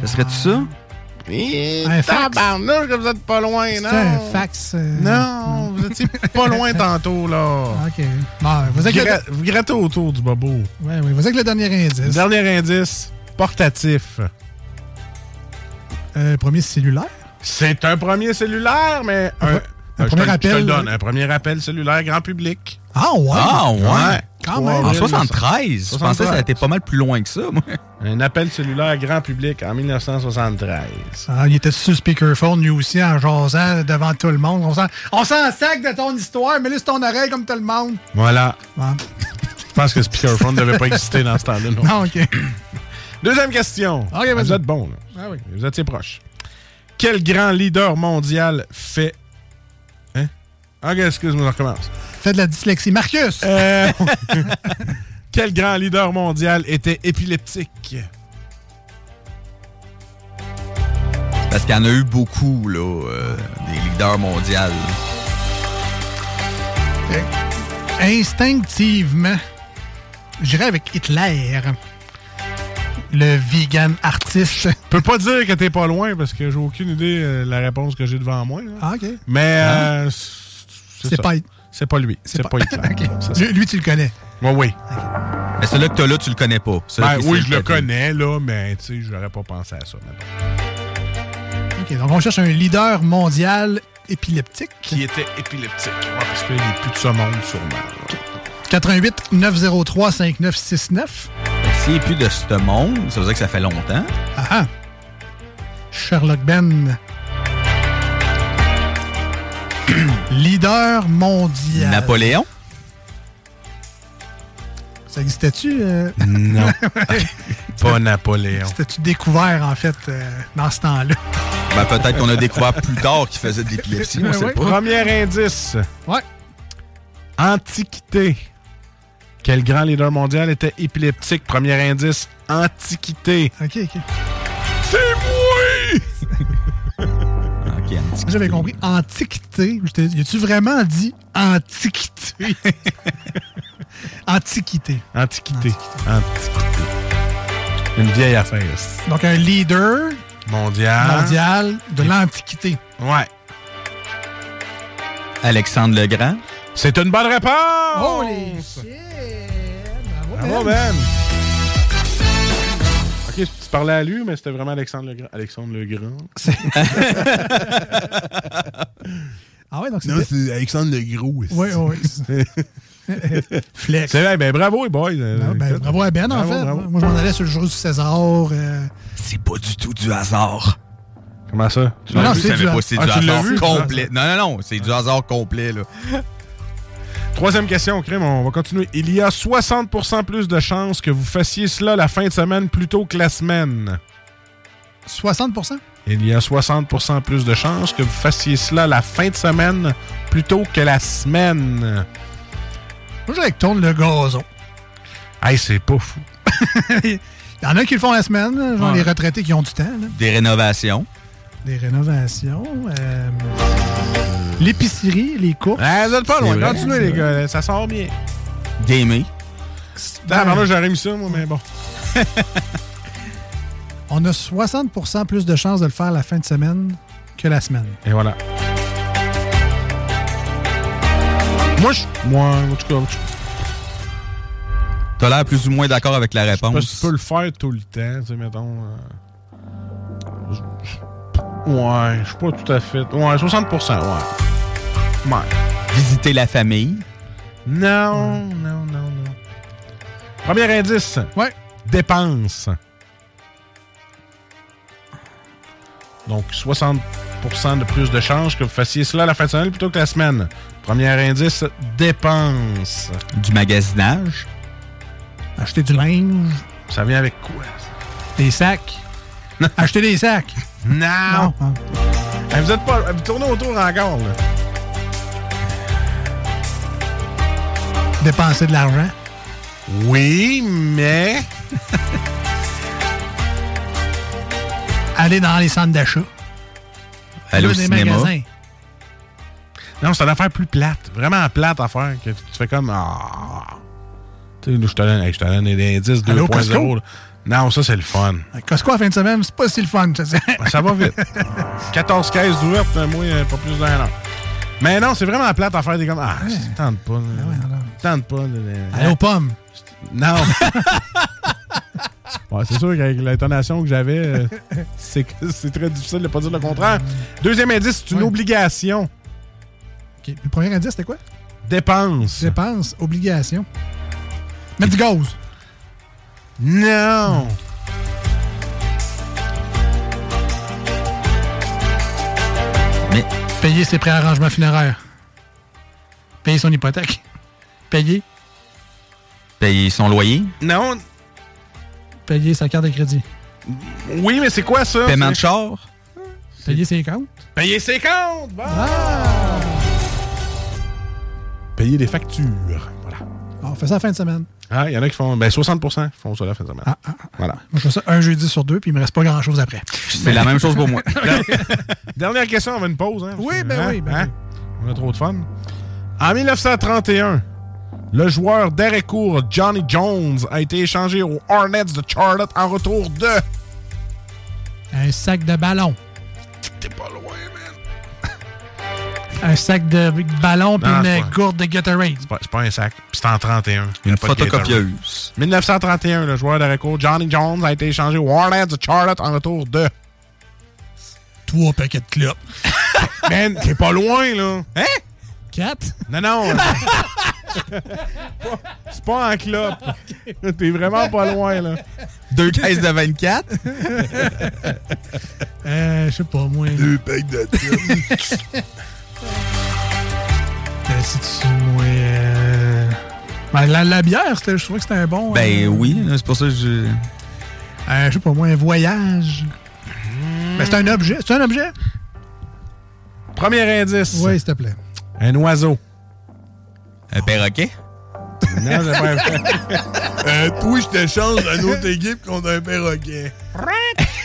Ce serait-tu ça? Un fax. Tabarnouche que vous êtes pas loin, C'est non? un fax. euh, Non, vous étiez pas loin tantôt, là. OK. Bon, vous êtes Gra- Vous grattez autour du bobo. Ouais, ouais, vas-y avec le dernier indice. Dernier indice, portatif. Euh, premier cellulaire. C'est un premier cellulaire, mais... Un, un je te- premier je te le appel, donne, un premier appel cellulaire grand public. Ah ouais? Ah ouais? Quand même. En 73? Je pensais que ça a été pas mal plus loin que ça, moi. Un appel cellulaire grand public en 1973. Ah, il était sur le speakerphone, lui aussi, en jasant devant tout le monde. On s'en, on s'en sac de ton histoire, mais là, c'est ton oreille comme tout le monde. Voilà. Ouais. Je pense que speakerphone ne devait pas exister dans ce temps-là. Non. Non, Ah, *coughs* OK. Deuxième question. vous êtes bon. là. Ah oui. Vous étiez proche. Quel grand leader mondial fait... Hein? Ok, excuse-moi, je recommence. Fais de la dyslexie. Marcus! Euh, *laughs* Quel grand leader mondial était épileptique? Parce qu'il y en a eu beaucoup, là, euh, des leaders mondiaux. Instinctivement, j'irais avec Hitler. Le vegan artiste. Je peux pas dire que t'es pas loin parce que j'ai aucune idée euh, de la réponse que j'ai devant moi. là. Ah, *laughs* OK. Mais euh, Hein? C'est ça. pas- C'est pas lui. C'est pas, Hitler. *laughs* C'est ça. Lui, lui, tu le connais. Ouais, oui. Mais celui-là que t'as là, tu le connais pas. Celui Ben qui oui, s'est je le fait- connais, là, mais tu sais, j'aurais pas pensé à ça. mettons. OK, donc on cherche un leader mondial épileptique. Qui était épileptique. Ouais, parce qu'il n'est plus de ce monde, sûrement. 88 903 5969. S'il n'est plus de ce monde, ça veut dire que ça fait longtemps. Ah ah. Sherlock Ben. Leader mondial. Napoléon? Ça existait-tu? euh? *laughs* Non. C'était- Pas Napoléon. C'était-tu découvert, en fait, euh, dans ce temps-là? Ben, peut-être qu'on a découvert plus tard qu'il faisait de l'épilepsie, on Ben sait oui. pas. Premier indice. Ouais. Antiquité. Quel grand leader mondial était épileptique? Premier indice, antiquité. OK, OK. C'est moi! J'avais compris antiquité. J'étais- Y a-tu vraiment dit antiquité? antiquité. Antiquité. Antiquité. Une vieille affaire. Donc, un leader Mondial. mondial de l'antiquité. Ouais. Alexandre le Grand. C'est une bonne réponse! Holy shit! Ah Bravo, Ben! Ok, tu parlais à lui, mais c'était vraiment Alexandre le Grand. Alexandre le Grand. Ah ouais, donc Non, c'était- c'est Alexandre le Gros. Ouais, ouais, *laughs* Flex. C'est vrai, ben bravo, les boys. Ah, ben, bravo à Ben, en fait. Moi, je m'en allais sur le jeu du César. euh, C'est pas du tout du hasard. Comment ça? Tu l'as non, vu? je savais C'est du pas si ha- c'est Ah, du tu l'as hasard vu, du complet. Non, non, non, c'est du hasard complet, là. Troisième question, Crime, on va continuer. Il y a 60% plus de chances que vous fassiez cela la fin de semaine plutôt que la semaine. 60 Il y a 60% plus de chances que vous fassiez cela la fin de semaine plutôt que la semaine. Moi, je dirais que tourne le gazon. Hey, c'est pas fou. Il y en a qui le font la semaine, là, genre Ouais. les retraités qui ont du temps. là. Des rénovations. Des rénovations. euh, L'épicerie, les courses. Ah, vous êtes pas C'est loin. vrai, Continuez, c'est les vrai. gars. Ça sort bien. Gamer. Putain, pardon, j'aurais mis ça, moi, mais bon. On a 60 plus de chances de le faire la fin de semaine que la semaine. Et voilà. Moi, je. Moi, en tout cas, T'as l'air plus ou moins d'accord avec la Parce que tu réponse. peux le faire tout le temps, tu sais, mettons. euh, je- je- Ouais, je suis pas tout à fait. Ouais, 60%, ouais. Ouais. Visiter la famille. Non, non, non, non. Premier indice. Ouais. Dépenses. Donc, 60% de plus de chances que vous fassiez cela la fin de semaine plutôt que la semaine. Premier indice, dépenses. Du magasinage. Acheter du linge, Ça vient avec quoi? ça? *laughs* des sacs. Acheter des sacs. Non! Non. Hey, vous êtes pas. Vous tournez autour encore, là. Dépenser de l'argent. Oui, mais. Aller dans les centres d'achat. Aller au Là, des cinéma. magasins. Non, c'est une affaire plus plate. Vraiment plate à faire. Que tu tu fais comme. Ah. Tu sais, nous, je te donne, hey, je te donne des indices Aller au 2.0. Costco? là. Non, ça, c'est le fun. Costco à fin de semaine, c'est pas si le fun. *laughs* je te dis. Ça *laughs* va vite. 14 caisses ouvertes, moi, euh, pas plus d'un an. Mais non, c'est vraiment plate à faire des comme. Ah, ça tente pas. là. Tente pas. Aller aux pommes. *laughs* Non. *laughs* Ouais, c'est sûr qu'avec l'intonation que j'avais, euh, c'est que c'est très difficile de pas dire le contraire. Deuxième indice, c'est une obligation. OK. Le premier indice, c'était quoi? Dépense. Dépense, obligation. Mettre du gaz. Non! Mais Payer ses préarrangements funéraires. Payer son hypothèque. Payer. payer son loyer. Non. Payer sa carte de crédit. Oui, mais c'est quoi ça? Paiement de C'est- char. Payer ses comptes. Payer ses comptes! Bon. Payer des factures. Voilà. Ah, on fait ça la fin de semaine. Ah, il y en a qui font. Ben, 60 font ça la fin de semaine. Voilà. Moi, je fais ça un jeudi sur deux, puis il me reste pas grand-chose après. C'est la même chose pour moi. Dernière question avant une pause. Hein, oui, ben oui, ben On a trop de fun. En 1931, le joueur d'arrêt court Johnny Jones a été échangé aux Hornets de Charlotte en retour de. Un sac de ballons. T'es pas loin, man. *laughs* Un sac de ballons, puis Non, c'est une pas- gourde de Gatorade. C'est pas, c'est pas un sac. Puis c'est en 31. Une Y a pas de Gatorade. photocopieuse. 1931, le joueur d'arrêt court Johnny Jones a été échangé aux Hornets de Charlotte en retour de. trois paquets de clopes. Man, t'es pas loin, là. Hein? Quatre? Non, non. euh, *laughs* C'est pas en clope. *laughs* T'es vraiment pas loin, là. Deux caisses de 24. Euh, je sais pas, moi. Deux packs de *laughs* Euh, C'est-tu, moi. euh, ben, la, la bière, c'était- je trouvais que c'était un bon. Ben euh, oui, là, c'est pour ça que je. euh, je sais pas, moi, un voyage. Ben, c'est un objet. C'est un objet? Premier indice. Oui, s'il te plaît. Un oiseau. Un perroquet? Non, j'ai pas *laughs* Euh, toi, je te change à notre équipe contre un perroquet.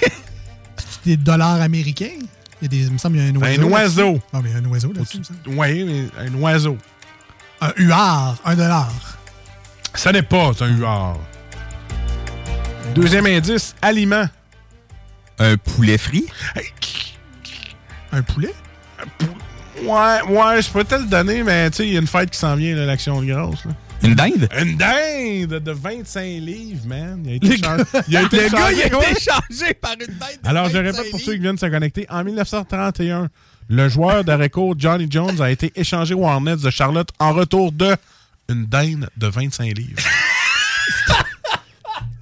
C'est des dollars américains? Il, y a des, il me semble qu'il y a un Un oiseau. oiseau. Non, mais il y a un oiseau là-dessus. Oui, mais un oiseau. Un huard, un dollar. Ça n'est pas un huard. Deuxième indice, aliment. Un poulet frit? Un poulet? Ouais, ouais, je peux te le donner, mais tu sais, il y a une fête qui s'en vient, là, l'action de grâce. là. Une *laughs* dinde? Une dinde de 25 livres, man. Il a Le été, char- gars- il a été le gars, chargé, il a été ouais. chargé par une dinde de Alors, je 25 répète pour ceux qui viennent de se connecter. En 1931, le joueur d'Areco, Johnny Jones, a été échangé aux Hornets de Charlotte en retour de une dinde de 25 livres.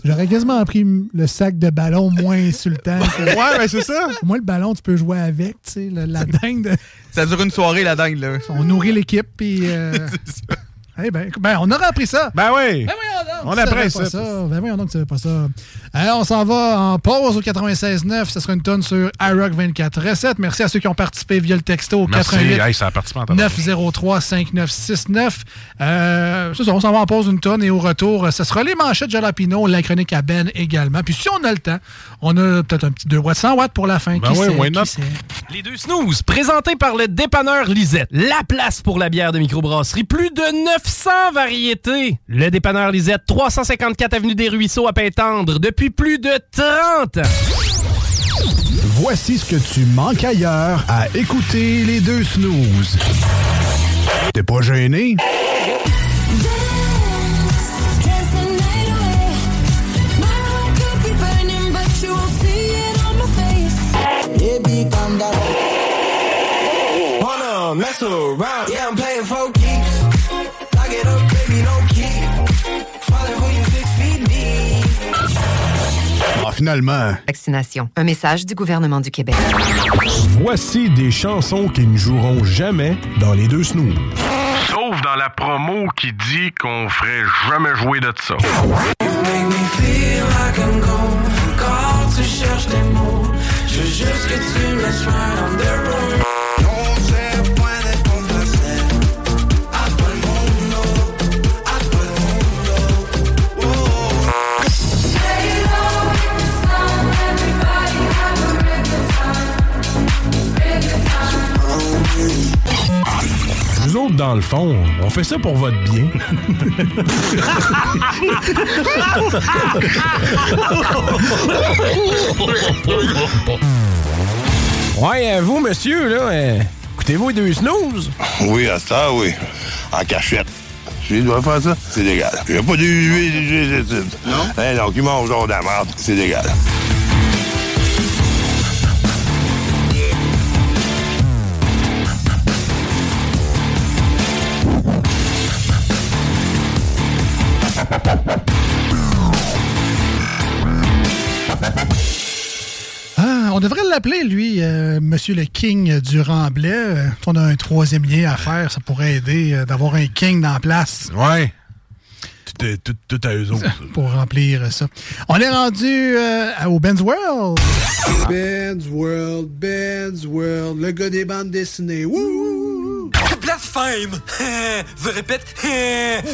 J'aurais quasiment pris m- le sac de ballon moins insultant. que- *laughs* Ouais, ben, c'est ça. Moi, le ballon, tu peux jouer avec, tu sais, la, la dinde. Ça dure une soirée, la dingue, là. On nourrit l'équipe, puis... *laughs* euh, eh ben, ben, on aura appris ça. Ben oui. Ben voyons donc, On tu savais apprend pas ça. Ben voyons donc, tu savais pas ça. Alors, on s'en va en pause au 96.9. Ce sera une tonne sur iRock 24 Recettes. Merci à ceux qui ont participé via le texto au Merci. 88 Hey, ça a participé en tabarnak. 903-5969. Euh, c'est ça, on s'en va en pause une tonne et au retour, euh, ce sera les manchettes Jalapino, la chronique à Ben également. Puis si on a le temps, on a peut-être un petit 2 watts, 100 watts pour la fin. Ah Ben Qui oui, sait, why qui not? sait? Les deux snooze, présentés par le dépanneur Lisette. La place pour la bière de microbrasserie. Plus de 900 variétés. Le dépanneur Lisette, 354 Avenue des Ruisseaux à Pintendre, depuis plus de 30 ans. Voici ce que tu manques ailleurs à écouter les deux snooze. T'es pas gêné? Baby, calm down. Wanna mess around? Yeah, I'm playing for keeps. Lock it up, baby, no key. Falling for you six feet deep. Ah, finalement. Vaccination. Un message du gouvernement du Québec. Voici des chansons qui ne joueront jamais dans les deux snooze. Sauf dans la promo qui dit qu'on ferait jamais jouer de ça. Make me feel like I'm gone. Quand tu cherches des mots, je veux juste que tu me laisses right on the road. Non se puede complacer a todo el mundo, a todo el mundo. Oh. Stay low with the sun, everybody have a rhythm time, rhythm time. Nous autres, dans le fond, on fait ça pour votre bien. Ouais, euh, vous, monsieur, là, euh, écoutez-vous les deux snooze? Oui, à ça, oui. En cachette. Je dois faire ça, c'est légal. J'ai pas du Non? Hein, donc, il mange genre de la merde, c'est légal. Ah, on devrait l'appeler, lui, euh, Monsieur le King du Remblai. Euh, si on a un troisième lien à faire, ça pourrait aider euh, d'avoir un King dans la place. Ouais. Tout, est- tout, tout à eux autres. Pour remplir euh, ça. On est rendu euh, à- au Ben's World. Ben's World, Ben's World, le gars des bandes dessinées. Wouh! Blasphème! Je répète,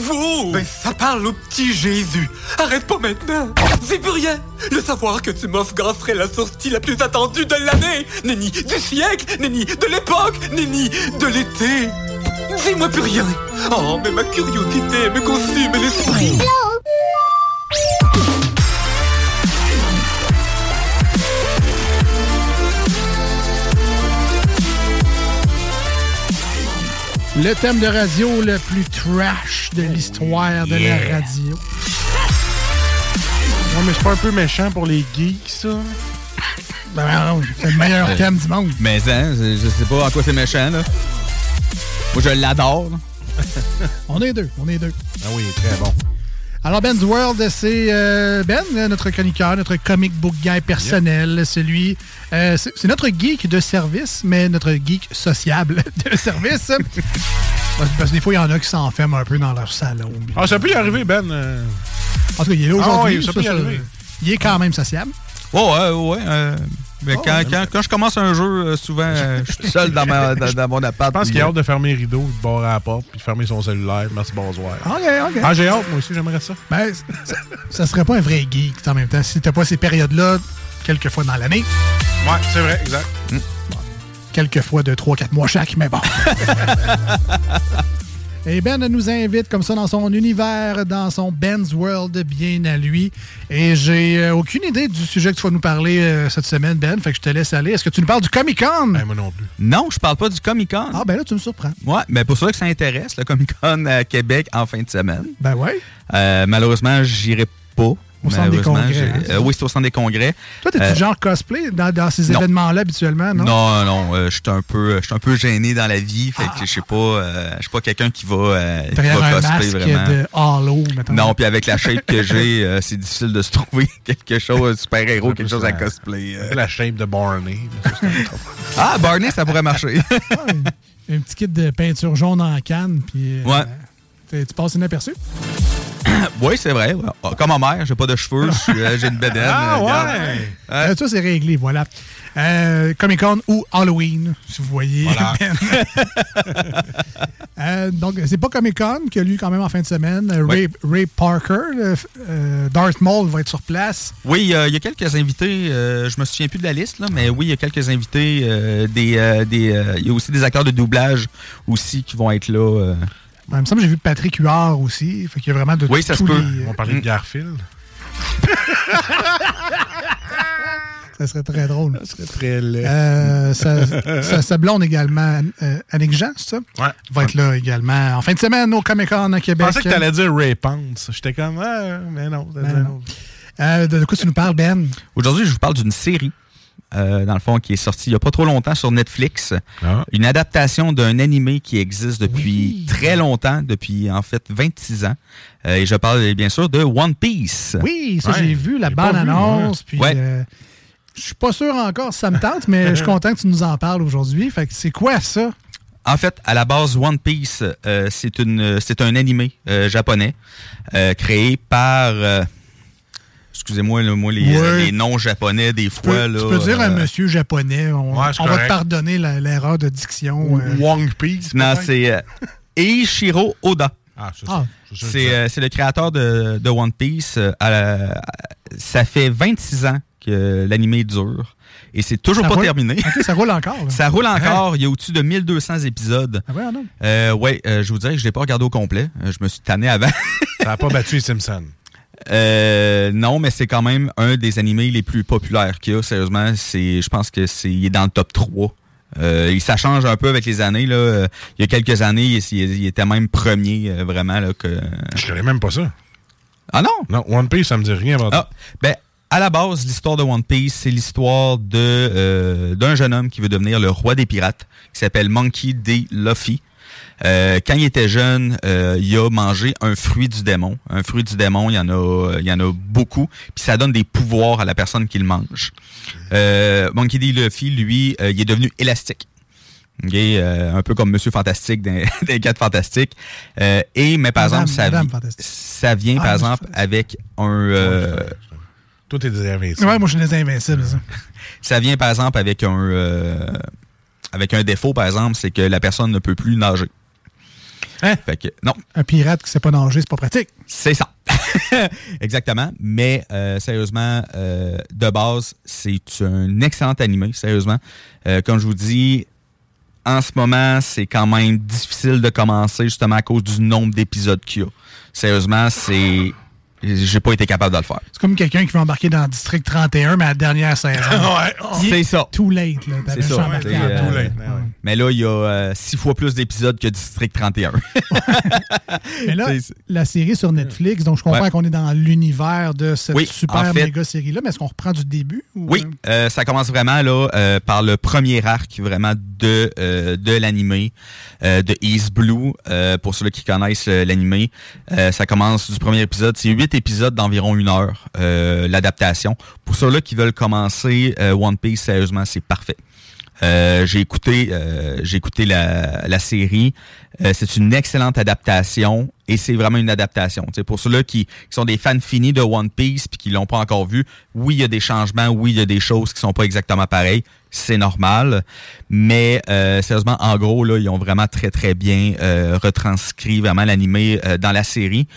wow! Mais ça parle au petit Jésus. Arrête pas maintenant. C'est plus rien. Le savoir que tu m'offres serait la sortie la plus attendue de l'année. Nenni du siècle, nenni de l'époque, nenni de l'été. Dis-moi plus rien. Oh, mais ma curiosité me consume l'esprit. Le thème de radio le plus trash de l'histoire de la yeah. radio. Non, mais je suis pas un peu méchant pour les geeks, ça. Ben non, c'est le meilleur thème du monde. Mais hein, je je sais pas en quoi c'est méchant, là. Moi, je l'adore, là. On est deux, on est deux. Ah oui, très bon. Alors, Ben's World, c'est euh, Ben, euh, notre chroniqueur, notre comic book guy personnel, celui. euh, c'est c'est notre geek de service, mais notre geek sociable *laughs* de service. Parce- Parce que des fois, il y en a qui s'enferment un peu dans leur salon. Ah, ça peut y arriver, Ben. En tout cas, il est là Ah aujourd'hui. oui, ça ça, peut y ça, arriver. il est quand même sociable. Oh, ouais, ouais. euh, mais Oh, quand, ouais, quand, quand je commence un jeu, euh, souvent, euh, je suis tout seul dans, ma, dans, dans *laughs* mon appart. Je pense qu'il a puis, hâte de fermer les rideaux, de barrer la porte, puis de fermer son cellulaire. Merci, bonsoir. OK, OK. Ah, j'ai hâte, moi aussi, j'aimerais ça. Ben, c- ça, ça serait pas un vrai geek en même temps si t'as pas ces périodes-là quelques fois dans l'année. Ouais, c'est vrai, exact. quelques fois de 3-4 mois chaque, mais bon. Et Ben nous invite comme ça dans son univers, dans son Ben's World bien à lui. Et j'ai euh, aucune idée du sujet que tu vas nous parler euh, cette semaine, Ben. Fait que je te laisse aller. Est-ce que tu nous parles du Comic Con? Ben Ben, moi non plus. Non, je parle pas du Comic Con. Ah, ben là, tu me surprends. Ouais, mais pour ceux que ça intéresse, le Comic Con à Québec en fin de semaine. Ben ouais. Euh, malheureusement, j'irai pas. Au centre des Malheureusement, congrès, j'ai- hein, c'est euh, oui, c'est au centre des congrès. Toi, t'es-tu Euh, genre cosplay dans, dans ces non. événements-là habituellement, non? Non, non, euh, je suis un peu, je suis un peu gêné dans la vie, fait que je suis pas, euh, je suis pas quelqu'un qui va, euh, qui Derrière va Ah. un cosplay masque vraiment. de Halo, mettons. Non, puis avec la shape que j'ai, euh, c'est difficile de se trouver *laughs* quelque chose, super héros, Ben, quelque chose à cosplay. euh. La shape *laughs* de Barney. Ah, Barney, ça pourrait marcher. Ah, Un petit kit de peinture jaune en canne, puis euh, ouais. t'es- tu passes inaperçu. Oui, c'est vrai. ouais. Ah, Comme ma mère, j'ai pas de cheveux, je suis- euh, j'ai une bedaine. Ah, euh, regarde. ouais! Euh, ça, c'est réglé, voilà. Euh, Comic Con ou Halloween, si vous *laughs* voyez. Voilà. Ben. *laughs* Euh, donc, c'est pas Comic Con qui a lieu quand même en fin de semaine. Euh, Ray, Ray Parker, le f- euh, Darth Maul va être sur place. Oui, euh, il y a- il y a quelques invités, euh, je me souviens plus de la liste, là, mais oui, il y a quelques invités. euh, des, euh, des, euh, il y a aussi des acteurs de doublage aussi qui vont être là. euh. Ben, il me semble que j'ai vu Patrick Huard aussi. Fait qu'il y a vraiment de Oui, ça se tous peut. les- euh, On parlait de Garfield. Ça serait très drôle. Ça serait très laid. Euh, sa, sa- sa blonde également, euh, Annick Jean, c'est ça? Ouais. Va être là également en fin de semaine au Comic Con à Je Québec. pensais que t'allais dire Ray Pants. J'étais comme, ah, mais non. Ben t'as dit un autre. Euh, de de quoi tu nous parles, Ben? Aujourd'hui, je vous parle d'une série, euh, dans le fond, qui est sortie il n'y a pas trop longtemps sur Netflix. Ah. Une adaptation d'un animé qui existe depuis très longtemps, depuis en fait 26 ans. Euh, et je parle bien sûr de One Piece. Oui, ça, Ouais. j'ai vu la J'ai pas bande vu, annonce. ouais. Puis, Ouais. euh, je suis pas sûr encore si ça me tente, mais je suis content que tu nous en parles aujourd'hui. Fait que c'est quoi ça? En fait, à la base, One Piece, euh, c'est une, euh, c'est un animé euh, japonais euh, créé par. euh, Excusez-moi, là, moi, les, Ouais. euh, les noms japonais, des fois. Tu peux, là, tu peux dire euh, un monsieur japonais. On, ouais, c'est on va te correct. pardonner la- l'erreur de diction. euh. Wong Piece. Non, peut-être? c'est euh, Eiichiro Oda. Ah, c'est Ah. C'est euh, c'est le créateur de, de One Piece. Euh, à la- à- ça fait 26 ans que l'anime dure et c'est toujours Ça pas roule- terminé. OK, ça roule encore. là. Ça roule encore. Il y a au-dessus de 1200 épisodes. Ah ouais, non? Euh, ouais, euh, je vous dirais que je l'ai pas regardé au complet. Euh, je me suis tanné avant. Ça n'a pas battu les Simpsons. Euh, non, mais c'est quand même un des animés les plus populaires qu'il y a. Sérieusement, c'est, je pense que c'est, il est dans le top 3. Euh, il- ça change un peu avec les années. Là. Euh, Il y a quelques années, il, il- il était même premier, euh, vraiment. Là, que... Je connais même pas ça. Euh. Ah non? Non, One Piece, ça me dit rien. avant Ah, ben, à la base, l'histoire de One Piece, c'est l'histoire de euh, d'un jeune homme qui veut devenir le roi des pirates, qui s'appelle Monkey D. Luffy. Euh, quand il était jeune, euh, il a mangé un fruit du démon. Un fruit du démon, il y en a, il y en a beaucoup. Puis ça donne des pouvoirs à la personne qui le mange. Euh, Monkey D. Luffy, lui, euh, il est devenu élastique. Ok, euh, un peu comme Monsieur Fantastique dans, dans les quatre fantastiques. Euh, et mais par Madame- exemple, ça, Madame vi- ça vient Ah, par Monsieur exemple avec un euh, Toi, t'es des invincibles. Ouais, moi, je suis des invincibles. ça. ça vient par exemple avec un euh, avec un défaut par exemple, c'est que la personne ne peut plus nager. Fait que non, Un pirate qui sait pas nager, c'est pas pratique. c'est ça. *laughs* Exactement. Mais euh, sérieusement, euh, de base, c'est un excellent animé, sérieusement. Euh, comme je vous dis, en ce moment, c'est quand même difficile de commencer justement à cause du nombre d'épisodes qu'il y a. Sérieusement, c'est J'ai pas été capable de le faire. C'est comme quelqu'un qui va embarquer dans District 31, mais à la dernière saison. Oh! Ah. Ouais. C'est ça. Too late, là. T'avais C'est juste ça. embarqué T'es, en euh, dedans. Mais là, il y a euh, six fois plus d'épisodes que District 31. Mais là, C'est- la série sur Netflix, donc je comprends Ouais. qu'on est dans l'univers de cette Oui, super en fait- méga série-là, mais est-ce qu'on reprend du début? ou- Oui, euh, ça commence vraiment là euh, par le premier arc vraiment de euh, de l'animé euh, de East Blue euh, pour ceux qui connaissent euh, l'animé. Euh, ça commence du premier épisode, c'est huit épisodes d'environ une heure euh, l'adaptation. Pour ceux-là qui veulent commencer euh, One Piece sérieusement, c'est parfait. Euh, j'ai écouté, euh, j'ai écouté la, la série. Euh, c'est une excellente adaptation et c'est vraiment une adaptation. Tu sais, pour ceux-là qui, qui sont des fans finis de One Piece puis qui l'ont pas encore vu, oui, il y a des changements, oui, il y a des choses qui sont pas exactement pareilles. C'est normal. Mais euh, sérieusement, en gros, là, ils ont vraiment très, très bien euh, retranscrit vraiment l'animé euh, dans la série.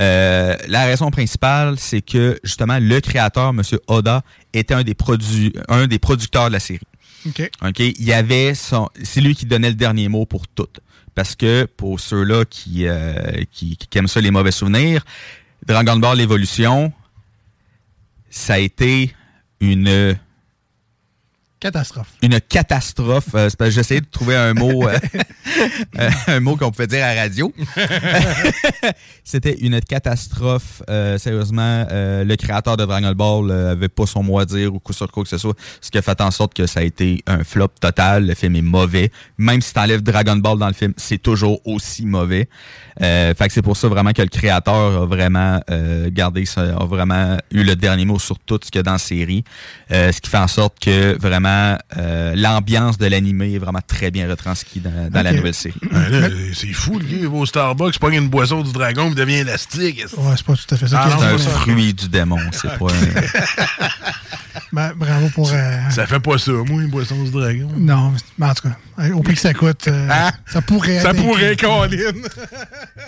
Euh, la raison principale, c'est que justement, le créateur, Monsieur Oda, était un des, produ- un des producteurs de la série. euh, OK. OK, il y avait son c'est lui qui donnait le dernier mot pour tout parce que pour ceux-là qui, euh, qui qui aiment ça les mauvais souvenirs, Dragon Ball l'évolution ça a été une Catastrophe. une catastrophe. Euh, c'est parce que J'essayais de trouver un mot, euh, euh, un mot qu'on pouvait dire à la radio. C'était une catastrophe. euh, sérieusement, euh, le créateur de Dragon Ball euh, avait pas son mot à dire ou coup sur quoi que ce soit, ce qui a fait en sorte que ça a été un flop total. Le film est mauvais. Même si t'enlèves Dragon Ball dans le film, c'est toujours aussi mauvais. Euh, fait que c'est pour ça vraiment que le créateur a vraiment euh, gardé, ça, a vraiment eu le dernier mot sur tout ce qu'il y a dans la série. Euh, ce qui fait en sorte que vraiment euh, l'ambiance de l'animé est vraiment très bien retranscrite dans, dans la Ok. nouvelle série. Ben là, c'est fou, le gars, il va au Starbucks, pogne une boisson du dragon, puis devient élastique. Ouais, c'est pas tout à fait ça. Ah, C'est qu'il a un dit, mais- fruit du démon, c'est pas un- Ben, bravo pour. euh, Ça fait pas ça, moi, une boisson du dragon. Non, mais en tout cas, au prix que ça coûte, euh, ça pourrait Hein? Ça être pourrait, inclus. Colin.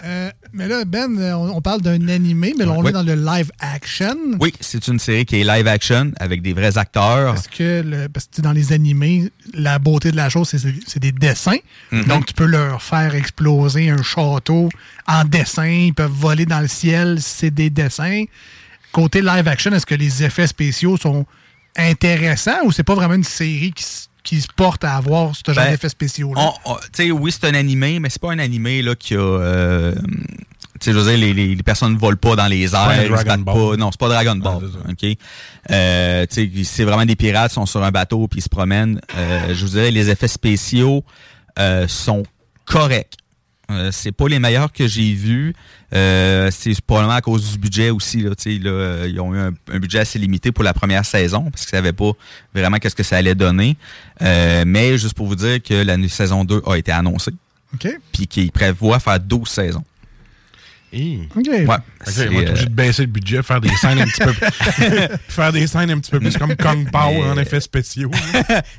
Euh, mais là, Ben, euh, on, on parle d'un animé, mais là, on Ouais. est dans le live action. Oui, c'est une série qui est live action avec des vrais acteurs. Parce que, le- parce que tu sais, dans les animés, la beauté de la chose, c'est- c'est c'est des dessins. Mhm. Donc, tu peux leur faire exploser un château en dessin. Ils peuvent voler dans le ciel. C'est des dessins. Côté live action, est-ce que les effets spéciaux sont intéressants ou c'est pas vraiment une série qui, s- qui se porte à avoir ce genre Ben, d'effets spéciaux-là? On- on- tu sais, oui, c'est un animé, mais c'est pas un animé là, qui a. euh, tu sais, je veux dire, les, les, les personnes ne volent pas dans les pas un airs, ils se Dragon battent Ball. pas. Non, c'est pas Dragon Ball. OK? Euh, tu sais, c'est vraiment des pirates, ils sont sur un bateau puis ils se promènent. Euh, je vous dirais, les effets spéciaux euh, sont corrects. Euh, c'est pas les meilleurs que j'ai vus. Euh, c'est probablement à cause du budget aussi. Là, Tu sais, là, euh, ils ont eu un, un budget assez limité pour la première saison parce qu'ils savaient pas vraiment qu'est-ce que ça allait donner. Euh, mais juste pour vous dire que la nu- saison 2 a été annoncée OK? puis qu'ils prévoient faire 12 saisons. euh, OK. Ouais. Fait que là, ils vont être obligés de baisser le budget, faire des scènes un petit *laughs* peu *laughs* plus. faire des scènes un petit peu plus comme Kong Pao Mais- en *laughs* effets spéciaux.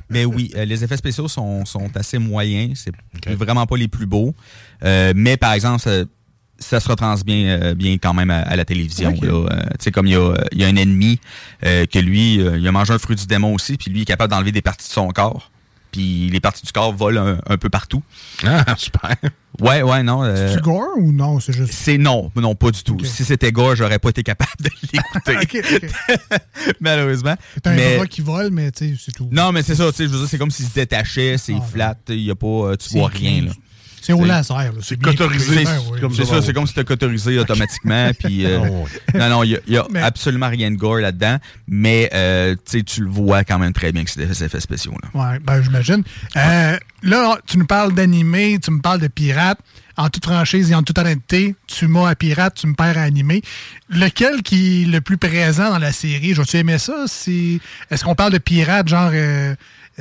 mais oui, euh, les effets spéciaux sont, sont assez moyens. C'est vraiment pas les plus beaux. Euh, mais par exemple, ça, ça se retransmet bien, euh, bien quand même à, à la télévision. Ok. là. Euh, tu sais, comme il y, a, euh, il y a un ennemi euh, que lui, euh, il a mangé un fruit du démon aussi, puis lui il est capable d'enlever des parties de son corps. Puis les parties du corps volent un, un peu partout. Ah, super. Ouais, ouais, non. euh, C'est gore Ben, ou non? C'est juste. c'est non, non, pas du tout. Si c'était gore, j'aurais pas été capable de *laughs* l'écouter. *laughs* Malheureusement. T'as un Mais- bras qui vole, mais tu sais, c'est tout. non, mais c'est ça, tu sais, je veux dire, c'est comme s'il se détachait, c'est Ah, flat, il y a pas, euh, tu C'est vois clean. rien, là. C'est au C'est- laser. là. bien C'est clean. Ben oui. c'est ça, c'est comme si tu cotorisé automatiquement. *laughs* puis, euh, non, non, il n'y a, absolument rien de gore là-dedans, mais euh, tu sais, tu le vois quand même très bien que c'est des effets spéciaux. Là. Ouais, ben j'imagine. Euh, là, tu nous parles d'animé, tu me parles de pirate. En toute franchise et en toute honnêteté, tu m'as à pirate, tu me perds à animé. Lequel qui est le plus présent dans la série? J'aurais-tu aimé ça? C'est- Est-ce qu'on parle de pirate, genre euh,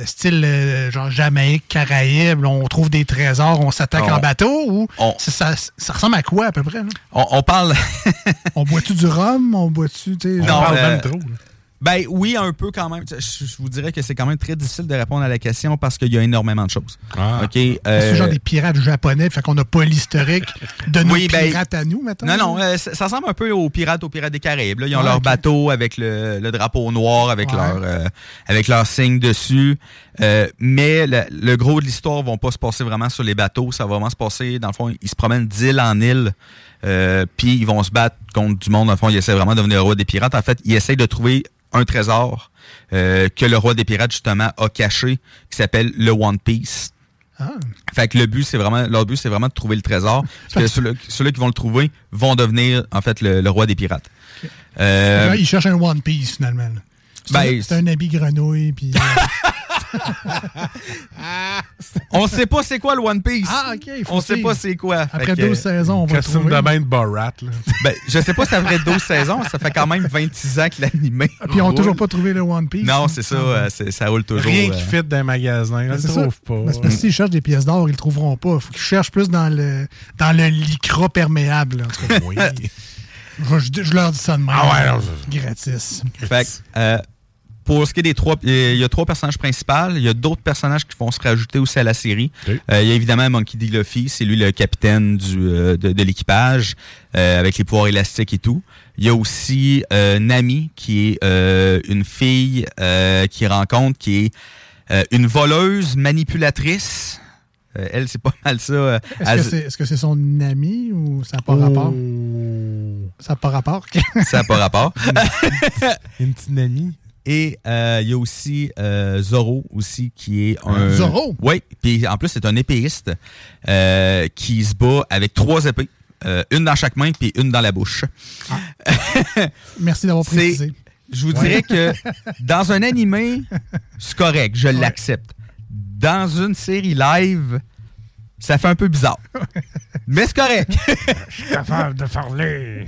style euh, genre Jamaïque, Caraïbes, on trouve des trésors, on s'attaque Ah, On- en bateau? Ou on- c'est- ça, ça ressemble à quoi à peu près? là? On, on parle. *laughs* on boit-tu du rhum? On boit-tu... tu sais, genre- euh, Ben oui, un peu quand même. Tu sais, Je, je vous dirais que c'est quand même très difficile de répondre à la question parce qu'il y a énormément de choses. Ah. OK? C'est euh, genre des pirates japonais, fait qu'on n'a pas l'historique de nos Oui, ben, pirates à nous, maintenant. Non, non, euh, ça, ça ressemble un peu aux pirates, aux pirates des Caraïbes. là. Ils ont Ah, leur ok. bateau avec le, le drapeau noir, avec Ouais. leur euh, avec leur signe dessus. Euh, mais la- le gros de l'histoire vont pas se passer vraiment sur les bateaux. Ça va vraiment se passer, dans le fond, ils se promènent d'île en île. euh, Puis ils vont se battre contre du monde. Dans le fond, ils essaient vraiment de devenir le roi des pirates. En fait, ils essaient de trouver un trésor euh, que le roi des pirates, justement, a caché, qui s'appelle le One Piece. Ah. Fait que le but, c'est vraiment, leur but, c'est vraiment de trouver le trésor. Parce que ceux-là ceux-là qui vont le trouver vont devenir, en fait, le, le roi des pirates. Euh, Là, ils cherchent un One Piece, finalement. là. C'est Ben, un- c'est un habit grenouille, puis... euh, *laughs* on sait pas c'est quoi le One Piece. Ah, ok, faut On sait dire. pas c'est quoi. Fait Après que- 12 saisons, on va Costume trouver. de bain de Borat. Ben, je sais pas si après 12 saisons, ça fait quand même 26 ans que l'anime. Puis on n'a roule. toujours pas trouvé le One Piece. Ah, Non, c'est ça, euh, c'est- ça roule toujours. Rien euh. qui fit d'un magasin, là, Ben, ça ça. trouve pas. Ben, c'est parce que s'ils cherchent des pièces d'or, ils le trouveront pas. Faut qu'ils cherchent plus dans le, dans le lycra perméable. là. En tout cas, *laughs* oui. je, je- je leur dis ça de même. Ah ouais, non, Gratis. Fait que, euh, pour ce qui est des trois, il y a trois personnages principaux. Il y a d'autres personnages qui vont se rajouter aussi à la série. Euh, Il y a évidemment Monkey D. Luffy, c'est lui le capitaine du, euh, de, de l'équipage, euh, avec les pouvoirs élastiques et tout. Il y a aussi euh, Nami, qui est euh, une fille euh, qui rencontre, qui est euh, une voleuse, manipulatrice. Euh, elle, c'est pas mal ça. euh, Est-ce elle- que c'est est-ce que c'est son ami ou ça n'a pas rapport? Ça n'a pas rapport? Ça n'a pas rapport. Une petite *laughs* nanny. Et euh, il y a aussi euh, Zoro aussi qui est un Zorro? Euh, Oui, puis en plus c'est un épéiste euh, qui se bat avec trois épées, euh, une dans chaque main puis une dans la bouche. Ah. *laughs* Merci d'avoir C'est- précisé. Je vous dirais Ouais. *laughs* que dans un animé, c'est correct, je l'accepte. Dans une série live, ça fait un peu bizarre. Mais c'est correct. Je suis capable de parler.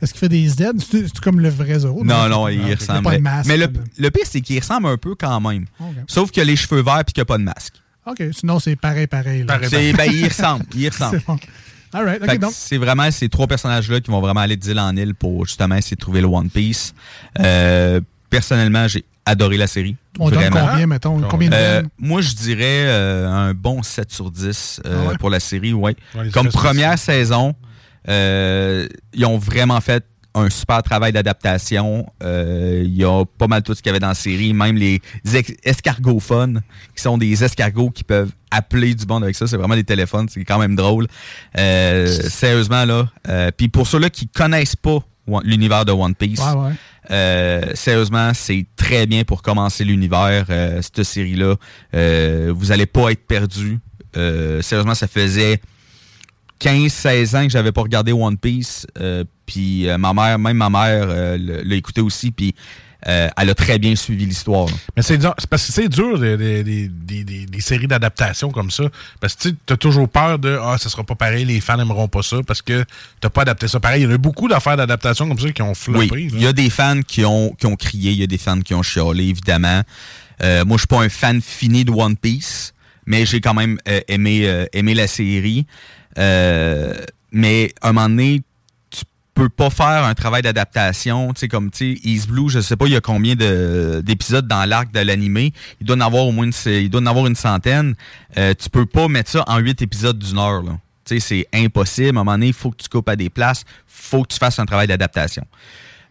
Est-ce qu'il fait des Z? C'est c'est comme le vrai Zoro? Non, non, il y ressemble. pas de masque. Mais le, le pire, c'est qu'il ressemble un peu quand même. Ok. Sauf qu'il a les cheveux verts et qu'il n'y a pas de masque. OK, sinon c'est pareil, pareil. là. C'est- ben, il ressemble. *laughs* Il ressemble. C'est bon. All right, OK, Fait que donc. c'est vraiment ces trois personnages-là qui vont vraiment aller d'île en île pour justement essayer de trouver le One Piece. Euh, personnellement, j'ai adoré la série. On donne Vraiment. combien, mettons? Combien de Euh, donnes? moi, je dirais euh, un bon 7 sur 10 euh, Ah ouais? pour la série, ouais. Ouais, les Comme effets première saison, euh, ils ont vraiment fait un super travail d'adaptation. Euh, Il y a pas mal tout ce qu'il y avait dans la série, même les ex- escargophones, qui sont des escargots qui peuvent appeler du monde avec ça. C'est vraiment des téléphones, c'est quand même drôle. Euh, sérieusement, là. euh, Puis pour ceux-là qui connaissent pas One- l'univers de One Piece, Ouais, ouais. euh, sérieusement, c'est très bien pour commencer l'univers, euh, cette série-là. Euh, vous allez pas être perdu. Euh, sérieusement, ça faisait 15-16 ans que j'avais pas regardé One Piece. euh, puis euh, ma mère, même ma mère euh, le- l'a écouté aussi, puis euh, elle a très bien suivi l'histoire. là. Mais c'est dur- c'est parce que c'est dur des, des- des- des- des- des séries d'adaptation comme ça. Parce que tu sais, t'as toujours peur de Ah, ça sera pas pareil, les fans n'aimeront pas ça parce que t'as pas adapté ça pareil. Il y en a beaucoup d'affaires d'adaptation comme ça qui ont floppé. Oui, là. il y a des fans qui ont, qui ont crié, il y a des fans qui ont chialé, évidemment. Euh, moi, je suis pas un fan fini de One Piece, mais j'ai quand même euh, aimé, euh, aimé la série. Euh, mais à un moment donné, tu peux pas faire un travail d'adaptation. Tu sais, comme, tu sais, East Blue, je sais pas il y a combien de- d'épisodes dans l'arc de l'animé. Il doit en avoir au moins une, il doit en avoir une centaine. Euh, tu peux pas mettre ça en huit épisodes d'une heure, là. Tu sais, c'est impossible. À un moment donné, il faut que tu coupes à des places. faut que tu fasses un travail d'adaptation.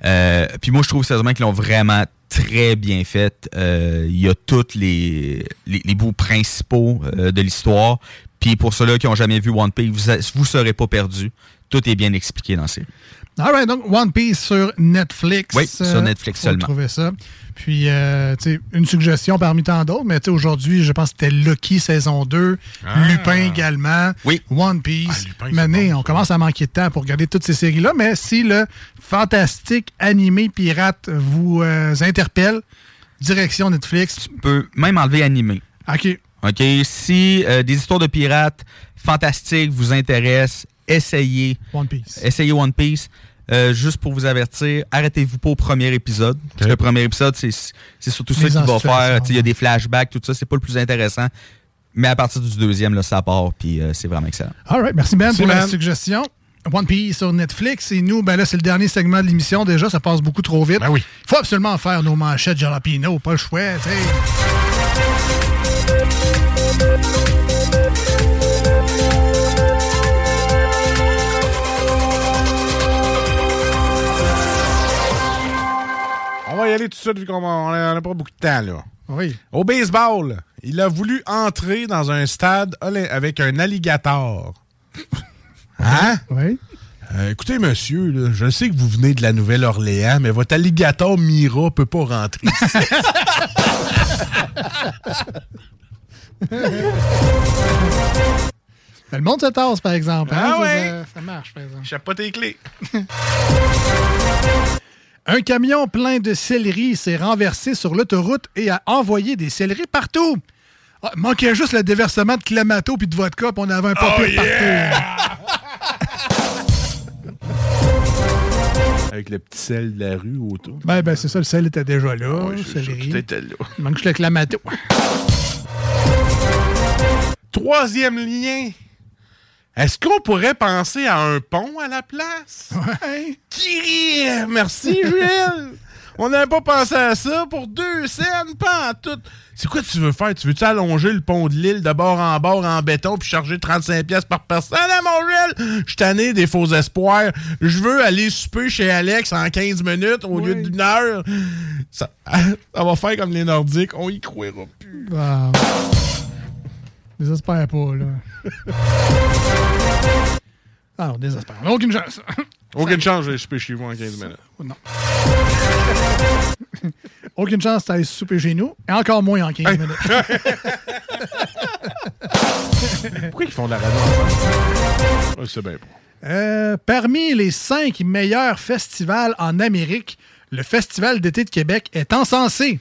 Euh, puis moi, je trouve sérieusement qu'ils l'ont vraiment très bien fait. Euh, Il y a tous les, les, les bouts principaux euh, de l'histoire. Puis pour ceux-là qui n'ont jamais vu One Piece, vous a- vous serez pas perdus. Tout est bien expliqué dans la série. All right, donc One Piece sur Netflix. Oui, sur Euh, Netflix faut seulement. trouver ça. Puis, euh, tu sais, une suggestion parmi tant d'autres, mais tu sais, aujourd'hui, je pense que c'était Lucky saison 2, Ah. Lupin également, One Piece. Mané, on commence à manquer de temps pour regarder toutes ces séries-là, mais si le fantastique animé pirate vous euh, interpelle, direction Netflix. Tu peux même enlever animé. OK. OK? Si euh, des histoires de pirates fantastiques vous intéressent, essayez. One Piece. Essayez One Piece. Euh, juste pour vous avertir, arrêtez-vous pas au premier épisode. Parce que le premier épisode, c'est c'est surtout ça Mise qui en va situation, faire. tu sais, Il y a des flashbacks, tout ça, c'est pas le plus intéressant. Mais à partir du deuxième, là, ça part, puis euh, c'est vraiment excellent. All right, merci Ben Merci, pour la Ben. suggestion. One Piece sur Netflix. Et nous, ben là, c'est le dernier segment de l'émission. Déjà, ça passe beaucoup trop Ben vite. oui. Il faut absolument faire nos manchettes jalapino, pas le choix, tu sais. On va y aller tout de suite, vu qu'on n'a pas beaucoup de temps, là. Oui. Au baseball, il a voulu entrer dans un stade olé- avec un *laughs* alligator. Hein? Oui. Euh, écoutez, monsieur, là, je sais que vous venez de la Nouvelle-Orléans, mais votre alligator Mira peut pas *laughs* rentrer. ici. Ben, le monde se tasse, par exemple. hein, Ah ça, ouais? ça- ça marche, par exemple. J'ai pas tes clés. Un camion plein de céleri s'est renversé sur l'autoroute et a envoyé des céleris partout. Ah, manquait juste le déversement de clamato puis de vodka, puis on avait un papier Oh, partout. Avec le petit sel de la rue autour. Ben, ben c'est ça, le sel était déjà là. Ouais, le c'est ça, céleri. tout était là. Il manque juste le clamato. Troisième lien. Est-ce qu'on pourrait penser à un pont à la place? Ouais. Kyrie! Merci, Jules! On n'avait pas pensé à ça pour deux scènes, pas en tout. C'est quoi tu veux faire? Tu veux-tu allonger le pont de l'île de bord en bord en béton puis charger 35$ piastres par personne à mon Jules? Je suis tanné des faux espoirs. Je veux aller souper chez Alex en 15 minutes au lieu d'une heure. Ça, *laughs* ça va faire comme les Nordiques. On y croira plus. Wow. Désespère pas, là. *laughs* Ah, on désespère. On a aucune chance. *laughs* Aucune chance, je peux chez vous en 15 minutes. Aucune chance d'aller souper chez nous. Et encore moins en 15 minutes. Pourquoi ils font de la radio ensemble? Ouais, C'est bien bon. Euh, parmi les cinq meilleurs festivals en Amérique, le Festival d'été de Québec est encensé.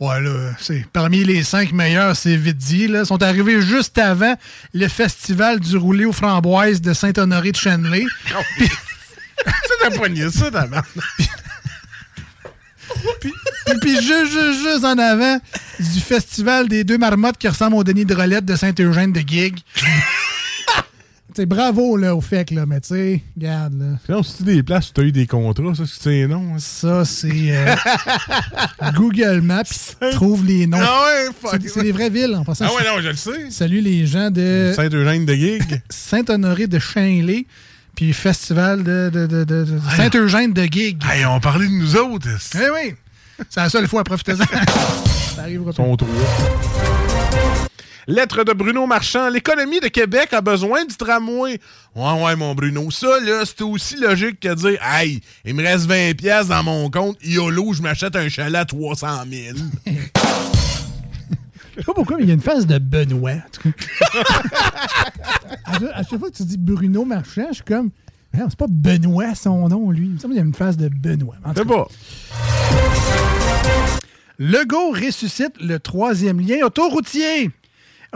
Ouais, là, c'est parmi les cinq meilleurs, c'est vite dit. Là, Ils sont arrivés juste avant le Festival du roulé aux framboises de Saint-Honoré de Chenley. C'est un poignet, ça, ta merde. Et puis juste, juste, juste en avant du festival des deux marmottes qui ressemblent au Denis de Rolette de Saint-Eugène de Gig. *laughs* T'sais, bravo là, au FEC, là, mais tu sais, regarde là. Sinon, si tu des places où tu as eu des contrats, ça, c'est des hein, noms. Ça, c'est. *laughs* euh, Google Maps trouve les noms. Ah ouais, fuck. C'est- C'est les vraies villes en passant. Ah ouais, non, je le sais. Salut les gens de Saint-Eugène de Gig. *laughs* Saint-Honoré de Chainlay, puis festival de, de- de- de- de Ah, Saint-Eugène de Gig. Hey, on parlait de nous autres. Eh Oui, oui. C'est la seule fois, *laughs* profitez-en. Ça arrivera pas. Sont trois. Lettre de Bruno Marchand. L'économie de Québec a besoin du tramway. Ouais, ouais, mon Bruno. Ça, là, c'est aussi logique que de dire Hey, il me reste 20$ piastres dans mon compte. YOLO, je m'achète un chalet à 300 *laughs* 000. Je sais pas pourquoi, mais il y a une face de Benoît. à, chaque- à chaque fois que tu dis Bruno Marchand, je suis comme. Non, c'est pas Benoît son nom, lui. Il me semble qu'il y a une face de Benoît. C'est pas. Legault ressuscite le troisième lien autoroutier.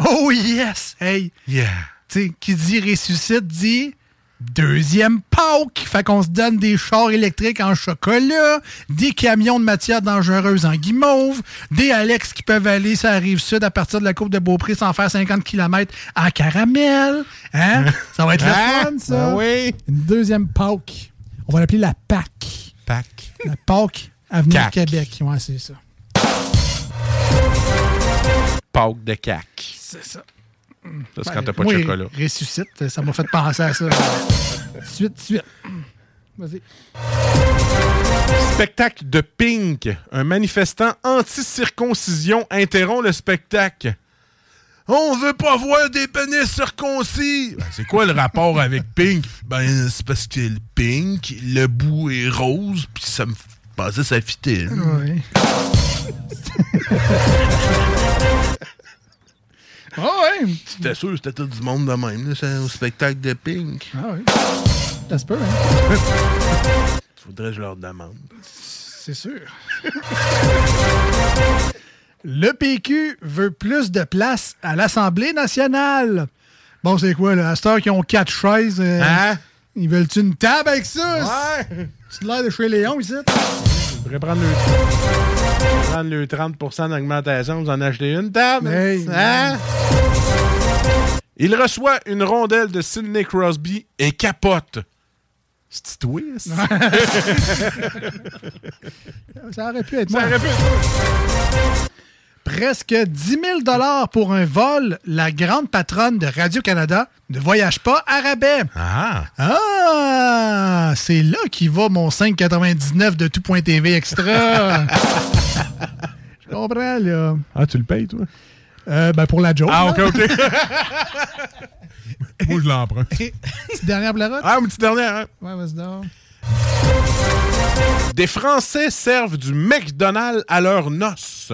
Oh yes! Hey! Yeah. Tu sais, *laughs* qui dit ressuscite dit deuxième Pâques. Fait qu'on se donne des chars électriques en chocolat, des camions de matière dangereuse en guimauve, des Alex qui peuvent aller sur la rive sud à partir de la côte de Beaupré sans faire 50 km en caramel. Hein? *laughs* Ça va être le Hein? fun, ça. Ah oui. Une deuxième Pâques. On va l'appeler la PAC. Pac. La Pâques Avenue Cac. Québec. Ouais, c'est ça. Pac de cac. C'est ça. Ça, c'est Ben, quand t'as pas de moi, chocolat. Ressuscite, ça m'a fait penser à ça. suite, suite. Vas-y. Spectacle de Pink. Un manifestant anti-circoncision interrompt le spectacle. On veut pas voir des pénis circoncis. Ben, c'est quoi le rapport avec Pink? Ben, c'est parce que le Pink, le bout est rose, puis ça me passait sa fitille. Ouais. *laughs* Ah ouais! C'était sûr, c'était tout du monde de même, là, c'est au spectacle de Pink. Ah ouais. Ça se peut, hein? Faudrait que je leur demande. C'est sûr. *laughs* Le PQ veut plus de place à l'Assemblée nationale. Bon, c'est quoi, là? À cette heure qu'ils ont quatre chaises, euh, Hein? ils veulent-tu une table avec ça? Ouais! C'est de l'air de chez Léon, ici? Je pourrais prendre le, je pourrais prendre le 30 d'augmentation, vous en achetez une table. Hey, Hein? Il reçoit une rondelle de Sidney Crosby et capote. C'est twist. Ça aurait pu être Ça moi. aurait pu Presque 10 000 pour un vol. La grande patronne de Radio-Canada ne voyage pas à rabais. Ah! Ah! C'est là qu'il va mon 5,99 de tout.tv extra. Je comprends, là. Ah, tu le payes, toi? *laughs* Euh, ben, pour la joke. Ah, ok, là. ok. Moi, je l'emprunte. Petite dernière blarotte? Ah, une petite dernière. hein. Ouais, vas-y donc. Des Français servent du McDonald's à leurs noces.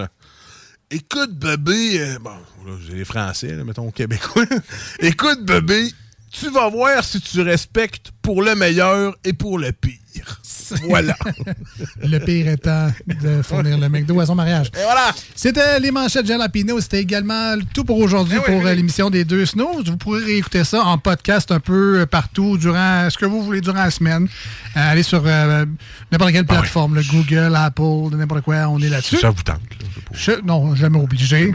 Écoute, bébé, euh, bon, là, j'ai les Français, là, mettons Québécois. *laughs* Écoute, bébé, tu vas voir si tu respectes pour le meilleur et pour le pire. Voilà. Le pire étant de fournir le McDo à son mariage. Et voilà! C'était les manchettes Jalapino. C'était également tout pour Eh aujourd'hui pour euh, l'émission des deux snows. Vous pourrez réécouter ça en podcast un peu euh, partout durant ce que vous voulez durant la semaine. Euh, allez sur euh, n'importe quelle plateforme, le Google, Apple, n'importe quoi, on est là-dessus. Ah Ça vous tente. Je- non, jamais *laughs* obligé.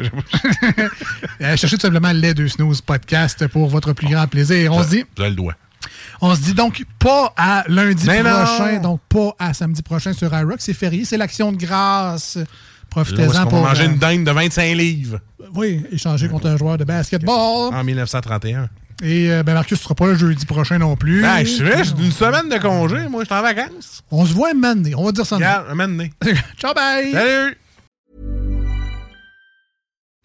Euh, cherchez tout simplement les deux snooze podcast pour votre plus grand plaisir. On se dit, Je le dois. on se dit donc pas à lundi Mais non. prochain, donc pas à samedi prochain sur iRock. C'est férié, c'est l'action de grâce. Là, où est-ce Profitez-en qu'on pour va manger euh, une dinde de 25 livres oui, échanger contre un joueur de basketball. en 1931. Et euh, ben Marcus, tu seras pas là jeudi prochain non plus. Ben, je suis vrai, j'ai une semaine de congé. Moi, je suis en vacances. On se voit un moment donné. On va dire ça. Regarde, un moment donné. *laughs* Ciao, bye! Salut!